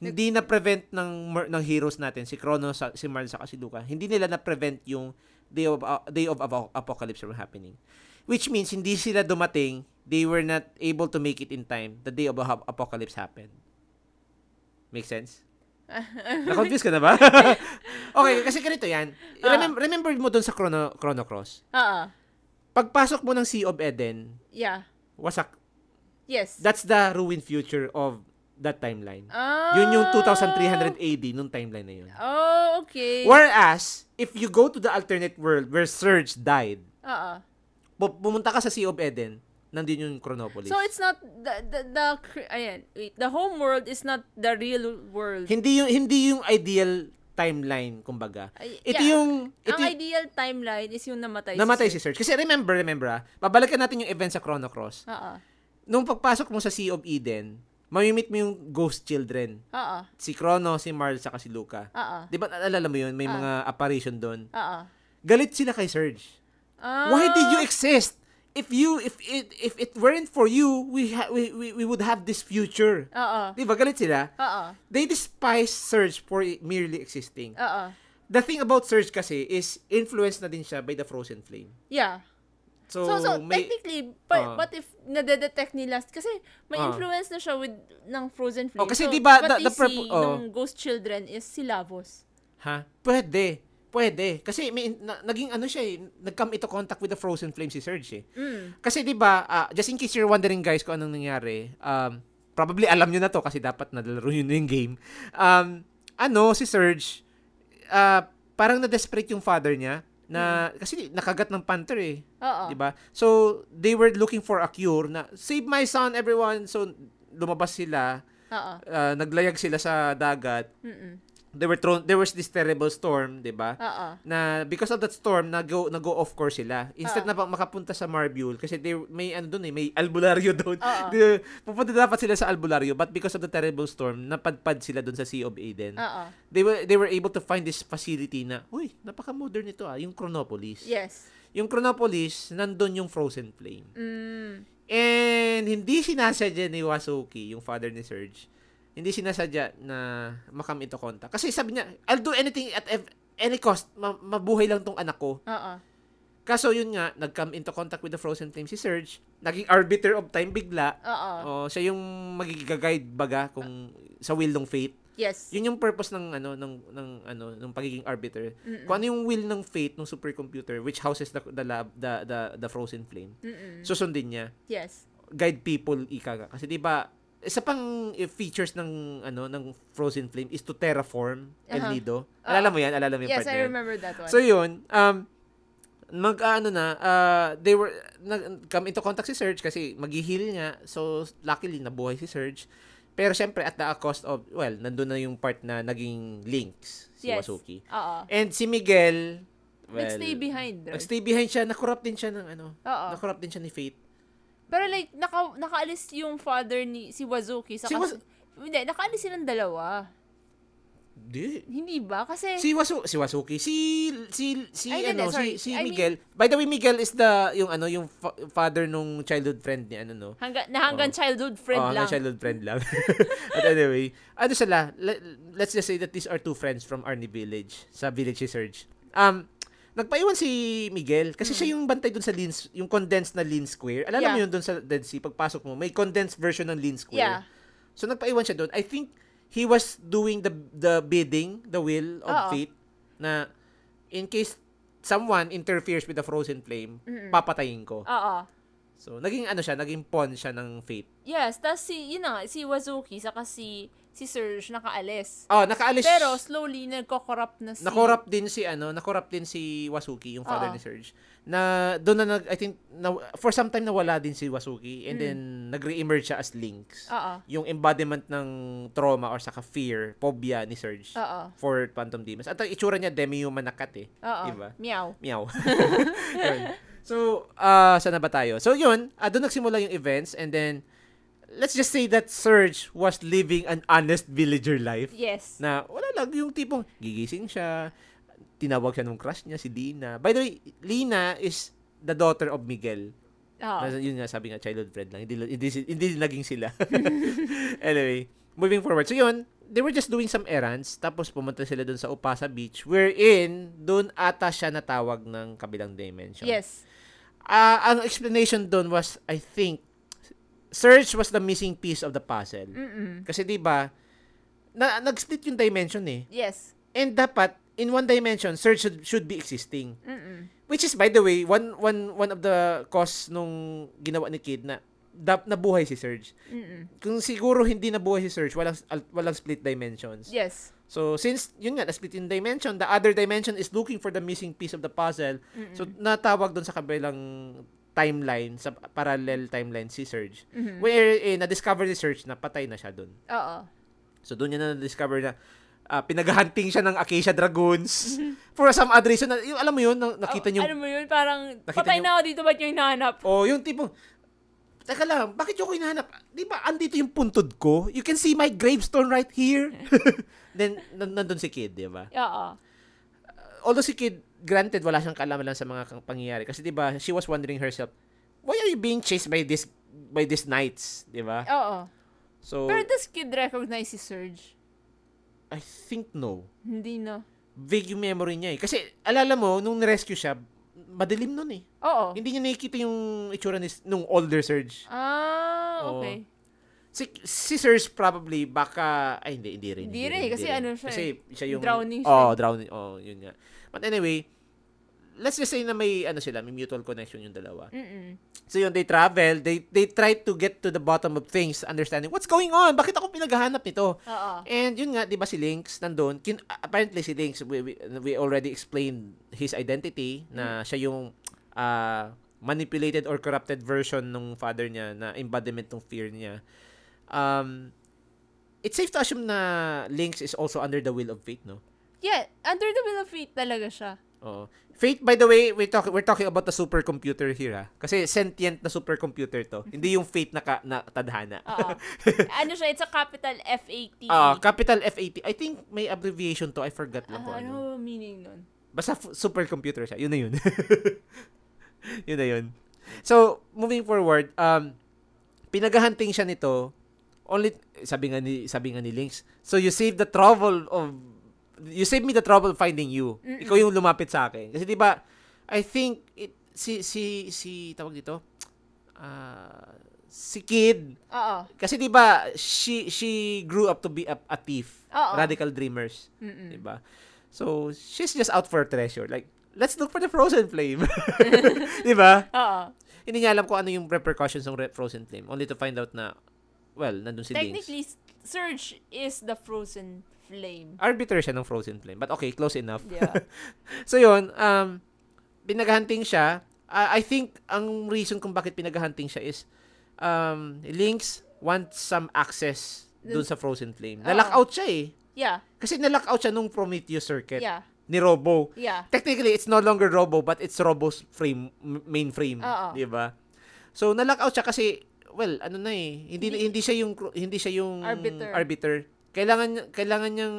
Speaker 1: Hindi na prevent ng mer- ng heroes natin si Crono sa si Marl sa si Luca. Hindi nila na prevent yung day of uh, day of Apo- apocalypse from happening. Which means hindi sila dumating, they were not able to make it in time. The day of ap- apocalypse happened. Make sense? Na-confuse ka na ba? [LAUGHS] okay, kasi ganito yan. Remem- remember mo dun sa Chrono, Chrono Cross?
Speaker 3: Oo.
Speaker 1: Pagpasok mo ng Sea of Eden,
Speaker 3: Yeah.
Speaker 1: wasak.
Speaker 3: Yes.
Speaker 1: That's the ruined future of that timeline.
Speaker 3: Ah.
Speaker 1: Yun yung 2300 AD nung timeline na yun.
Speaker 3: Oh, okay.
Speaker 1: Whereas, if you go to the alternate world where Surge died,
Speaker 3: Oo.
Speaker 1: pu- pumunta ka sa Sea of Eden, nandun yung Chronopolis.
Speaker 2: So it's not the the, the cr- ayan, wait, the home world is not the real world.
Speaker 1: hindi yung hindi yung ideal timeline kumbaga.
Speaker 2: Ay,
Speaker 1: Ito
Speaker 2: yeah.
Speaker 1: yung ito
Speaker 2: Ang
Speaker 1: yung-
Speaker 2: ideal timeline is yung namatay.
Speaker 1: namatay si
Speaker 2: si
Speaker 1: Surge. Kasi remember, remember ah, babalikan natin yung event sa Chrono Cross.
Speaker 3: Oo.
Speaker 1: Nung pagpasok mo sa Sea of Eden, mamimit mo yung ghost children.
Speaker 3: Oo.
Speaker 1: Si Chrono, si Marl, saka si
Speaker 2: Ah.
Speaker 1: Luca.
Speaker 3: Oo.
Speaker 1: Di ba naalala mo yun? May mga apparition doon.
Speaker 3: Oo. Ah.
Speaker 1: Galit sila kay Surge. Why did you exist? If you if it if it weren't for you, we ha- we, we we would have this future.
Speaker 3: Oo.
Speaker 1: Di ba galit sila?
Speaker 3: Oo.
Speaker 1: They despise Surge for i- merely existing.
Speaker 3: Oo.
Speaker 1: The thing about Surge kasi is influenced na din siya by the Frozen Flame.
Speaker 3: Yeah.
Speaker 1: So,
Speaker 3: So, so
Speaker 1: may Ah.
Speaker 3: technically, but,
Speaker 1: Oo.
Speaker 3: what if nadedetect nila? Kasi may
Speaker 1: Oo.
Speaker 3: influence na siya with ng Frozen Flame.
Speaker 1: Ah. Oh, kasi
Speaker 3: so,
Speaker 1: diba,
Speaker 3: what
Speaker 1: the-
Speaker 3: they
Speaker 1: the
Speaker 3: see
Speaker 1: purpo- oh.
Speaker 3: ng Ghost Children is si Lavos.
Speaker 1: ha? Pwede. Pwede. Kasi may, na- naging ano siya eh, nag-come into contact with the Frozen Flame si Surge eh.
Speaker 3: Mm.
Speaker 1: Kasi 'di ba, ah, just in case you're wondering guys kung anong nangyari, um probably alam niyo na 'to kasi dapat nalaro niyo na yung game. Um ano si Surge ah, parang na-desperate yung father niya na kasi nakagat ng panther eh,
Speaker 3: Oo.
Speaker 2: Ah.
Speaker 1: 'di ba? So they were looking for a cure na save my son everyone. So lumabas sila,
Speaker 3: Oo.
Speaker 1: ah, naglayag sila sa dagat.
Speaker 3: Mm-mm.
Speaker 1: They were thrown there was this terrible storm, 'di
Speaker 2: Ah.
Speaker 1: ba?
Speaker 3: Oo.
Speaker 1: na because of that storm nag-go nag-go off course sila instead
Speaker 3: Oo.
Speaker 1: na pa- makapunta sa Marbule kasi they may ano doon eh may albularyo doon
Speaker 3: Oo.
Speaker 1: [LAUGHS] Di- pupunta dapat sila sa albularyo but because of the terrible storm napadpad sila doon sa Sea of Aden
Speaker 2: Ah.
Speaker 3: Oo.
Speaker 1: they were they were able to find this facility na uy napaka-modern nito ah yung Chronopolis
Speaker 3: Yes.
Speaker 1: yung Chronopolis nandun yung Frozen Flame
Speaker 3: Mm.
Speaker 1: and hindi sinasadya ni Wasuki yung father ni Serge hindi sinasadya na makam into contact kasi sabi niya I'll do anything at ev- any cost ma- mabuhay lang tong anak ko
Speaker 3: Oo.
Speaker 1: Kaso yun nga, nag-come into contact with the Frozen Flame si Surge. Naging arbiter of time bigla.
Speaker 3: Oo.
Speaker 1: O, siya yung magigaguide baga kung sa will ng fate.
Speaker 3: Yes.
Speaker 1: Yun yung purpose ng ano ng ng ano ng pagiging arbiter.
Speaker 3: Mm-mm.
Speaker 1: Kung ano yung will ng fate ng supercomputer which houses the the lab, the, the the Frozen Flame.
Speaker 2: Hmm.
Speaker 3: Mm-mm.
Speaker 1: Susundin niya.
Speaker 3: Yes.
Speaker 1: Guide people ika nga. Kasi 'di ba isa pang eh, features ng ano ng Frozen Flame is to terraform El
Speaker 3: Aha.
Speaker 1: Nido.
Speaker 3: Oo.
Speaker 1: Alala mo 'yan? Alala mo yung
Speaker 3: Uh-huh. Uh, Yes,
Speaker 1: part na
Speaker 3: I
Speaker 1: yun?
Speaker 3: remember that one.
Speaker 1: So yun, um mag ano na, uh, they were nag come into contact si Serge kasi maghi-heal niya. So luckily nabuhay si Serge. Pero syempre at the cost of well, nandun na yung part na naging links si
Speaker 3: Yes.
Speaker 1: Wasuki.
Speaker 3: Oo.
Speaker 1: And si Miguel well,
Speaker 3: Nag-stay behind. Oh.
Speaker 1: Nagstay behind siya, na-corrupt din siya ng ano.
Speaker 3: Oo.
Speaker 1: Na-corrupt din siya ni Fate.
Speaker 3: Pero like, naka, nakaalis yung father ni si Wazuki. Sa
Speaker 1: Si Waz-
Speaker 3: Hindi, nakaalis silang dalawa.
Speaker 1: Di.
Speaker 3: Hindi ba? Kasi,
Speaker 1: Si Wasu si Wasuki, si si si
Speaker 3: Ay, hindi,
Speaker 1: ano,
Speaker 3: sorry.
Speaker 1: si si
Speaker 3: I mean-
Speaker 1: Miguel. By the way, Miguel is the yung ano, yung fa- father nung childhood friend ni ano no.
Speaker 3: hangga, na hanggang
Speaker 1: Oh.
Speaker 3: childhood friend
Speaker 1: Oo,
Speaker 3: lang.
Speaker 1: nga, childhood friend lang. [LAUGHS] But anyway, ano sila, le- let's just say that these are two friends from Arnie Village, sa Village Research. Um, nagpaiwan si Miguel kasi siya yung bantay dun sa Lean, S- yung condensed na Lean Square.
Speaker 3: Hmm.
Speaker 1: Alam
Speaker 3: Yeah.
Speaker 1: mo yun dun sa Dead Sea, pagpasok mo, may condensed version ng Lean
Speaker 3: Yeah.
Speaker 1: Square. So nagpaiwan siya doon. I think he was doing the the bidding, the will of
Speaker 3: Oo.
Speaker 1: fate na in case someone interferes with the frozen flame, papatayin ko.
Speaker 3: Oo.
Speaker 1: So naging ano siya, naging pawn siya ng fate.
Speaker 3: Yes, tapos si, yun na, nga, si Wazuki, saka si, si Serge nakaalis.
Speaker 1: Oh, nakaalis.
Speaker 3: Pero slowly nagko-corrupt na si...
Speaker 1: Nakorap din si ano, nakorap din si Wasuki, yung father
Speaker 3: Oo.
Speaker 1: ni Serge. Na doon na nag I think na, for some time nawala din si Wasuki and then nagre-emerge siya as Lynx.
Speaker 3: Mm. Oo.
Speaker 1: Yung embodiment ng trauma or saka fear, phobia ni Serge
Speaker 3: Oo.
Speaker 1: for Phantom Demons. At ang itsura niya demi-human na kat eh.
Speaker 3: Oo.
Speaker 1: Diba?
Speaker 3: Meow. [LAUGHS]
Speaker 1: Meow. Yun. so, uh, saan na ba tayo? So, yun. Uh, doon nagsimula yung events and then let's just say that Serge was living an honest villager life
Speaker 3: Yes.
Speaker 1: na wala lang yung tipong gigising siya, tinawag siya nung crush niya si Lina. By the way, Lina is the daughter of Miguel.
Speaker 3: Oo.
Speaker 2: Ah.
Speaker 1: Na- yun nga sabi nga childhood friend lang. Hindi hindi, hindi naging sila. [LAUGHS] anyway, moving forward. So yun, they were just doing some errands tapos pumunta sila dun sa Upasa Beach wherein dun ata siya natawag ng kabilang dimension.
Speaker 3: Yes.
Speaker 1: Ah, ang explanation doon was, I think, Surge was the missing piece of the puzzle.
Speaker 2: Mm.
Speaker 3: Mm-mm.
Speaker 1: Kasi 'di ba, na nag-split yung dimension eh.
Speaker 3: Yes.
Speaker 1: And dapat in one dimension, search should, should be existing.
Speaker 3: Mm-mm.
Speaker 1: Which is by the way, one one one of the cause nung ginawa ni Kid na dap nabuhay si Surge.
Speaker 3: Mm-mm.
Speaker 1: Kung siguro hindi nabuhay si Surge, walang al- walang split dimensions.
Speaker 3: Yes.
Speaker 1: So since yun nga, na-split in dimension, the other dimension is looking for the missing piece of the puzzle.
Speaker 3: Mm-mm.
Speaker 1: So natawag doon sa kabilang timeline sa parallel timeline si Surge.
Speaker 3: Mhm.
Speaker 1: Where eh, na-discover ni Surge na patay na siya doon.
Speaker 3: Oo.
Speaker 1: So doon niya na na-discover na ah, pinag-hunting siya ng Acacia Dragons for some odd reason. Na, yung, alam mo yun, na- nakita
Speaker 3: Mm-hmm. Oh,
Speaker 1: niyo.
Speaker 3: Alam mo yun, parang
Speaker 1: Nakita
Speaker 3: patay
Speaker 1: niyo-
Speaker 3: na ako dito, ba't niyo hinahanap?
Speaker 1: Oh, yung tipong, Teka lang, bakit yung ako hinahanap? Di ba, andito yung puntod ko? You can see my gravestone right
Speaker 3: [LAUGHS]
Speaker 1: here. Then, nan- nandun si Kid, di ba?
Speaker 3: Oo.
Speaker 1: Although si Kid, granted, wala siyang kaalaman lang sa mga kang- pangyayari. Kasi di ba, she was wondering herself, why are you being chased by this by these knights, di ba?
Speaker 3: Oo.
Speaker 1: So,
Speaker 3: Pero does kid recognize si Serge?
Speaker 1: I think no.
Speaker 3: Hindi na.
Speaker 1: Vague yung memory niya eh. Kasi, alala mo, nung rescue siya, madilim nun eh.
Speaker 3: Oo.
Speaker 1: Hindi niya nakikita yung itsura ni, nung older Serge.
Speaker 3: Ah,
Speaker 1: Oo.
Speaker 3: okay.
Speaker 1: Si, si Serge probably baka, ay hindi, hindi rin.
Speaker 3: Hindi rin, kasi ano siya
Speaker 1: Kasi siya yung,
Speaker 3: Drowning siya
Speaker 1: Oh,
Speaker 3: eh.
Speaker 1: drowning, oh, yun nga. But anyway, let's just say na may, ano sila, may mutual connection yung dalawa.
Speaker 3: Mm-mm.
Speaker 1: So yun, they travel, they, they try to get to the bottom of things, understanding, what's going on? Bakit ako pinaghahanap nito?
Speaker 3: Oo.
Speaker 1: And yun nga, 'di ba si Lynx nandun, kin- apparently si Lynx we, we, we already explained his identity
Speaker 3: Mm-hmm.
Speaker 1: na siya yung ah, manipulated or corrupted version ng father niya na embodiment ng fear niya. Um It's safe to assume na Lynx is also under the will of fate, no?
Speaker 3: Yeah, under the will of fate talaga siya.
Speaker 1: Oo. Fate, by the way, we're, talk- we're talking about the supercomputer here, ha? Kasi sentient na supercomputer to. Hindi yung fate na, ka- na tadhana. [LAUGHS]
Speaker 3: Oo. ano siya, it's a capital F-A-T.
Speaker 1: Ah, capital F80. I think may abbreviation to. I forgot lang kung
Speaker 3: Ah, ano
Speaker 1: ano.
Speaker 3: meaning nun?
Speaker 1: Basta f- supercomputer siya. Yun [LAUGHS] na yun. yun na yun. So, moving forward, um, pinagahunting siya nito, only, sabi nga ni, sabi nga ni Lynx, so you save the trouble of, you save me the trouble of finding you.
Speaker 3: Mm-mm.
Speaker 1: Ikaw yung lumapit sa akin. Kasi di ba I think, it, si, si, si, tawag dito, ah, si Kid,
Speaker 3: Oo.
Speaker 1: kasi di ba she, she grew up to be a, a thief.
Speaker 3: Oo.
Speaker 1: Radical dreamers.
Speaker 3: Mm-mm.
Speaker 1: Diba? So, she's just out for treasure. Like, let's look for the frozen
Speaker 3: [LAUGHS]
Speaker 1: flame. diba?
Speaker 3: Oo.
Speaker 1: Hindi niya alam kung ano yung repercussions ng re- frozen flame. Only to find out na, well, nandun si Lynx.
Speaker 3: Technically, Surge is the frozen flame.
Speaker 1: Arbiter siya ng frozen flame. But okay, close enough.
Speaker 3: Yeah.
Speaker 1: So, yun, um, pinaghunting siya. Ah, I think, ang reason kung bakit pinaghunting siya is, um, Lynx wants some access dun sa frozen flame. Nalockout siya eh.
Speaker 3: Yeah,
Speaker 1: Kasi nalockout siya nung Prometheus circuit
Speaker 3: yeah,
Speaker 1: ni Robo.
Speaker 3: yeah.
Speaker 1: technically it's no longer Robo but it's Robo's frame m- mainframe,
Speaker 3: Oo.
Speaker 1: 'di ba? So na-lockout siya kasi well, ano na eh, hindi hindi, siya yung cru- hindi siya yung
Speaker 2: Arbiter.
Speaker 1: arbiter. Kailangan niya- kailangan niyang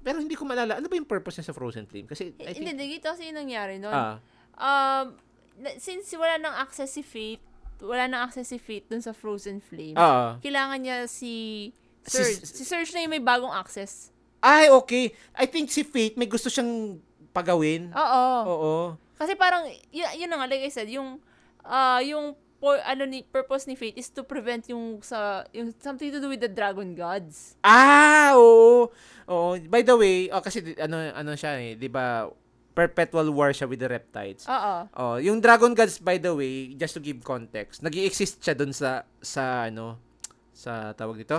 Speaker 1: pero hindi ko malala ano ba yung purpose niya sa Frozen Flame kasi I
Speaker 2: Hindi,
Speaker 1: think
Speaker 2: nagito kasi yung nangyari nun.
Speaker 1: ah,
Speaker 2: Um, na- since wala nang access si Fate, wala nang access si Fate dun sa Frozen Flame,
Speaker 1: ah,
Speaker 2: kailangan niya si
Speaker 1: Si-
Speaker 2: Surge. Si, Surge na yung may bagong access.
Speaker 1: ay okay. I think si Fate may gusto siyang pagawin.
Speaker 2: Oh. Oo.
Speaker 1: Oo.
Speaker 2: Kasi parang, yun, yun na nga, like I said, yung, ah yung po, ano ni purpose ni Fate is to prevent yung sa yung something to do with the dragon gods.
Speaker 1: Ah, oo. Oo. By the way, oh, kasi di- ano ano siya eh, 'di ba? Perpetual war siya with the reptiles.
Speaker 2: Oo.
Speaker 1: Oh, yung Dragon Gods by the way, just to give context, nag-exist siya doon sa sa ano sa tawag dito.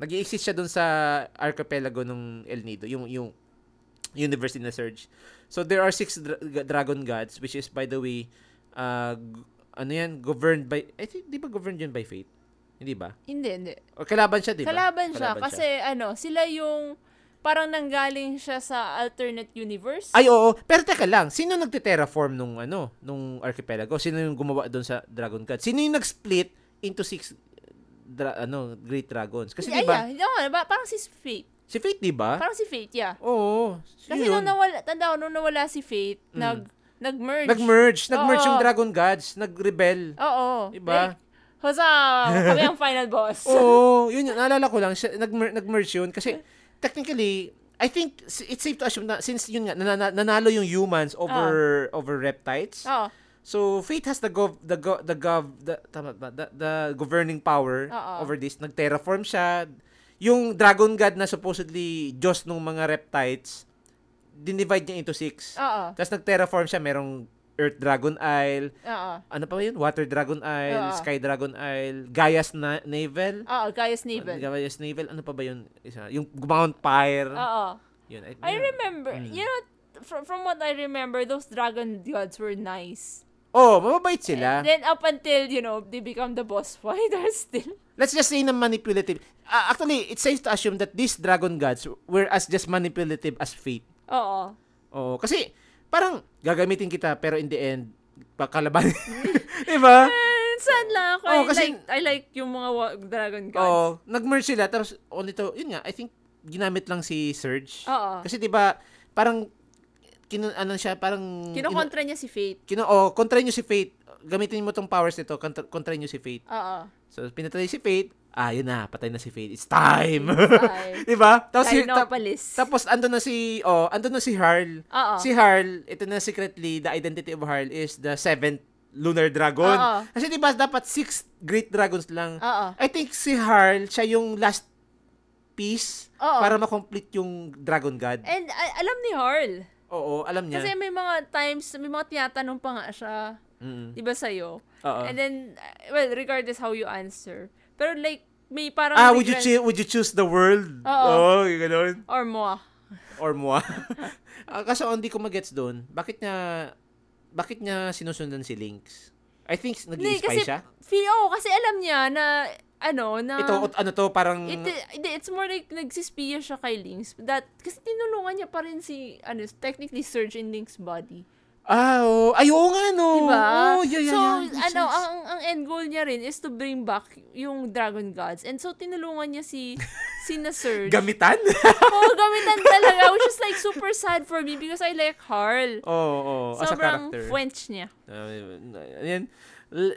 Speaker 1: Nag-exist siya doon sa archipelago ng El Nido, yung yung University na Surge. So there are six dra- g- Dragon Gods which is by the way uh, g- ano yan governed by I think di ba governed yun by fate? Hindi ba?
Speaker 2: Hindi, hindi.
Speaker 1: O Diba? kalaban siya, di ba?
Speaker 2: Kalaban siya kasi ano, sila yung parang nanggaling siya sa alternate universe.
Speaker 1: Ay, oo. Pero teka lang, sino nagte-terraform nung, ano, nung archipelago? Sino yung gumawa doon sa Dragon God? Sino yung nag-split into six dra- ano, Great Dragons? Kasi diba?
Speaker 2: Ay,
Speaker 1: di ba?
Speaker 2: yeah. Yung ano ba, parang si Fate.
Speaker 1: Si Fate, di ba?
Speaker 2: Parang si Fate, yeah.
Speaker 1: Oo. sino
Speaker 2: Kasi
Speaker 1: yun? Mm.
Speaker 2: nung nawala, tanda ko, nung nawala si Fate, nag, nag-merge.
Speaker 1: Nag-merge. Nag-merge
Speaker 2: Oo.
Speaker 1: yung Dragon Gods.
Speaker 2: [LAUGHS]
Speaker 1: Nag-rebel.
Speaker 2: Oo.
Speaker 1: Diba?
Speaker 2: Like, Husa, kami ang final
Speaker 1: [LAUGHS]
Speaker 2: boss.
Speaker 1: Oo. Yun, yun. Naalala ko lang. Siya, nag-mer- nag-merge yun. Kasi, technically, I think s- it's safe to assume na since yun nga nanana- nanalo yung humans over
Speaker 2: Ah.
Speaker 1: over reptiles.
Speaker 2: [LAUGHS] Oo.
Speaker 1: So fate has the gov the gov the gov the tama ba the, the governing power
Speaker 2: Oo.
Speaker 1: over this nagterraform siya yung dragon god na supposedly Diyos ng mga reptiles dinivide niya into six
Speaker 2: Oo.
Speaker 1: tapos nagterraform siya merong earth dragon isle
Speaker 2: Oo.
Speaker 1: ano pa ba yun water dragon isle
Speaker 2: Oo.
Speaker 1: sky dragon isle Gaia's na- navel
Speaker 2: Oo, Gaius Navel.
Speaker 1: Gaia's navel ano pa ba yun isa yung mount pyre
Speaker 2: Oo.
Speaker 1: yun I,
Speaker 2: Ah. I
Speaker 1: yun.
Speaker 2: remember,
Speaker 1: Mm.
Speaker 2: you know, from, from what I remember, those dragon gods were nice.
Speaker 1: oh mababait sila
Speaker 2: And then up until, you know, they become the boss [LAUGHS] fight, they're still...
Speaker 1: let's just say na manipulative. Ah, actually, it's safe to assume that these dragon gods were as just manipulative as fate.
Speaker 2: Oo.
Speaker 1: Oo, kasi parang gagamitin kita pero in the end [LAUGHS] Diba? pakalaban. 'Di ba?
Speaker 2: And sad lang ako.
Speaker 1: Oo,
Speaker 2: I,
Speaker 1: kasi-
Speaker 2: like, I like yung mga wa- dragon [LAUGHS] gods.
Speaker 1: Oo, nag-merge sila tapos on ito, yun nga, I think ginamit lang si Surge.
Speaker 2: Oo.
Speaker 1: Kasi 'di ba parang kino, ano siya, parang
Speaker 2: Kinokontra niya si Fate.
Speaker 1: kino, oh, kontra niyo si Fate. Gamitin mo tong powers nito, kontra, kontra niyo si Fate.
Speaker 2: Oo.
Speaker 1: So pinatay si Fate. Ah, yun na, patay na si Fate. It's time. [LAUGHS]
Speaker 2: It's
Speaker 1: 'Di ba? Tapos yun- tap-
Speaker 2: Dinopolis.
Speaker 1: Tapos ando na si oh, ando na si Harl.
Speaker 2: Oo.
Speaker 1: Si Harl, ito na secretly the identity of Harl is the seventh lunar dragon.
Speaker 2: Oo.
Speaker 1: Kasi 'di ba dapat six great dragons lang.
Speaker 2: Oo.
Speaker 1: I think si Harl siya yung last piece
Speaker 2: Oo.
Speaker 1: para ma-complete yung Dragon God.
Speaker 2: And a- alam ni Harl.
Speaker 1: Oo, alam niya.
Speaker 2: Kasi may mga times, may mga tinatanong pa nga siya,
Speaker 1: Mm.
Speaker 2: di ba sa'yo?
Speaker 1: Oo.
Speaker 2: And then, uh, well, regardless how you answer. Pero like, may parang...
Speaker 1: Ah, would you
Speaker 2: regret-
Speaker 1: choose would you choose the world?
Speaker 2: Oo.
Speaker 1: Oo, yung ganun.
Speaker 2: Or moi.
Speaker 1: Or
Speaker 2: [LAUGHS]
Speaker 1: moi. Ah, Kaso hindi ko magets doon. Bakit niya bakit niya sinusundan si Lynx? I think
Speaker 2: Hindi,
Speaker 1: nag-spy
Speaker 2: kasi,
Speaker 1: siya.
Speaker 2: feel, oh, kasi alam niya na, ano, na...
Speaker 1: Ito, ot- ano to, parang...
Speaker 2: It, it, it's more like nagsispiya siya kay Lynx. That, kasi tinulungan niya pa rin si, ano, technically Surge in Lynx body.
Speaker 1: Ah, oo. Ay, oo nga, no.
Speaker 2: Diba?
Speaker 1: Oo, yeah, yeah,
Speaker 2: so,
Speaker 1: yeah. Makes
Speaker 2: ano,
Speaker 1: sense.
Speaker 2: ang, ang end goal niya rin is to bring back yung Dragon Gods. And so, tinulungan niya si, si na
Speaker 1: [LAUGHS]
Speaker 2: Surge.
Speaker 1: Gamitan?
Speaker 2: [LAUGHS] Oo, gamitan talaga. Which is like super sad for me because I like Harl.
Speaker 1: Oo, oh, oh, as a
Speaker 2: Sobrang
Speaker 1: character.
Speaker 2: French
Speaker 1: [LAUGHS]
Speaker 2: niya.
Speaker 1: Uh, ayan.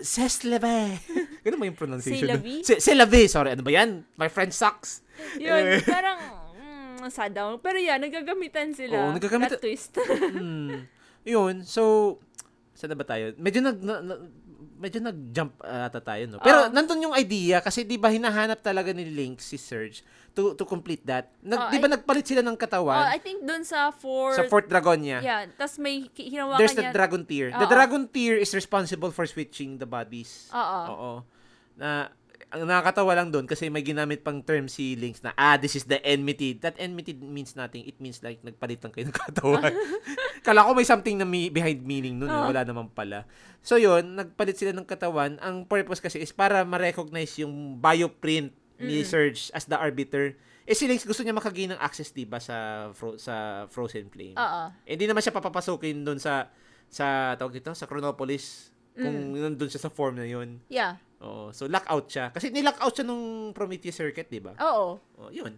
Speaker 1: C'est la vie. [LAUGHS] Ganun ba yung pronunciation?
Speaker 2: C'est la vie?
Speaker 1: C'est c'est la vie. Sorry, ano ba yan? My French sucks. [LAUGHS] Eh.
Speaker 2: Yun, parang mm, sad daw. Pero yan, nagagamitan sila.
Speaker 1: Oo, Oh, nagagamitan-
Speaker 2: Plot twist.
Speaker 1: Hmm. Yun, so, saan na ba tayo? Medyo nag, na, na- medyo nag-jump uh, ata tayo, no? Pero
Speaker 2: Oo.
Speaker 1: nandun yung idea kasi 'di ba hinahanap talaga ni Link si Surge to to complete that. Nag,
Speaker 2: Oo,
Speaker 1: 'di ba nagpalit sila ng
Speaker 2: Oh,
Speaker 1: katawan
Speaker 2: I think dun sa four...
Speaker 1: sa fourth dragon niya?
Speaker 2: Yeah, tas may ki- hinawakan
Speaker 1: There's the
Speaker 2: niya.
Speaker 1: dragon tier. The
Speaker 2: Oo.
Speaker 1: dragon tier is responsible for switching the bodies.
Speaker 2: Oo.
Speaker 1: Oo. Na ang nakakatawa lang doon kasi may ginamit pang term si Lynx na ah this is the enmity. That enmity means nothing. It means like nagpalit lang kayo ng [LAUGHS]
Speaker 2: [LAUGHS]
Speaker 1: katawan. Kala ko may something na may behind meaning noon,
Speaker 2: Oo.
Speaker 1: wala naman pala. So yun, nagpalit sila ng katawan. Ang purpose kasi is para ma-recognize yung bioprint
Speaker 2: Mm.
Speaker 1: ni Surge as the arbiter. Eh si Lynx gusto niya makagain ng access 'di ba sa fro- sa Frozen Flame.
Speaker 2: Oo.
Speaker 1: Hindi naman siya papapasukin doon sa sa tawag dito, sa Chronopolis. Kung
Speaker 2: Mm.
Speaker 1: nandun siya sa form na yun.
Speaker 2: Yeah.
Speaker 1: Oo. So, lockout siya. Kasi nilockout siya nung Prometheus Circuit, di ba?
Speaker 2: Oo.
Speaker 1: Oh, yun.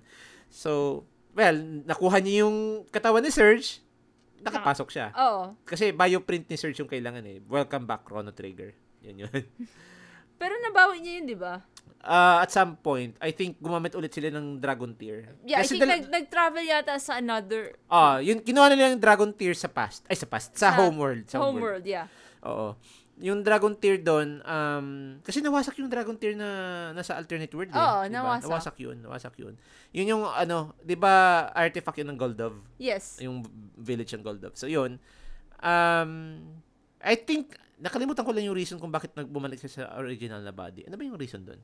Speaker 1: So, well, nakuha niya yung katawan ni Surge, nakapasok siya.
Speaker 2: Oo.
Speaker 1: Kasi bioprint ni Surge yung kailangan eh. Welcome back, Chrono Trigger. Yun [LAUGHS] yun.
Speaker 2: Pero nabawi niya yun, di ba?
Speaker 1: Ah, at some point, I think gumamit ulit sila ng Dragon Tear.
Speaker 2: Yeah,
Speaker 1: Kasi
Speaker 2: I think
Speaker 1: dala-
Speaker 2: nag- nag-travel yata sa another
Speaker 1: Ah, yun, kinuha na nila yung Dragon Tear sa past. Ay, sa past. Sa,
Speaker 2: Sa
Speaker 1: homeworld. Sa homeworld.
Speaker 2: homeworld, yeah.
Speaker 1: Oo. Yung Dragon Tear doon, um, kasi nawasak yung Dragon Tear na nasa alternate world. Eh,
Speaker 2: Oo,
Speaker 1: diba?
Speaker 2: nawasak.
Speaker 1: Nawasak yun, nawasak yun. Yun yung, ano, di ba, artifact yun ng Goldov?
Speaker 2: Yes.
Speaker 1: Yung village ng Goldov. So, yun. Um, I think, nakalimutan ko lang yung reason kung bakit nagbumalik siya sa original na body. Ano ba yung reason doon?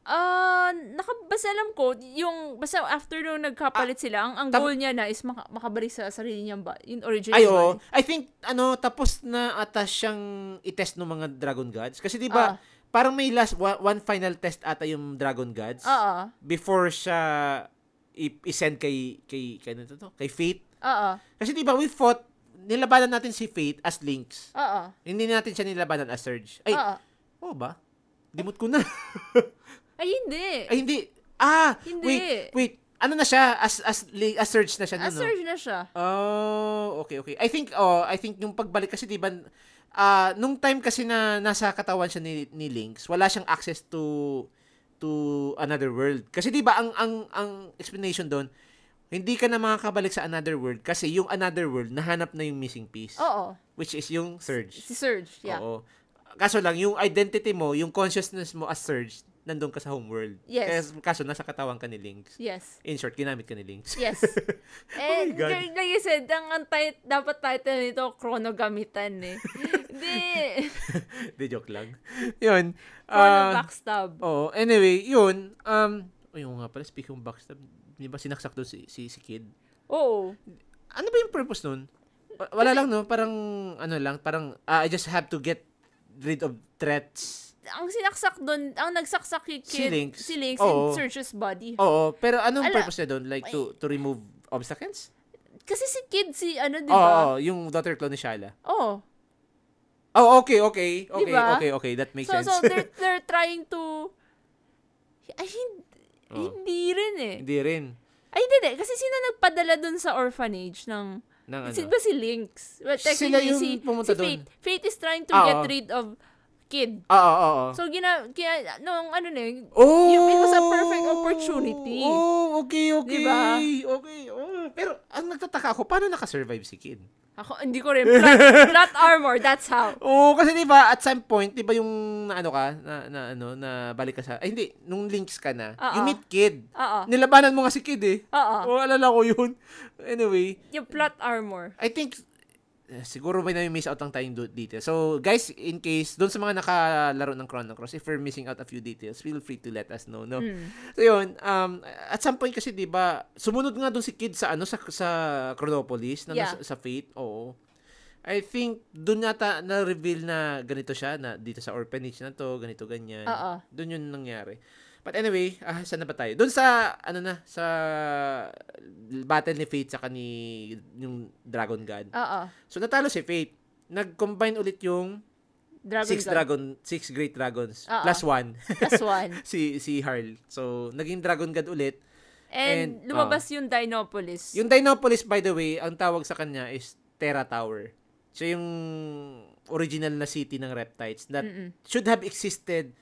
Speaker 2: Ah, nakabasa alam ko, yung basta after nung nagkapalit
Speaker 1: Ah,
Speaker 2: sila, ang, ang
Speaker 1: tam-
Speaker 2: goal niya na is maka- makabalik sa sarili niyang ba, yung original
Speaker 1: Ay, oo.
Speaker 2: body.
Speaker 1: I think, ano, tapos na ata siyang itest ng mga Dragon Gods. Kasi, di ba,
Speaker 2: Ah.
Speaker 1: parang may last, wa- one, final test ata yung Dragon Gods
Speaker 2: Oo.
Speaker 1: before siya i- i-send kay, kay, kay, ano to, kay Fate.
Speaker 2: Oo.
Speaker 1: Kasi, di ba, we fought, nilabanan natin si Fate as Lynx.
Speaker 2: Oo.
Speaker 1: Hindi natin siya nilabanan as Surge. Ay,
Speaker 2: Oo.
Speaker 1: oo ba? Dimot ko na. [LAUGHS]
Speaker 2: Ay, hindi.
Speaker 1: Ay, hindi. Ah,
Speaker 2: Hindi.
Speaker 1: wait, wait. Ano na siya? As, as, li- as Surge na siya.
Speaker 2: Ah,
Speaker 1: nun, no?
Speaker 2: surge na siya.
Speaker 1: Oh, okay, okay. I think, oh, I think yung pagbalik kasi, di ba, ah, nung time kasi na nasa katawan siya ni, ni Lynx, wala siyang access to to another world. Kasi di ba ang ang ang explanation doon, hindi ka na makakabalik sa another world kasi yung another world nahanap na yung missing piece,
Speaker 2: Oo.
Speaker 1: which is yung Surge.
Speaker 2: Si Surge, Oh. yeah.
Speaker 1: Oo. Kaso lang, yung identity mo, yung consciousness mo as Surge, nandun ka sa homeworld.
Speaker 2: Yes.
Speaker 1: Kaya- Kaso, nasa katawan ka ni Lynx. [LAUGHS]
Speaker 2: Yes.
Speaker 1: In short, ginamit ka ni Lynx. [LAUGHS]
Speaker 2: Yes.
Speaker 1: Oh my
Speaker 2: And
Speaker 1: God.
Speaker 2: like like I said, ang, ang tit- dapat title nito, Chronogamitan
Speaker 1: [LAUGHS]
Speaker 2: eh. Hindi.
Speaker 1: Di joke lang. yun.
Speaker 2: Chrono
Speaker 1: ah,
Speaker 2: backstab.
Speaker 1: Oo. anyway, yun. Um, ayun nga pala, speaking of backstab, di ba sinaksak doon si, si, si Kid?
Speaker 2: Oo.
Speaker 1: Ano ba yung purpose nun? Wa- Wala lang, no? Parang, ano lang, parang, ah, I just have to get rid of threats.
Speaker 2: Ang sinaksak doon, ang nagsaksak kay
Speaker 1: Si
Speaker 2: Kid,
Speaker 1: Lynx.
Speaker 2: si Lynx
Speaker 1: Oo.
Speaker 2: in Surge's body.
Speaker 1: Oo, pero anong
Speaker 2: Ala.
Speaker 1: purpose niya doon? Like, to, to remove obstacles?
Speaker 2: Kasi si Kid, si ano, di
Speaker 1: Oo,
Speaker 2: ba?
Speaker 1: oo, yung daughter clone ni Shyla.
Speaker 2: Oo.
Speaker 1: Oh, okay, okay. Okay,
Speaker 2: Diba?
Speaker 1: okay, okay. That makes
Speaker 2: So,
Speaker 1: sense.
Speaker 2: so they're, they're trying to... Ay, hindi,
Speaker 1: Oo.
Speaker 2: hindi rin eh.
Speaker 1: Hindi rin.
Speaker 2: Ay, hindi, hindi. Kasi sino nagpadala doon sa orphanage ng...
Speaker 1: Nang ano.
Speaker 2: Si, ba si Lynx? Well,
Speaker 1: Sila
Speaker 2: technically,
Speaker 1: yung
Speaker 2: si,
Speaker 1: pumunta
Speaker 2: si Fate. Fate is trying to
Speaker 1: Ah,
Speaker 2: get
Speaker 1: oo. Oh.
Speaker 2: rid of Kid.
Speaker 1: Oo, oo, oo.
Speaker 2: So, gina, kaya, nung ano na yun,
Speaker 1: Oh!
Speaker 2: Yun, it was a perfect opportunity.
Speaker 1: Oh, okay, okay.
Speaker 2: Diba?
Speaker 1: Okay, oh. Pero ang nagtataka ako, paano nakasurvive si Kid?
Speaker 2: ako, hindi ko rin,
Speaker 1: [LAUGHS]
Speaker 2: plot, plot armor, that's how.
Speaker 1: Oo, oh, kasi 'di ba at some point, 'di ba yung na ano ka, na, na ano, na balik ka sa Ay hindi, nung links ka na,
Speaker 2: Oo.
Speaker 1: you meet Kid.
Speaker 2: Oo,
Speaker 1: Nilabanan mo nga si Kid eh.
Speaker 2: oo.
Speaker 1: Oo, alala ko 'yun. Anyway,
Speaker 2: Yung plot armor.
Speaker 1: I think eh, siguro may nami-miss out lang tayong do- details. So, guys, in case, doon sa mga nakalaro ng Chrono Cross, if we're missing out a few details, feel free to let us know, no?
Speaker 2: Hmm.
Speaker 1: So, yun, um, at some point kasi, di ba, sumunod nga doon si Kid sa, ano, sa, sa Chronopolis, na,
Speaker 2: Yeah.
Speaker 1: sa, sa Fate, oo. I think, doon yata na-reveal na ganito siya, na dito sa orphanage na to, ganito, ganyan.
Speaker 2: Oo.
Speaker 1: Doon yun nangyari. But anyway, ah, saan na ba tayo? Doon sa, ano na, sa battle ni Fate sa ni yung Dragon God.
Speaker 2: Oo,
Speaker 1: So natalo si Fate. Nag-combine ulit yung
Speaker 2: Dragon
Speaker 1: six
Speaker 2: God. Ah,
Speaker 1: dragon, six great dragons
Speaker 2: Oo.
Speaker 1: plus one [LAUGHS]
Speaker 2: Plus one.
Speaker 1: si si Harl. So naging Dragon God ulit.
Speaker 2: And,
Speaker 1: And,
Speaker 2: lumabas yung Dinopolis.
Speaker 1: Yung Dinopolis by the way, ang tawag sa kanya is Terra Tower. Siya yung original na city ng Reptites that
Speaker 2: Mm-mm.
Speaker 1: should have existed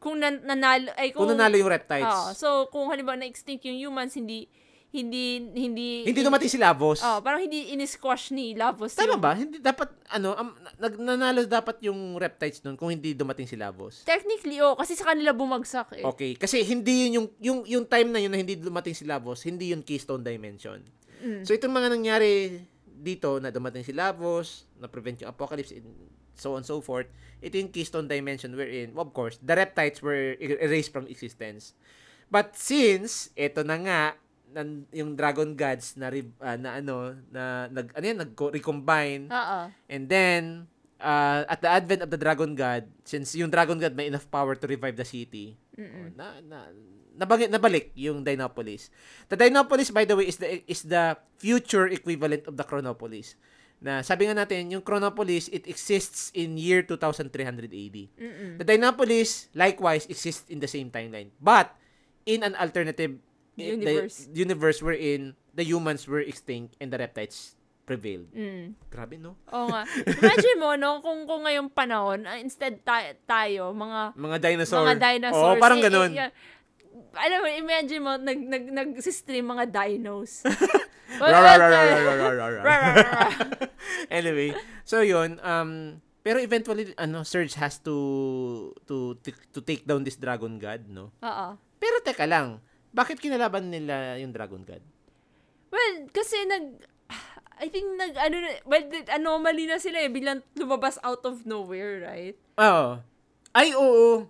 Speaker 2: kung nan- nanalo ay
Speaker 1: kung
Speaker 2: kung,
Speaker 1: nanalo yung
Speaker 2: Oo,
Speaker 1: Reptiles.
Speaker 2: Ah, so kung halimbawa na extinct yung humans hindi hindi hindi
Speaker 1: Hindi dumating si Lavos.
Speaker 2: Oh, parang hindi in-squash ni Lavos.
Speaker 1: Tama
Speaker 2: yung-
Speaker 1: ba? Hindi dapat ano, um, nag nanalo dapat yung Reptiles noon kung hindi dumating si Lavos.
Speaker 2: Technically, oh, kasi sa kanila bumagsak eh.
Speaker 1: Okay, kasi hindi yun yung yung yung time na yun na hindi dumating si Lavos, hindi yun Keystone Dimension.
Speaker 2: Mm.
Speaker 1: So itong mga nangyari dito na dumating si Lavos, na prevent yung apocalypse and so on so forth, ito yung Keystone Dimension wherein of course the reptiles were er- erased from existence. But since ito na nga nan, yung Dragon Gods na re- ah, na ano na nag ano yan, nag-recombine
Speaker 2: Oo.
Speaker 1: And then, uh, at the advent of the Dragon God, since yung Dragon God may enough power to revive the city, oh, na, na, nabang, nabalik yung Dinopolis. The Dinopolis, by the way, is the, is the future equivalent of the Chronopolis. Na sabi nga natin, yung Chronopolis, it exists in year 2300 AD.
Speaker 2: Mm-mm.
Speaker 1: The Dinopolis, likewise, exists in the same timeline. But, in an alternative eh,
Speaker 2: Universe.
Speaker 1: the universe wherein the humans were extinct and the reptiles prevailed.
Speaker 2: Mm.
Speaker 1: Grabe, no?
Speaker 2: Oo nga. Imagine mo, no, kung, kung ngayong panahon, ah, instead ta- tayo, mga
Speaker 1: Mga dinosaur.
Speaker 2: mga dinosaurs.
Speaker 1: Oo, parang
Speaker 2: eh, eh,
Speaker 1: ganun.
Speaker 2: yeah. alam mo, imagine mo, nag, nag, nag-stream mga
Speaker 1: [LAUGHS]
Speaker 2: dinos. Well,
Speaker 1: Rar, rar, rar,
Speaker 2: well, uh,
Speaker 1: rar, rar, rar, rar.
Speaker 2: rar, rar, rar.
Speaker 1: [LAUGHS] anyway, so yun, um, pero eventually, ano, Surge has to, to, to take down this dragon god, no?
Speaker 2: Oo.
Speaker 1: Pero teka lang, bakit kinalaban nila yung dragon god?
Speaker 2: Well, kasi nag, [SIGHS] I think nag, ano, na- well, the- anomaly na sila eh, biglang lumabas out of nowhere, right?
Speaker 1: Oo. Ay, oo.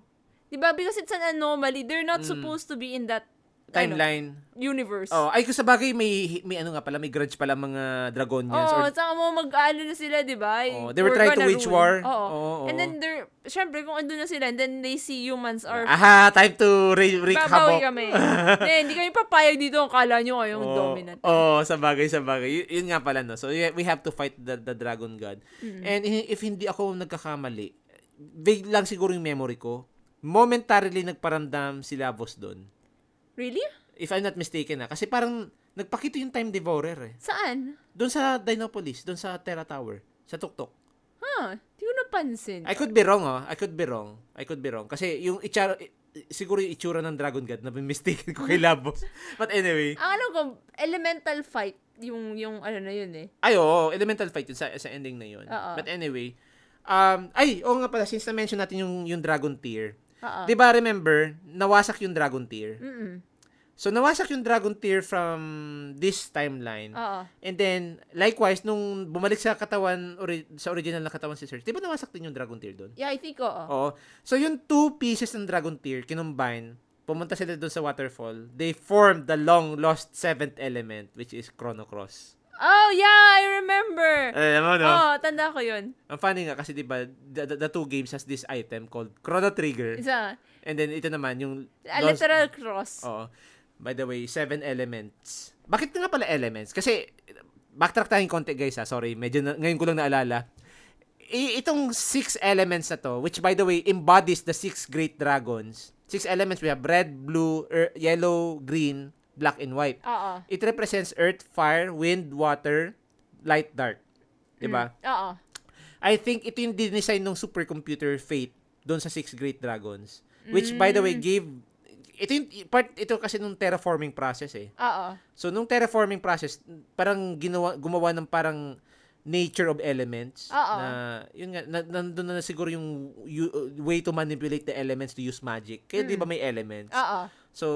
Speaker 2: Diba? Because it's an anomaly. They're not
Speaker 1: Mm.
Speaker 2: supposed to be in that ano,
Speaker 1: Timeline.
Speaker 2: universe.
Speaker 1: Oh, ay, kung sa bagay, may, may ano nga pala, may grudge pala mga dragonians.
Speaker 2: Oo,
Speaker 1: or,
Speaker 2: saka mo mag-ano na sila, di ba?
Speaker 1: oh, they were trying to
Speaker 2: gonna
Speaker 1: wage
Speaker 2: rule.
Speaker 1: war. Oh,
Speaker 2: Oo.
Speaker 1: Oo, oo.
Speaker 2: And then they're, syempre, kung andun na sila, and then they see humans are,
Speaker 1: Aha, time to re- wreak
Speaker 2: babawi
Speaker 1: havoc. [LAUGHS]
Speaker 2: kami. Hindi, hindi kami papayag dito, akala nyo kayong
Speaker 1: Oo,
Speaker 2: dominant.
Speaker 1: Oo, sa bagay, sa bagay. Y- yun nga pala, no? So, yeah, we have to fight the, the dragon god. And hi- if hindi ako nagkakamali, vague lang siguro yung memory ko, momentarily nagparamdam si Lavos doon.
Speaker 2: Really?
Speaker 1: If I'm not mistaken, na Kasi parang nagpakita yung time devourer, eh.
Speaker 2: Saan?
Speaker 1: Doon sa Dinopolis, doon sa Terra Tower, sa Tuktok.
Speaker 2: Ha? Hindi ko napansin.
Speaker 1: I could be wrong, oh. I could be wrong. I could be wrong. Kasi yung itsura, i- siguro yung itsura ng Dragon God, na-mistaken ko kay Labos. But anyway,
Speaker 2: Ang alam ko, elemental fight, yung, yung ano na yun eh.
Speaker 1: ay oo, elemental fight yun sa, sa ending na yun.
Speaker 2: Oo.
Speaker 1: But anyway, um, ay, oo nga pala, since na-mention natin yung, yung Dragon Tear,
Speaker 2: Oo.
Speaker 1: di ba remember, nawasak yung Dragon Tear.
Speaker 2: Mm-mm.
Speaker 1: So, nawasak yung Dragon Tear from this timeline.
Speaker 2: Oo.
Speaker 1: And then, likewise, nung bumalik sa katawan, ori- sa original na katawan si Serge, di ba nawasak din yung Dragon Tear doon?
Speaker 2: Yeah, I think, oo.
Speaker 1: Oo. So, yung two pieces ng Dragon Tear, kinumbine, pumunta sila doon sa waterfall, they formed the long-lost seventh element, which is Chrono Cross.
Speaker 2: Oh, yeah, I remember.
Speaker 1: Alam mo, no?
Speaker 2: Oo, tanda ko yun.
Speaker 1: Ang funny nga, kasi diba, the, the, the two games has this item called Chrono Trigger,
Speaker 2: Isa,
Speaker 1: and then ito naman, yung... lost-
Speaker 2: a Ah, literal cross.
Speaker 1: Oo. By the way, seven elements. Bakit nga pala elements? Kasi, backtrack tayong konti guys ha. Sorry, medyo na, ngayon ko lang naalala. I- itong six elements na to, which by the way, embodies the six great dragons. Six elements, we have red, blue, er, yellow, green, black, and white.
Speaker 2: Oo.
Speaker 1: It represents earth, fire, wind, water, light, dark. Diba?
Speaker 2: Oo.
Speaker 1: I think ito yung dinesign ng supercomputer Fate doon sa Six Great Dragons. Which, by the way, gave... Ito yung part, ito kasi nung terraforming process eh.
Speaker 2: Oo.
Speaker 1: So, nung terraforming process, parang ginawa, gumawa ng parang nature of elements.
Speaker 2: Oo.
Speaker 1: Na, yun nga, na, nandun na siguro yung you- uh, way to manipulate the elements to use magic. Kaya di ba may elements?
Speaker 2: Oo.
Speaker 1: So,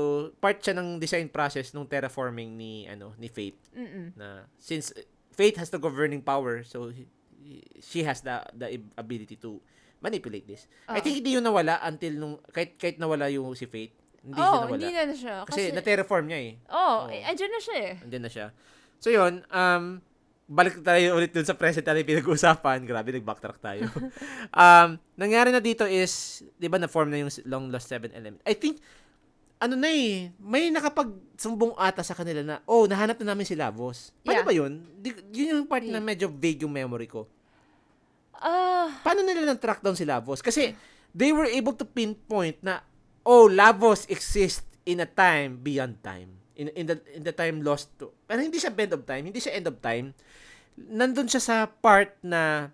Speaker 1: part siya ng design process nung terraforming ni, ano, ni Fate
Speaker 2: Mm-mm.
Speaker 1: na since uh, Faith has the governing power, so he- he- she has the the ab- ability to manipulate this. I
Speaker 2: Oo.
Speaker 1: think hindi yun nawala until nung kahit kahit nawala yung si Faith, hindi siya
Speaker 2: Oh,
Speaker 1: nawala.
Speaker 2: hindi na, na siya.
Speaker 1: kasi,
Speaker 2: Kasi,
Speaker 1: na-terraform niya eh.
Speaker 2: oh,
Speaker 1: Oo.
Speaker 2: eh, andyan na siya eh.
Speaker 1: Andyan na siya. So yun, um balik tayo ulit dun sa present natin pinag-uusapan. [LAUGHS] Grabe, nag-backtrack tayo. um, nangyari na dito is, di ba na-form na yung long lost seven element. I think, ano na eh, may nakapagsumbong ata sa kanila na, oh, nahanap na namin si Lavos. Paano
Speaker 2: Yeah.
Speaker 1: ba yun? Di, yun yung part na medyo vague yung memory ko.
Speaker 2: Ah,
Speaker 1: Paano nila na-track down si Lavos? Kasi, they were able to pinpoint na, oh, Lavos exists in a time beyond time. In, in, the, in the time lost to. Pero hindi siya bend of time, hindi siya end of time. Nandun siya sa part na,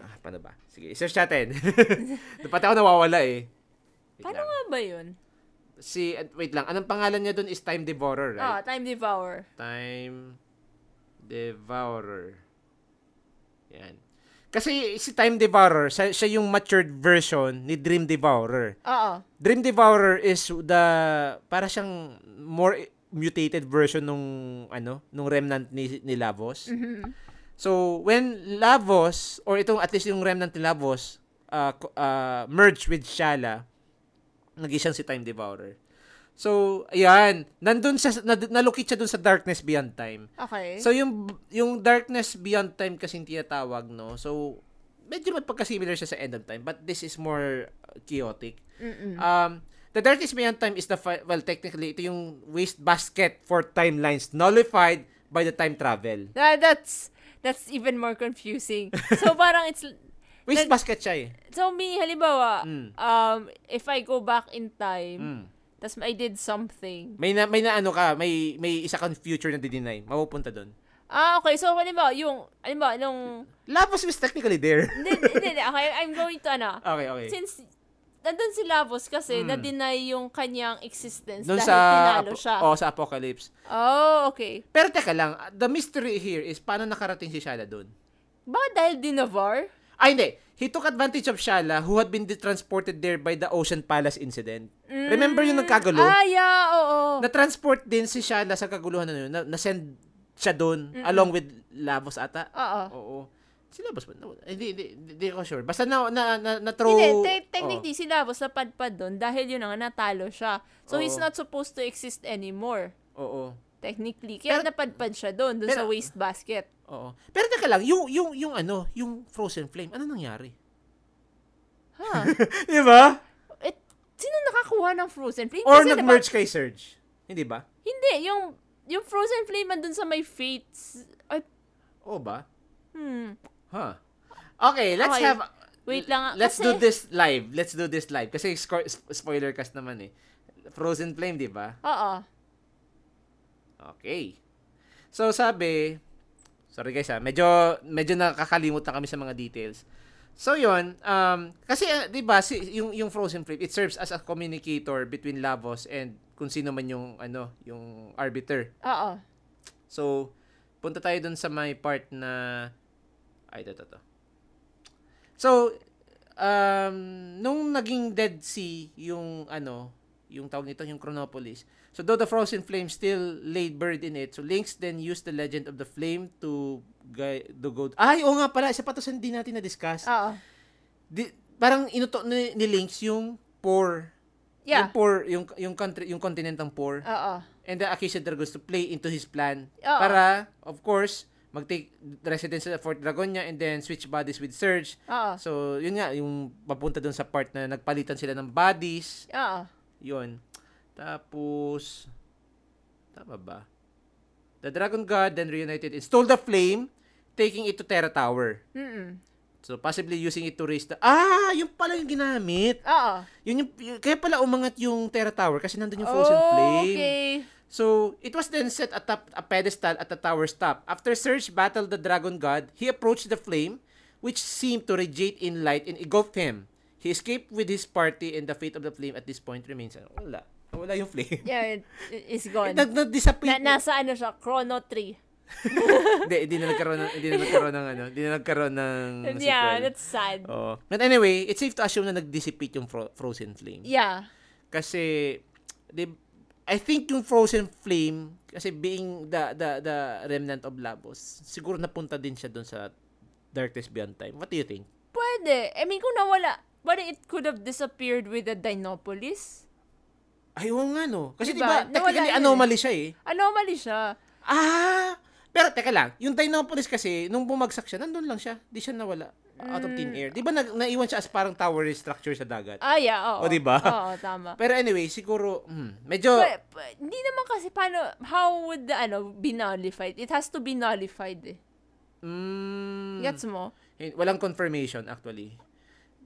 Speaker 1: ah, paano ba? Sige, search natin. [LAUGHS] Dapat ako nawawala eh. Wait
Speaker 2: paano
Speaker 1: lang.
Speaker 2: nga ba yun?
Speaker 1: Si, at wait lang, anong pangalan niya dun is Time Devourer, right?
Speaker 2: Ah, Time Devour.
Speaker 1: Time Devourer. Yan. Kasi si Time Devourer, siya, siya yung matured version ni Dream Devourer.
Speaker 2: Oo.
Speaker 1: Dream Devourer is the para siyang more mutated version nung ano, nung remnant ni, ni Lavos. So when Lavos or itong at least yung remnant ni Lavos uh, co- uh, merged with Shala, naging siyang si Time Devourer. So, ayan, nandun siya, na, nalukit siya dun sa Darkness Beyond Time.
Speaker 2: Okay.
Speaker 1: So yung yung darkness beyond time kasi yung tinatawag no. So medyo magpagka-similar siya sa end of time but this is more uh, chaotic.
Speaker 2: Mm-mm.
Speaker 1: Um the darkness beyond time is the fi- well technically ito yung waste basket for timelines nullified by the time travel.
Speaker 2: That, that's that's even more
Speaker 1: [LAUGHS]
Speaker 2: confusing. so parang it's
Speaker 1: Waste basket siya eh.
Speaker 2: so me halimbawa
Speaker 1: Mm.
Speaker 2: um if I go back in time,
Speaker 1: Mm.
Speaker 2: tas I did something.
Speaker 1: May na, may na ano ka, may may isa kang future na deny. Mapupunta doon.
Speaker 2: Ah okay, so halimbawa yung halimbawa nung
Speaker 1: Lapis was technically there. [LAUGHS]
Speaker 2: hindi, hindi, hindi, okay, I'm going to ano.
Speaker 1: okay, okay.
Speaker 2: Since nandun si Lavos kasi
Speaker 1: Mm.
Speaker 2: na-deny yung kanyang existence
Speaker 1: Doon
Speaker 2: dahil
Speaker 1: sa
Speaker 2: tinalo
Speaker 1: apo-
Speaker 2: siya.
Speaker 1: oh, sa apocalypse.
Speaker 2: Oh, okay.
Speaker 1: Pero teka lang, the mystery here is paano nakarating si Shala doon?
Speaker 2: Ba dahil dinavar?
Speaker 1: Ay, hindi. He took advantage of Shala who had been transported there by the Ocean Palace incident. Remember yung nagkagulo?
Speaker 2: Ah, yeah, oo.
Speaker 1: Na-transport din si Shala sa kaguluhan na yun. Na- Na-send siya doon along with Labos ata.
Speaker 2: Oo.
Speaker 1: Oo. Si Labos ba? No, Hindi, hindi, hindi, hindi ko sure. Basta na, na, na, na throw...
Speaker 2: Hindi, te- technically,
Speaker 1: oh.
Speaker 2: si Lavos napadpad doon dahil yun na nga, natalo siya. So, he's
Speaker 1: Oo.
Speaker 2: not supposed to exist anymore.
Speaker 1: Oo.
Speaker 2: Technically. Kaya
Speaker 1: Pero-
Speaker 2: napadpad siya doon, doon sa
Speaker 1: Pero-
Speaker 2: wastebasket.
Speaker 1: Oo. Pero teka lang, yung, yung, yung ano, yung Frozen Flame, ano nangyari? [LAUGHS]
Speaker 2: Huh.
Speaker 1: Di ba?
Speaker 2: [LAUGHS] It, sino nakakuha ng Frozen Flame?
Speaker 1: Or
Speaker 2: Kasi, diba-
Speaker 1: nag-merge kay Surge. Hindi ba?
Speaker 2: Hindi, yung, yung Frozen Flame man doon sa may fates. Ay,
Speaker 1: Oo ba?
Speaker 2: hmm.
Speaker 1: Huh. Okay, let's
Speaker 2: Okay.
Speaker 1: have...
Speaker 2: Wait lang. ah,
Speaker 1: Let's
Speaker 2: kasi,
Speaker 1: do this live. Let's do this live. Kasi sco- sp- spoiler cast naman eh. Frozen Flame, di ba?
Speaker 2: Oo.
Speaker 1: Okay. So sabi, sorry guys ha, medyo medyo nakakalimot na kami sa mga details. So yon, um kasi ah, 'di ba si yung yung Frozen Flip, it serves as a communicator between Lavos and kung sino man yung ano, yung arbiter.
Speaker 2: Oo.
Speaker 1: So punta tayo dun sa may part na ay ito, ito, ito. So um nung naging Dead Sea yung ano, yung tawag nito, yung Chronopolis. So though the frozen flame still laid bird in it, so Lynx then used the legend of the flame to guide the goat. Ay, oo nga pala, isa pa to sa hindi natin na-discuss.
Speaker 2: Oo.
Speaker 1: Di- parang inuto ni, ni Lynx yung poor. Yung
Speaker 2: Yeah.
Speaker 1: poor, yung, yung country, yung continent ng poor.
Speaker 2: Oo.
Speaker 1: And the accused Dragons to play into his plan
Speaker 2: Oo.
Speaker 1: para, of course, mag-take residence sa Fort Dragonia and then switch bodies with Surge.
Speaker 2: Oo.
Speaker 1: So, yun nga, yung papunta dun sa part na nagpalitan sila ng bodies.
Speaker 2: Oo.
Speaker 1: Yun. Tapos, tama ba? The Dragon God then reunited and stole the flame, taking it to Terra Tower.
Speaker 2: Mm-mm.
Speaker 1: So, possibly using it to raise the... Ah! Yung pala yung ginamit!
Speaker 2: Oo.
Speaker 1: Yun yung, yun- kaya pala umangat yung Terra Tower kasi nandun yung Frozen
Speaker 2: Oh,
Speaker 1: Flame.
Speaker 2: Okay.
Speaker 1: So, it was then set atop a pedestal at the tower's top. After Surge battled the dragon god, he approached the flame, which seemed to radiate in light and engulfed him. He escaped with his party, and the fate of the flame at this point remains. Wala. Wala yung flame.
Speaker 2: Yeah, it, it's gone.
Speaker 1: [LAUGHS] Nag nag-disappear.
Speaker 2: Na, nasa ano siya, Chrono 3.
Speaker 1: Hindi, hindi na nagkaroon ng hindi na nagkaroon ng ano, hindi na nagkaroon ng
Speaker 2: Yeah,
Speaker 1: sequel.
Speaker 2: that's sad.
Speaker 1: Oo. But anyway, it's safe to assume na nag-dissipate yung fro- frozen flame.
Speaker 2: Yeah.
Speaker 1: kasi di, I think yung Frozen Flame kasi being the the the remnant of Labos siguro napunta din siya doon sa Darkest Beyond Time what do you think
Speaker 2: Pwede. I mean, kung nawala, but it could have disappeared with the Dinopolis.
Speaker 1: ay oo nga no kasi di ba
Speaker 2: Diba?
Speaker 1: technically
Speaker 2: Nawala yun
Speaker 1: anomaly siya eh
Speaker 2: Anomaly siya.
Speaker 1: ah pero teka lang yung Dinopolis kasi nung bumagsak siya nandun lang siya di siya nawala out of
Speaker 2: Mm.
Speaker 1: thin air di ba na, naiwan siya as parang tower structure sa dagat
Speaker 2: Ah, yeah, oo.
Speaker 1: O, diba?
Speaker 2: Oo, tama.
Speaker 1: pero anyway siguro hmm, medyo
Speaker 2: But, but, hindi naman kasi paano, how would the, ano, be nullified? It has to be nullified eh.
Speaker 1: mm,
Speaker 2: Gets mo?
Speaker 1: eh, walang confirmation actually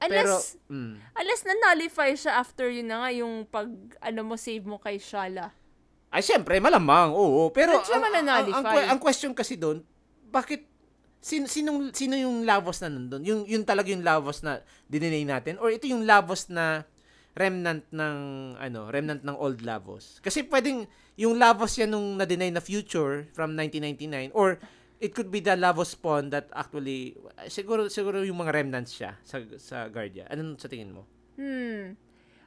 Speaker 2: Unless,
Speaker 1: pero mm,
Speaker 2: unless na-nullify siya after yun na nga, yung pag, ano mo, save mo kay Shala.
Speaker 1: Ay, syempre, malamang, oo. Pero
Speaker 2: Ba't siya mananalify?
Speaker 1: ang, ang question kasi doon, bakit, sin, sinong, sino yung lavos na nandun? Yung, yun talaga yung lavos na dininay natin? Or ito yung lavos na remnant ng, ano, remnant ng old lavos? Kasi pwedeng, yung lavos yan nung na-deny na future from 1999, or it could be the lavos spawn that actually, siguro, siguro yung mga remnants siya sa, sa Guardia. Anong sa tingin mo?
Speaker 2: Hmm.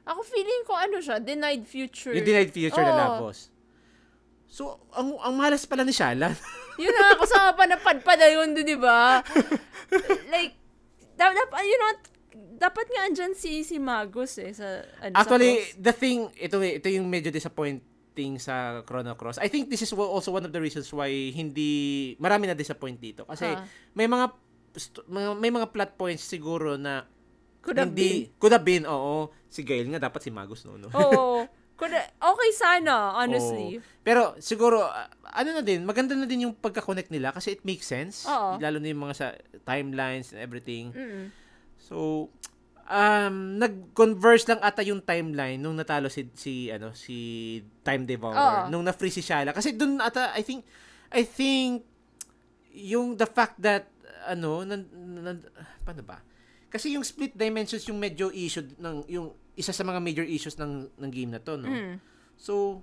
Speaker 2: Ako feeling ko ano siya, denied future.
Speaker 1: Yung denied future na
Speaker 2: Oo.
Speaker 1: lavos. So, ang, ang malas pala ni Shala.
Speaker 2: [LAUGHS] yun na nga, kasama pa na padpada yun, di
Speaker 1: [LAUGHS]
Speaker 2: ba? like, dapat, you know, dapat nga andyan si, si Magus eh, sa, ano, sa
Speaker 1: Actually,
Speaker 2: Crocs.
Speaker 1: the thing, ito, ito yung medyo disappointing sa Chrono Cross. I think this is wa- also one of the reasons why hindi, marami na disappoint dito. Kasi
Speaker 2: Ah.
Speaker 1: may mga, st- mga- may mga plot points siguro na
Speaker 2: Could
Speaker 1: [LAUGHS]
Speaker 2: have
Speaker 1: hindi, could have been, oo. Si Gail nga, dapat si Magus, no? no?
Speaker 2: Oo. Kuna- Okay sana,
Speaker 1: Oo.
Speaker 2: honestly.
Speaker 1: Pero siguro, ah, ano na din, maganda na din yung pagka-connect nila kasi it makes sense.
Speaker 2: Oo.
Speaker 1: Lalo na yung mga sa timelines and everything.
Speaker 2: Mm-mm.
Speaker 1: So, um, nag-converse lang ata yung timeline nung natalo si, si ano, si Time Devourer.
Speaker 2: Oo.
Speaker 1: Nung na-free si Shala. Kasi dun ata, I think, I think, yung the fact that, ano, nan, nan, paano ba? Kasi yung split dimensions yung medyo issue ng yung isa sa mga major issues ng ng game na to, no.
Speaker 2: Mm.
Speaker 1: So,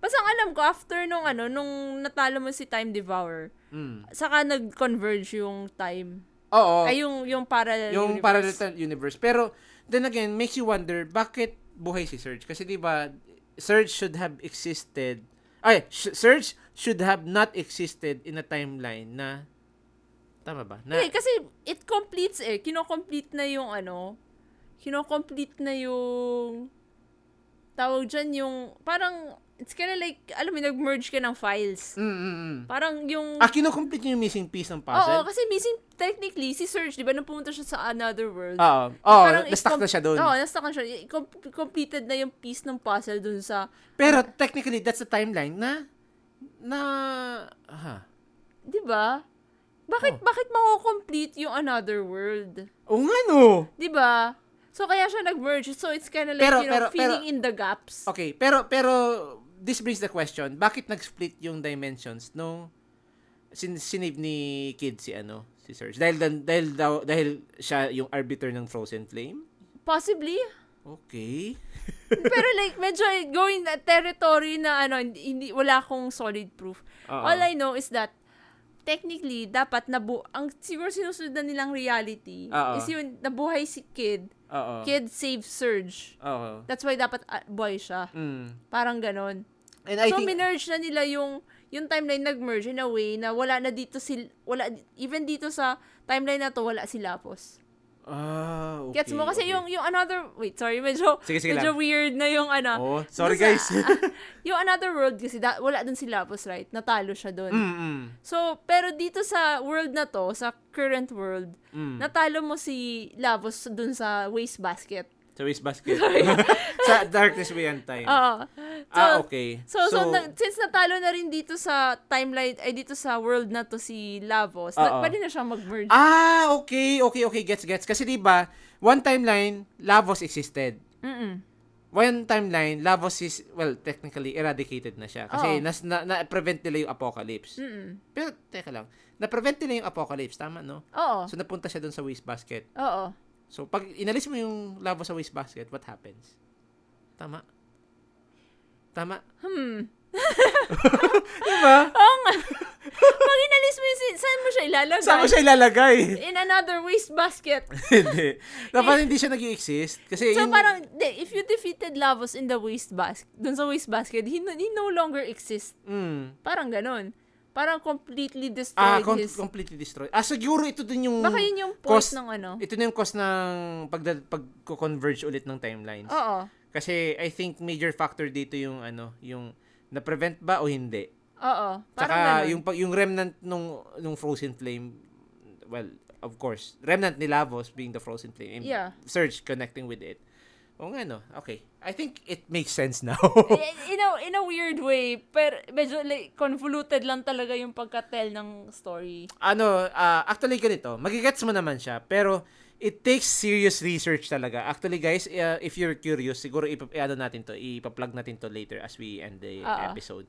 Speaker 2: Basta ang alam ko, after nung ano, nung natalo mo si Time Devourer,
Speaker 1: mm.
Speaker 2: saka nag-converge yung time.
Speaker 1: Oo.
Speaker 2: Ay, yung, yung parallel
Speaker 1: Oh. yung
Speaker 2: universe.
Speaker 1: parallel ti- universe. Pero then again, makes you wonder bakit buhay si Surge? Kasi 'di ba, Surge should have existed. Ay, sh- Surge should have not existed in a timeline na tama ba? Na
Speaker 2: Hindi, kasi it completes eh. Kinocomplete na yung ano, kinocomplete na yung tawag dyan yung, parang, it's kinda like, alam mo, nag-merge ka ng files.
Speaker 1: mm, mm, mm.
Speaker 2: Parang yung,
Speaker 1: Ah, kinukomplete niyo yung missing piece ng
Speaker 2: oo,
Speaker 1: puzzle.
Speaker 2: kasi missing, technically, si Surge, di ba, nung pumunta siya sa another world.
Speaker 1: Oo. Oo,
Speaker 2: parang
Speaker 1: Oh, na-stuck na
Speaker 2: i-com-
Speaker 1: siya doon.
Speaker 2: Oo, na-stuck na siya. I- com- completed na yung piece ng puzzle dun sa,
Speaker 1: Pero technically, that's the timeline na na ha.
Speaker 2: di ba?
Speaker 1: Oh.
Speaker 2: Bakit, bakit mako-complete yung another world?
Speaker 1: Oo nga no.
Speaker 2: Di ba? So, kaya siya nag-merge. So, it's kinda like,
Speaker 1: Pero-
Speaker 2: you know,
Speaker 1: pero- Oh.
Speaker 2: filling
Speaker 1: pero-
Speaker 2: in the gaps.
Speaker 1: Okay, pero pero this brings the question, bakit nag-split yung dimensions nung sin sinave ni Kid si ano, si Serge? Dahil dan- dahil daw dahil siya yung arbiter ng Frozen Flame?
Speaker 2: Possibly. [LAUGHS]
Speaker 1: Okay.
Speaker 2: Pero like, medyo going na territory na ano, hindi, hindi- wala akong solid proof.
Speaker 1: Oo.
Speaker 2: All I know is that, technically, dapat nabu... Ang siguro sinusunod na nilang reality
Speaker 1: Oo.
Speaker 2: is yun, nabuhay si Kid.
Speaker 1: Oo.
Speaker 2: Kid save Surge.
Speaker 1: Oo.
Speaker 2: That's why dapat ah, boy siya.
Speaker 1: Mm.
Speaker 2: Parang ganon.
Speaker 1: And I
Speaker 2: so,
Speaker 1: think
Speaker 2: minerge na nila yung yung timeline nag-merge in a way na wala na dito si wala even dito sa timeline na to wala si Lapos.
Speaker 1: Ah, okay.
Speaker 2: Gets mo kasi
Speaker 1: okay.
Speaker 2: yung yung another wait, sorry, medyo
Speaker 1: Sige, sige
Speaker 2: medyo
Speaker 1: lang.
Speaker 2: weird na yung ano.
Speaker 1: Oh, sorry
Speaker 2: Doon
Speaker 1: guys.
Speaker 2: sa- [LAUGHS] yung another world kasi da, wala dun si Lapos, right? Natalo siya dun.
Speaker 1: mm.
Speaker 2: So, pero dito sa world na to, sa current world,
Speaker 1: Mm.
Speaker 2: natalo mo si Lapos dun sa wastebasket.
Speaker 1: Sa wastebasket. [LAUGHS] sa darkness beyond time.
Speaker 2: Oo. Oh, So,
Speaker 1: ah, okay.
Speaker 2: So, so, na- since natalo na rin dito sa timeline, ay dito sa world na to si Lavos, na,
Speaker 1: Oo.
Speaker 2: pwede na siya mag-merge.
Speaker 1: Ah, okay, okay, okay, gets, gets. Kasi 'di ba, one timeline, Lavos existed.
Speaker 2: Mm-mm.
Speaker 1: one timeline, Lavos is, well, technically, eradicated na siya. Kasi
Speaker 2: Oo. Hmm.
Speaker 1: nas, na, na-prevent nila yung apocalypse.
Speaker 2: Mm-mm.
Speaker 1: Pero, teka lang, na-prevent nila yung apocalypse, tama, no?
Speaker 2: Oo.
Speaker 1: So, napunta siya doon sa wastebasket.
Speaker 2: Oo.
Speaker 1: So, pag inalis mo yung Lavos sa wastebasket, what happens? Tama. Tama. [LAUGHS]
Speaker 2: Hmm.
Speaker 1: Diba?
Speaker 2: Pag inalis mo yun, si- saan mo siya ilalagay?
Speaker 1: Saan mo siya
Speaker 2: [LAUGHS]
Speaker 1: ilalagay?
Speaker 2: In another wastebasket.
Speaker 1: hindi. Dapat hindi siya nag exist Kasi,
Speaker 2: So
Speaker 1: yun-
Speaker 2: parang, de, if you defeated Lavos in the wastebasket, dun sa wastebasket, he, no- he no longer exists.
Speaker 1: Mm.
Speaker 2: Parang ganun. Parang completely
Speaker 1: Ah,
Speaker 2: destroyed
Speaker 1: com-
Speaker 2: his...
Speaker 1: completely destroyed. Ah, siguro ito din yung...
Speaker 2: Baka yun yung point
Speaker 1: Cause-
Speaker 2: ng ano.
Speaker 1: Ito na yung cause ng pagda- pag-converge ulit ng timelines.
Speaker 2: Oo.
Speaker 1: Kasi I think major factor dito yung ano, yung na-prevent ba o hindi.
Speaker 2: Oo. Parang
Speaker 1: Saka
Speaker 2: ganun.
Speaker 1: yung pag- yung remnant nung nung Frozen Flame well, of course, remnant ni Lavos being the Frozen Flame and
Speaker 2: Yeah.
Speaker 1: Surge connecting with it. O nga no. Okay. I think it makes sense now.
Speaker 2: Eh, in a, in a weird way, pero medyo like, convoluted lang talaga yung pagka-tell ng story.
Speaker 1: ano, ah, actually ganito, magigets mo naman siya, pero it takes serious research talaga. Actually guys, eh, if you're curious, siguro ipa- ano natin to, ipa-plug natin to later as we end the
Speaker 2: Oo.
Speaker 1: episode.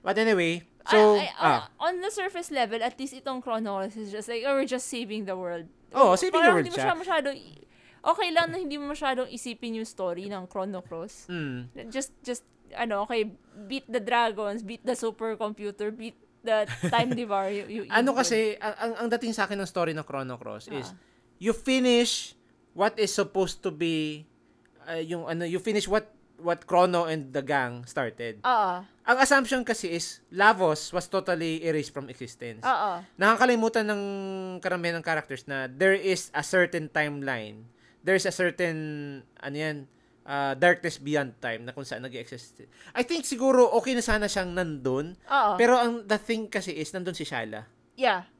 Speaker 1: But anyway, so,
Speaker 2: I- I-
Speaker 1: ah,
Speaker 2: on, on the surface level, at least itong Chronolis is just like, oh, we're just saving the world.
Speaker 1: Oo, Oh, saving the
Speaker 2: Parang
Speaker 1: world
Speaker 2: hindi mo
Speaker 1: siya.
Speaker 2: siya masyado, okay lang na hindi mo masyadong isipin yung story ng Chrono Cross.
Speaker 1: Mm.
Speaker 2: Just, just, ano, okay, beat the dragons, beat the supercomputer, beat the time [LAUGHS] devourer. You, you,
Speaker 1: Ano
Speaker 2: you-
Speaker 1: kasi, ang, ang- ang dating sa akin ng story ng Chrono Cross is, you finish what is supposed to be, uh, yung ano, you finish what what Chrono and the gang started.
Speaker 2: Oo,
Speaker 1: Ang assumption kasi is, Lavos was totally erased from existence.
Speaker 2: oo,
Speaker 1: nakakalimutan ng karamihan ng characters na there is a certain timeline. There's a certain, ano yan, uh, darkness beyond time na kung saan nag exist I think siguro okay na sana siyang nandun.
Speaker 2: oo.
Speaker 1: Pero ang the thing kasi is, nandun si Shala.
Speaker 2: Yeah.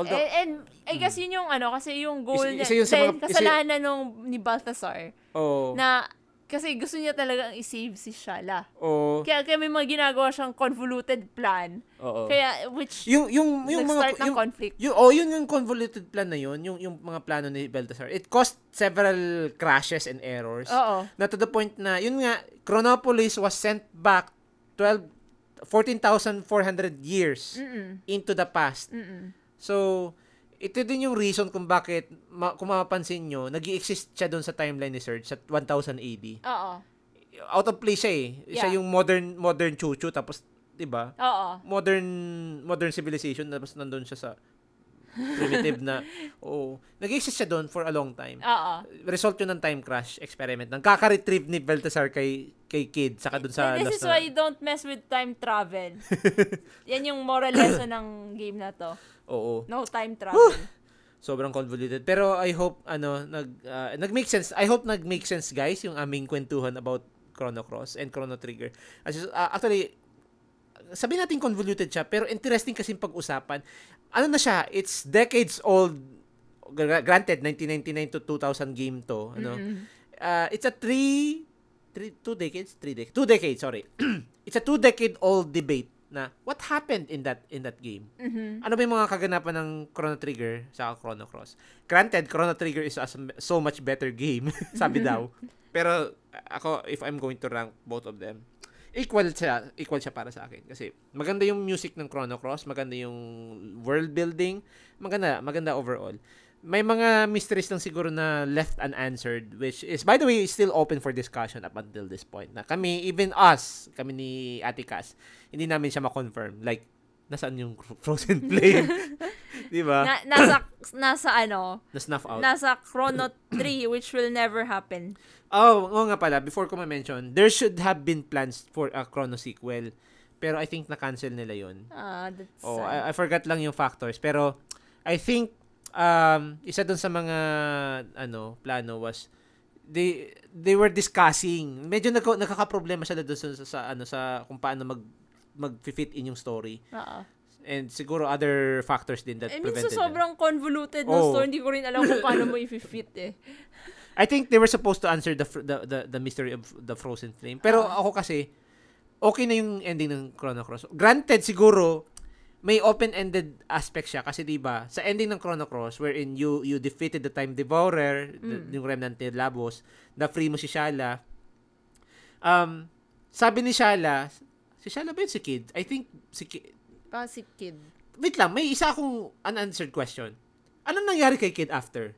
Speaker 1: Although, Hmm.
Speaker 2: And,
Speaker 3: Eh,
Speaker 2: and I guess yun yung ano, kasi yung goal
Speaker 1: Isa-
Speaker 2: niya,
Speaker 1: isa yun sa
Speaker 2: dahil
Speaker 1: mga- isa-
Speaker 2: kasalanan nung ni Balthazar,
Speaker 1: oh,
Speaker 2: na
Speaker 3: Kasi gusto niya talagang i-save si Shala.
Speaker 1: Oo.
Speaker 3: Kaya, kaya may mga ginagawa siyang convoluted plan.
Speaker 1: Oo.
Speaker 3: Kaya, which,
Speaker 1: yung yung yung
Speaker 3: nag-start
Speaker 1: mga
Speaker 3: ng
Speaker 1: yung,
Speaker 3: conflict.
Speaker 1: yung oh yun yung convoluted plan na yun yung yung mga plano ni Baltasar it caused several crashes and errors
Speaker 3: Oo.
Speaker 1: na to the point na yun nga Chronopolis was sent back 12 14,400 years
Speaker 3: Mm.
Speaker 1: into the past
Speaker 3: Mm-mm.
Speaker 1: so ito din yung reason kung bakit ma- kung mapapansin nyo nag exist siya doon sa timeline ni Surge sa 1000 AD
Speaker 3: Oo.
Speaker 1: out of place siya eh siya
Speaker 3: Yeah.
Speaker 1: yung modern modern chuchu tapos 'di ba
Speaker 3: Oo.
Speaker 1: modern modern civilization tapos nandun siya sa primitive
Speaker 3: [LAUGHS]
Speaker 1: na oh nag-exist siya doon for a long time
Speaker 3: Oo.
Speaker 1: result yun ng time crash experiment ng kaka-retrieve ni Baltasar kay kay Kid saka doon sa
Speaker 3: This is
Speaker 1: last
Speaker 3: why
Speaker 1: na
Speaker 3: you don't mess with time
Speaker 1: [LAUGHS]
Speaker 3: travel. Yan yung moral lesson ng game na to.
Speaker 1: oo
Speaker 3: No time travel.
Speaker 1: sobrang convoluted pero I hope ano nag ah, nag-make sense I hope nag-make sense guys yung aming kwentuhan about Chrono Cross and Chrono Trigger As, is- ah, actually sabi natin convoluted siya pero interesting kasi pag-usapan ano na siya it's decades old Gra- granted 1999 to 2000 game to ano uh, it's a three three two decades three decades two decades sorry [CLEARS THROAT] it's a two decade old debate na what happened in that in that game ano ba yung mga kaganapan ng Chrono Trigger sa Chrono Cross granted Chrono Trigger is a s- so much better game [LAUGHS] sabi daw pero uh, ako if I'm going to rank both of them equal siya equal siya para sa akin kasi maganda yung music ng Chrono Cross maganda yung world building maganda maganda overall may mga mysteries lang siguro na left unanswered which is by the way still open for discussion up until this point na kami even us kami ni Ate Cass hindi namin siya ma-confirm like nasaan yung [LAUGHS] frozen flame
Speaker 3: [LAUGHS]
Speaker 1: di ba
Speaker 3: Na, nasa, nasa ano,
Speaker 1: na snuff out
Speaker 3: nasa Chrono 3, which will never happen.
Speaker 1: Oh, oo nga pala, before ko ma-mention, there should have been plans for a Chrono sequel. Pero I think na-cancel nila yon.
Speaker 3: Ah, that's
Speaker 1: Oh,
Speaker 3: sad.
Speaker 1: I, I forgot lang yung factors. Pero I think um, isa dun sa mga ano plano was they they were discussing. Medyo nagka, nagkakaproblema sila dun sa, sa, sa ano sa kung paano mag mag-fit in yung story
Speaker 3: Oo.
Speaker 1: and siguro other factors din that
Speaker 3: I mean, so
Speaker 1: prevented them.
Speaker 3: Eh,
Speaker 1: Oh.
Speaker 3: sobrang convoluted ng
Speaker 1: Oo.
Speaker 3: story. Hindi ko rin alam kung paano
Speaker 1: [LAUGHS]
Speaker 3: mo i-fit eh.
Speaker 1: I think they were supposed to answer the fr- the the, the mystery of the frozen flame. Pero
Speaker 3: Ah.
Speaker 1: ako kasi okay na yung ending ng Chrono Cross. Granted siguro may open-ended aspect siya kasi 'di ba sa ending ng Chrono Cross wherein you you defeated the Time Devourer, the- yung remnant ni Labos, na free mo si Shala. Um sabi ni Shala, si Shala ba yun si Kid? I think si Kid.
Speaker 3: Parang si Kid.
Speaker 1: Wait lang, may isa akong unanswered question. Ano nangyari kay Kid after?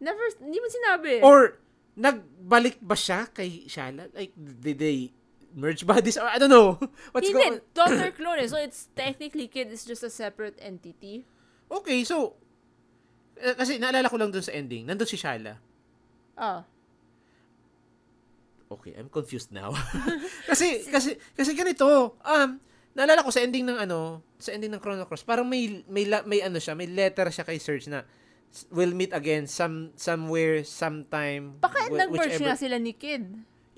Speaker 3: Never, hindi mo sinabi.
Speaker 1: Or, nagbalik ba siya kay Shala? Like, did they merge bodies? Or, I don't know. [LAUGHS] What's
Speaker 3: He
Speaker 1: going
Speaker 3: did.
Speaker 1: [COUGHS]
Speaker 3: Daughter clone eh. So it's technically Kid is just a separate entity.
Speaker 1: Okay, so, eh, kasi naalala ko lang dun sa ending, nandun si Shala.
Speaker 3: Oh.
Speaker 1: Okay, I'm confused now. [LAUGHS]
Speaker 3: [LAUGHS]
Speaker 1: kasi, kasi, kasi ganito, um, naalala ko sa ending ng ano, sa ending ng Chrono Cross, parang may, may, la- may ano siya, may letter siya kay Surge na, "S- we'll meet again some somewhere sometime
Speaker 3: Baka
Speaker 1: wh-
Speaker 3: nag-merge
Speaker 1: whichever."
Speaker 3: nga sila ni Kid.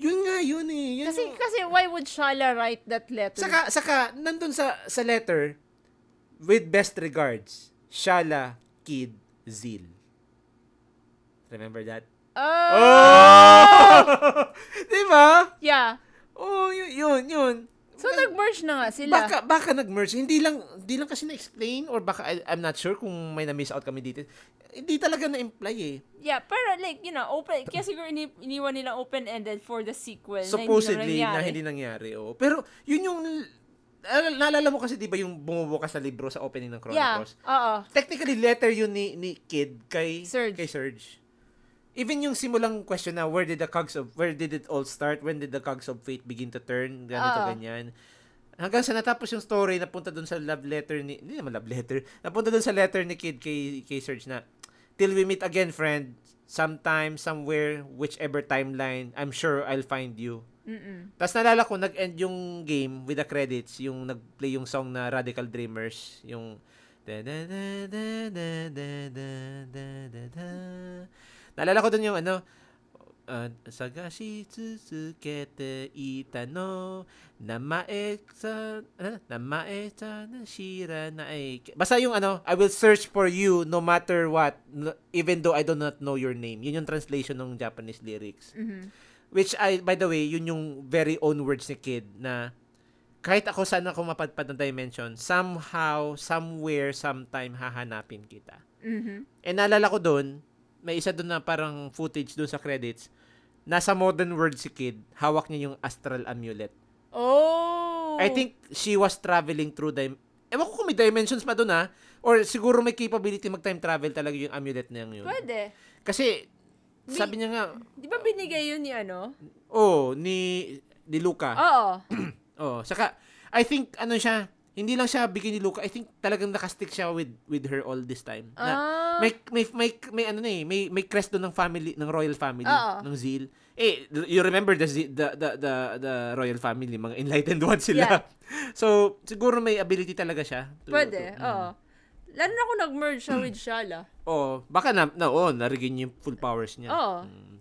Speaker 1: yun nga yun eh yun
Speaker 3: Kasi,
Speaker 1: yung-
Speaker 3: kasi why would Shala write that letter?
Speaker 1: Saka, saka, nandun sa, sa letter, with best regards, Shala Kid Zil. Remember that?
Speaker 3: oh!
Speaker 1: Oh! [LAUGHS] Di ba?
Speaker 3: Yeah.
Speaker 1: Oh, yun, yun, yun.
Speaker 3: So nag-merge na nga sila.
Speaker 1: Baka, baka nag-merge. Hindi lang, hindi lang kasi na-explain or baka, I- I'm not sure kung may na-miss out kami dito. Hindi talaga na-imply eh.
Speaker 3: Yeah, pero like, you know, open, kaya siguro ini, iniwan nila open-ended for the sequel
Speaker 1: Supposedly,
Speaker 3: na
Speaker 1: na
Speaker 3: hindi
Speaker 1: hindi nangyari. Oh. Pero, yun yung, al- naalala mo kasi di ba yung bumubukas sa libro sa opening ng Chrono
Speaker 3: Yeah,
Speaker 1: Cross?
Speaker 3: oo.
Speaker 1: technically letter yun ni, ni Kid kay
Speaker 3: Surge.
Speaker 1: kay Surge. Even yung simulang question na where did the cogs of where did it all start? When did the cogs of fate begin to turn? Ganito
Speaker 3: Oo.
Speaker 1: ganyan. Hanggang sa natapos yung story, napunta dun sa love letter ni hindi naman love letter. Napunta dun sa letter ni Kid kay kay Surge na till we meet again, friend. Sometime, somewhere, whichever timeline, I'm sure I'll find you.
Speaker 3: Mm-mm.
Speaker 1: Tapos naalala ko, nag-end yung game with the credits, yung nag-play yung song na Radical Dreamers, yung da-da-da-da-da-da-da-da-da. Naalala ko dun yung ano, uh, sagashi tsuzukete itano namae sa ano? namae sa shira na ai basta yung ano I will search for you no matter what no- even though I do not know your name yun yung translation ng Japanese lyrics
Speaker 3: Mhm.
Speaker 1: Which I by the way, yun yung very own words ni Kid na kahit ako saan ako mapadpad ng dimension, somehow, somewhere, sometime hahanapin kita.
Speaker 2: Mm-hmm.
Speaker 1: And naalala ko doon, may isa doon na parang footage doon sa credits. Nasa Modern World si Kid, hawak niya yung astral amulet.
Speaker 2: Oh!
Speaker 1: I think she was traveling through dim... Ewan ko kung may dimensions pa doon ah. Or siguro may capability mag-time travel talaga yung amulet na yun.
Speaker 2: Pwede.
Speaker 1: Kasi, sabi niya nga,
Speaker 2: Di ba binigay yun ni ano?
Speaker 1: oh, ni, ni Luca.
Speaker 2: Oo.
Speaker 1: Oh. saka, I think, ano siya, hindi lang siya bigyan ni Luca. I think talagang nakastick siya with with her all this time. Na,
Speaker 2: Ah.
Speaker 1: may may may may ano na eh, may may crest doon ng family ng royal family
Speaker 2: Oo.
Speaker 1: ng Zeal. Eh you remember the Zeal- the the the, the royal family mga enlightened [LAUGHS] ones sila. So siguro may ability talaga siya. to-
Speaker 2: Pwede,
Speaker 1: to-
Speaker 2: oo. Lalo na kung nag-merge siya with Shala.
Speaker 1: Oo, Oh, baka na na oo, narigin niya yung full powers niya.
Speaker 2: Oo.
Speaker 1: Mm.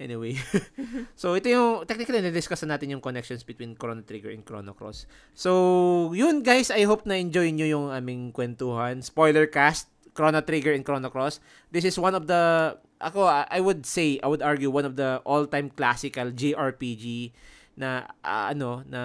Speaker 1: Anyway. [LAUGHS] so ito yung technically na-discuss na natin yung connections between Chrono Trigger and Chrono Cross. So yun guys, I hope na enjoy niyo yung aming kwentuhan. Spoiler cast Chrono Trigger and Chrono Cross. This is one of the ako I I would say, I would argue one of the all-time classical JRPG na ah, ano na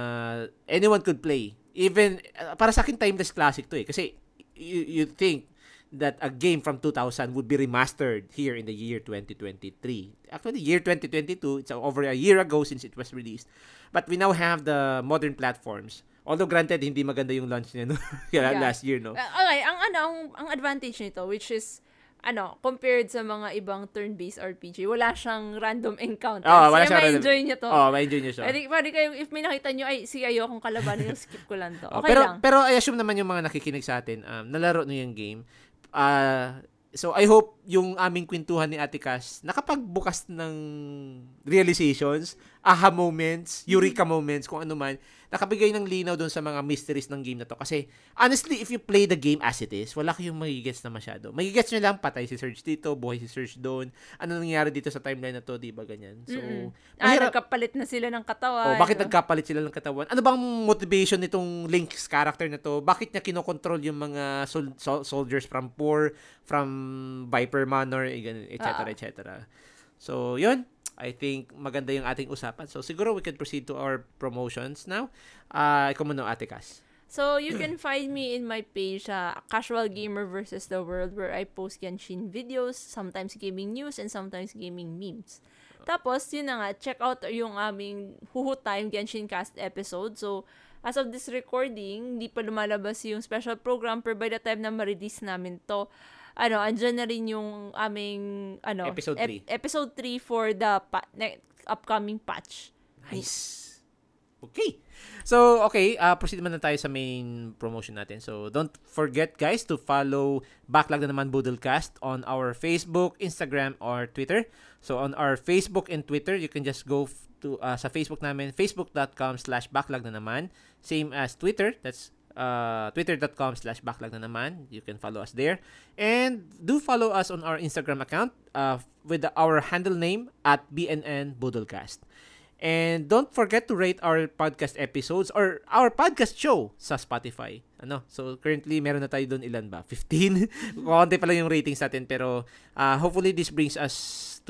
Speaker 1: anyone could play. Even ah, para sa akin timeless classic to eh kasi you, you think that a game from 2000 would be remastered here in the year 2023. Actually, year 2022, it's over a year ago since it was released. But we now have the modern platforms. Although granted, hindi maganda yung launch niya no? [LAUGHS] Yeah,
Speaker 2: Yeah.
Speaker 1: last year, no?
Speaker 2: Ah, Okay, ang ano, ang, ang advantage nito, which is, ano, compared sa mga ibang turn-based RPG, wala siyang random encounter.
Speaker 1: Oo, wala siyang random-
Speaker 2: enjoy niya to.
Speaker 1: Oh, may enjoy niya siya.
Speaker 2: I think, pwede kayo, if may nakita niyo, ay, si ayokong kalabanin, yung skip ko lang
Speaker 1: [LAUGHS]
Speaker 2: to.
Speaker 1: Oh,
Speaker 2: Okay
Speaker 1: pero,
Speaker 2: lang.
Speaker 1: Pero I assume naman yung mga nakikinig sa atin, um, nalaro nyo yung game. Ah, so I hope yung aming kwentuhan ni Ate Cass, nakapagbukas ng realizations, aha moments, eureka
Speaker 2: Mm-hmm.
Speaker 1: moments, kung ano man, nakabigay ng linaw doon sa mga mysteries ng game na to. Kasi honestly, if you play the game as it is, wala kayong magigets na masyado. Magigets nyo lang, patay si Serge dito, buhay si Serge doon, ano nangyari dito sa timeline na to, di ba ganyan? So,
Speaker 2: Mm-mm. ah,
Speaker 1: mahirap-
Speaker 2: nagkapalit na sila ng katawan.
Speaker 1: Oh, bakit
Speaker 2: no?
Speaker 1: nagkapalit sila ng katawan? Ano bang motivation nitong Link's character na to? Bakit niya kinokontrol yung mga sol- sol- soldiers from poor, from Viper Manor, eh, ganun, et cetera,
Speaker 2: Ah.
Speaker 1: et cetera. So, yun. I think maganda yung ating usapan. So, siguro we can proceed to our promotions now. Ah, ikaw muna, Ate Cass.
Speaker 2: So, you
Speaker 1: [CLEARS THROAT]
Speaker 2: can find me in my page, uh, Casual Gamer versus the World, where I post Genshin videos, sometimes gaming news, and sometimes gaming memes. Tapos, yun na nga, check out yung aming Huhu Time Genshin Cast episode. So, as of this recording, di pa lumalabas yung special program, pero by the time na ma-release namin to, ano, andyan na rin yung aming, ano,
Speaker 1: Episode
Speaker 2: ep-
Speaker 1: three.
Speaker 2: episode 3 for the pa- ne- upcoming patch.
Speaker 1: Nice. Okay. So, okay, uh, proceed naman na tayo sa main promotion natin. So, don't forget guys to follow Backlog na naman Budolcast on our Facebook, Instagram, or Twitter. So, on our Facebook and Twitter, you can just go f- to uh, sa Facebook namin, facebook.com slash backlog na naman. Same as Twitter, that's uh, twitter.com slash backlog na naman. You can follow us there. And do follow us on our Instagram account uh, with our handle name at BNN Budolcast. And don't forget to rate our podcast episodes or our podcast show sa Spotify. Ano? So currently meron na tayo doon ilan ba? 15. [LAUGHS] Konti pala yung ratings natin pero ah, hopefully this brings us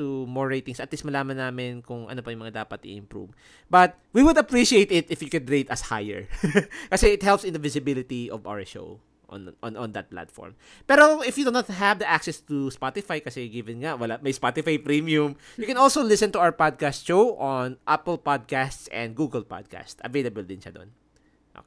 Speaker 1: to more ratings. At least malaman namin kung ano pa yung mga dapat i-improve. But we would appreciate it if you could rate us higher. [LAUGHS] Kasi it helps in the visibility of our show on on on that platform. Pero if you do not have the access to Spotify kasi given nga wala may Spotify Premium, you can also listen to our podcast show on Apple Podcasts and Google Podcasts. Available din siya doon.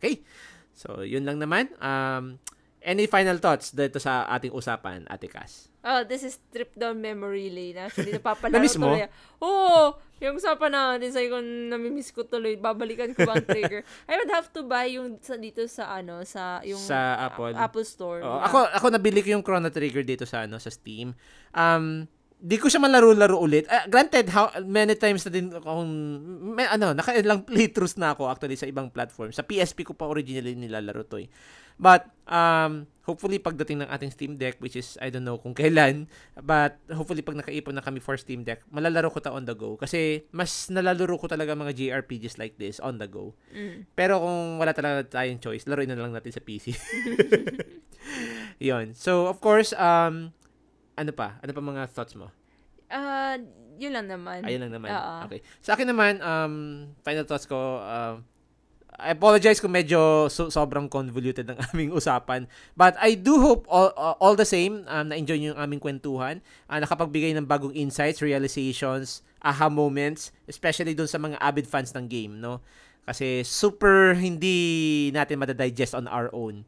Speaker 1: Okay. So, yun lang naman. Um, any final thoughts dito sa ating usapan, Ate Cass?
Speaker 2: Oh, this is trip down memory lane.
Speaker 1: [LAUGHS]
Speaker 2: Actually, napapalaro
Speaker 1: Na-miss mo?
Speaker 2: tuloy. Oo! yung usapan na, sa'yo kung oh, namimiss ko tuloy, babalikan ko ba ang trigger?
Speaker 1: [LAUGHS]
Speaker 2: I would have to buy yung sa, dito sa ano, sa yung
Speaker 1: Sa Apple.
Speaker 2: Apple Store.
Speaker 1: Oo,
Speaker 2: Yeah.
Speaker 1: ako ako nabili ko yung Chrono Trigger dito sa ano sa Steam. Um di ko siya malaro-laro ulit. Ah, granted, how many times na din akong may, ano, nakailang [LAUGHS] playthroughs na ako actually sa ibang platform. Sa PSP ko pa originally nilalaro to eh. But um hopefully pagdating ng ating Steam Deck which is I don't know kung [LAUGHS] kailan, but hopefully pag nakaipon na kami for Steam Deck, malalaro ko ta on the go kasi mas nalalaro ko talaga mga JRPGs like this on the go.
Speaker 2: Mm.
Speaker 1: Pero kung wala talaga tayong choice, laruin na lang natin sa [LAUGHS] PC. Yun. So, of course, um, ano pa? Ano pa mga thoughts mo?
Speaker 2: Ah, yun lang naman.
Speaker 1: Ayun lang naman.
Speaker 2: Oo.
Speaker 1: Okay. Sa akin naman, um, final thoughts ko, um, I apologize kung medyo so- sobrang convoluted ang [LAUGHS] aming usapan. But I do hope all, all all the same, um, na-enjoy nyo yung aming kwentuhan. Ah, nakapagbigay ng bagong insights, realizations, aha moments, especially dun sa mga avid fans ng game, no? Kasi super hindi natin madadigest on our own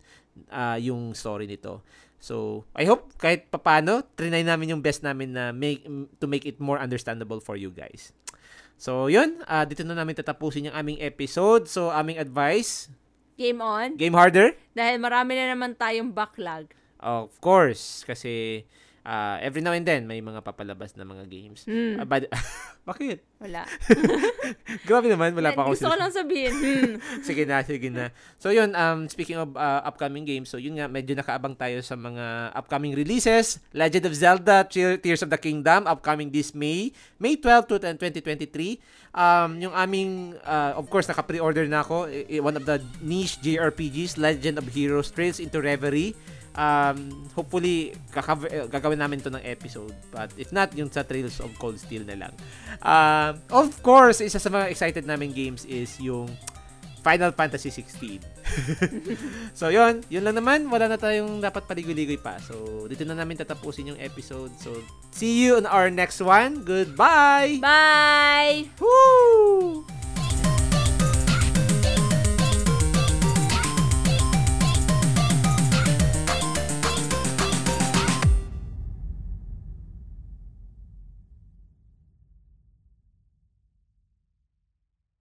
Speaker 1: ah, yung story nito. So, I hope kahit papano, trinay namin yung best namin na make, to make it more understandable for you guys. So, yun. ah, dito na namin tatapusin yung aming episode. So, aming advice,
Speaker 2: Game on.
Speaker 1: game harder.
Speaker 2: Dahil marami na naman tayong backlog.
Speaker 1: Of course, kasi ah, every now and then, may mga papalabas na mga games.
Speaker 2: Mm.
Speaker 1: Ah, but- [LAUGHS] bakit?
Speaker 2: Wala.
Speaker 1: Grabe naman, wala pa akong
Speaker 2: Gusto ko
Speaker 1: sila.
Speaker 2: lang
Speaker 1: [LAUGHS]
Speaker 2: sabihin. Hmm.
Speaker 1: sige na, sige na. So yun, um, speaking of uh, upcoming games, so yun nga, medyo nakaabang tayo sa mga upcoming releases. Legend of Zelda, Tear- Tears of the Kingdom, upcoming this May, May 12 to 10, 2023. Um, yung aming, uh, of course, naka-pre-order na ako, i- i- one of the niche JRPGs, Legend of Heroes, Trails into Reverie. Um, hopefully, kakav- eh, gagawin namin to ng episode. But if not, yung sa Trails of Cold Steel na lang. Um, of course, isa sa mga excited namin games is yung Final Fantasy 16. [LAUGHS] so, yun. Yun lang naman. Wala na tayong dapat paligoy-ligoy pa. So, dito na namin tatapusin yung episode. So, see you on our next one. Goodbye!
Speaker 2: Bye!
Speaker 1: Woo!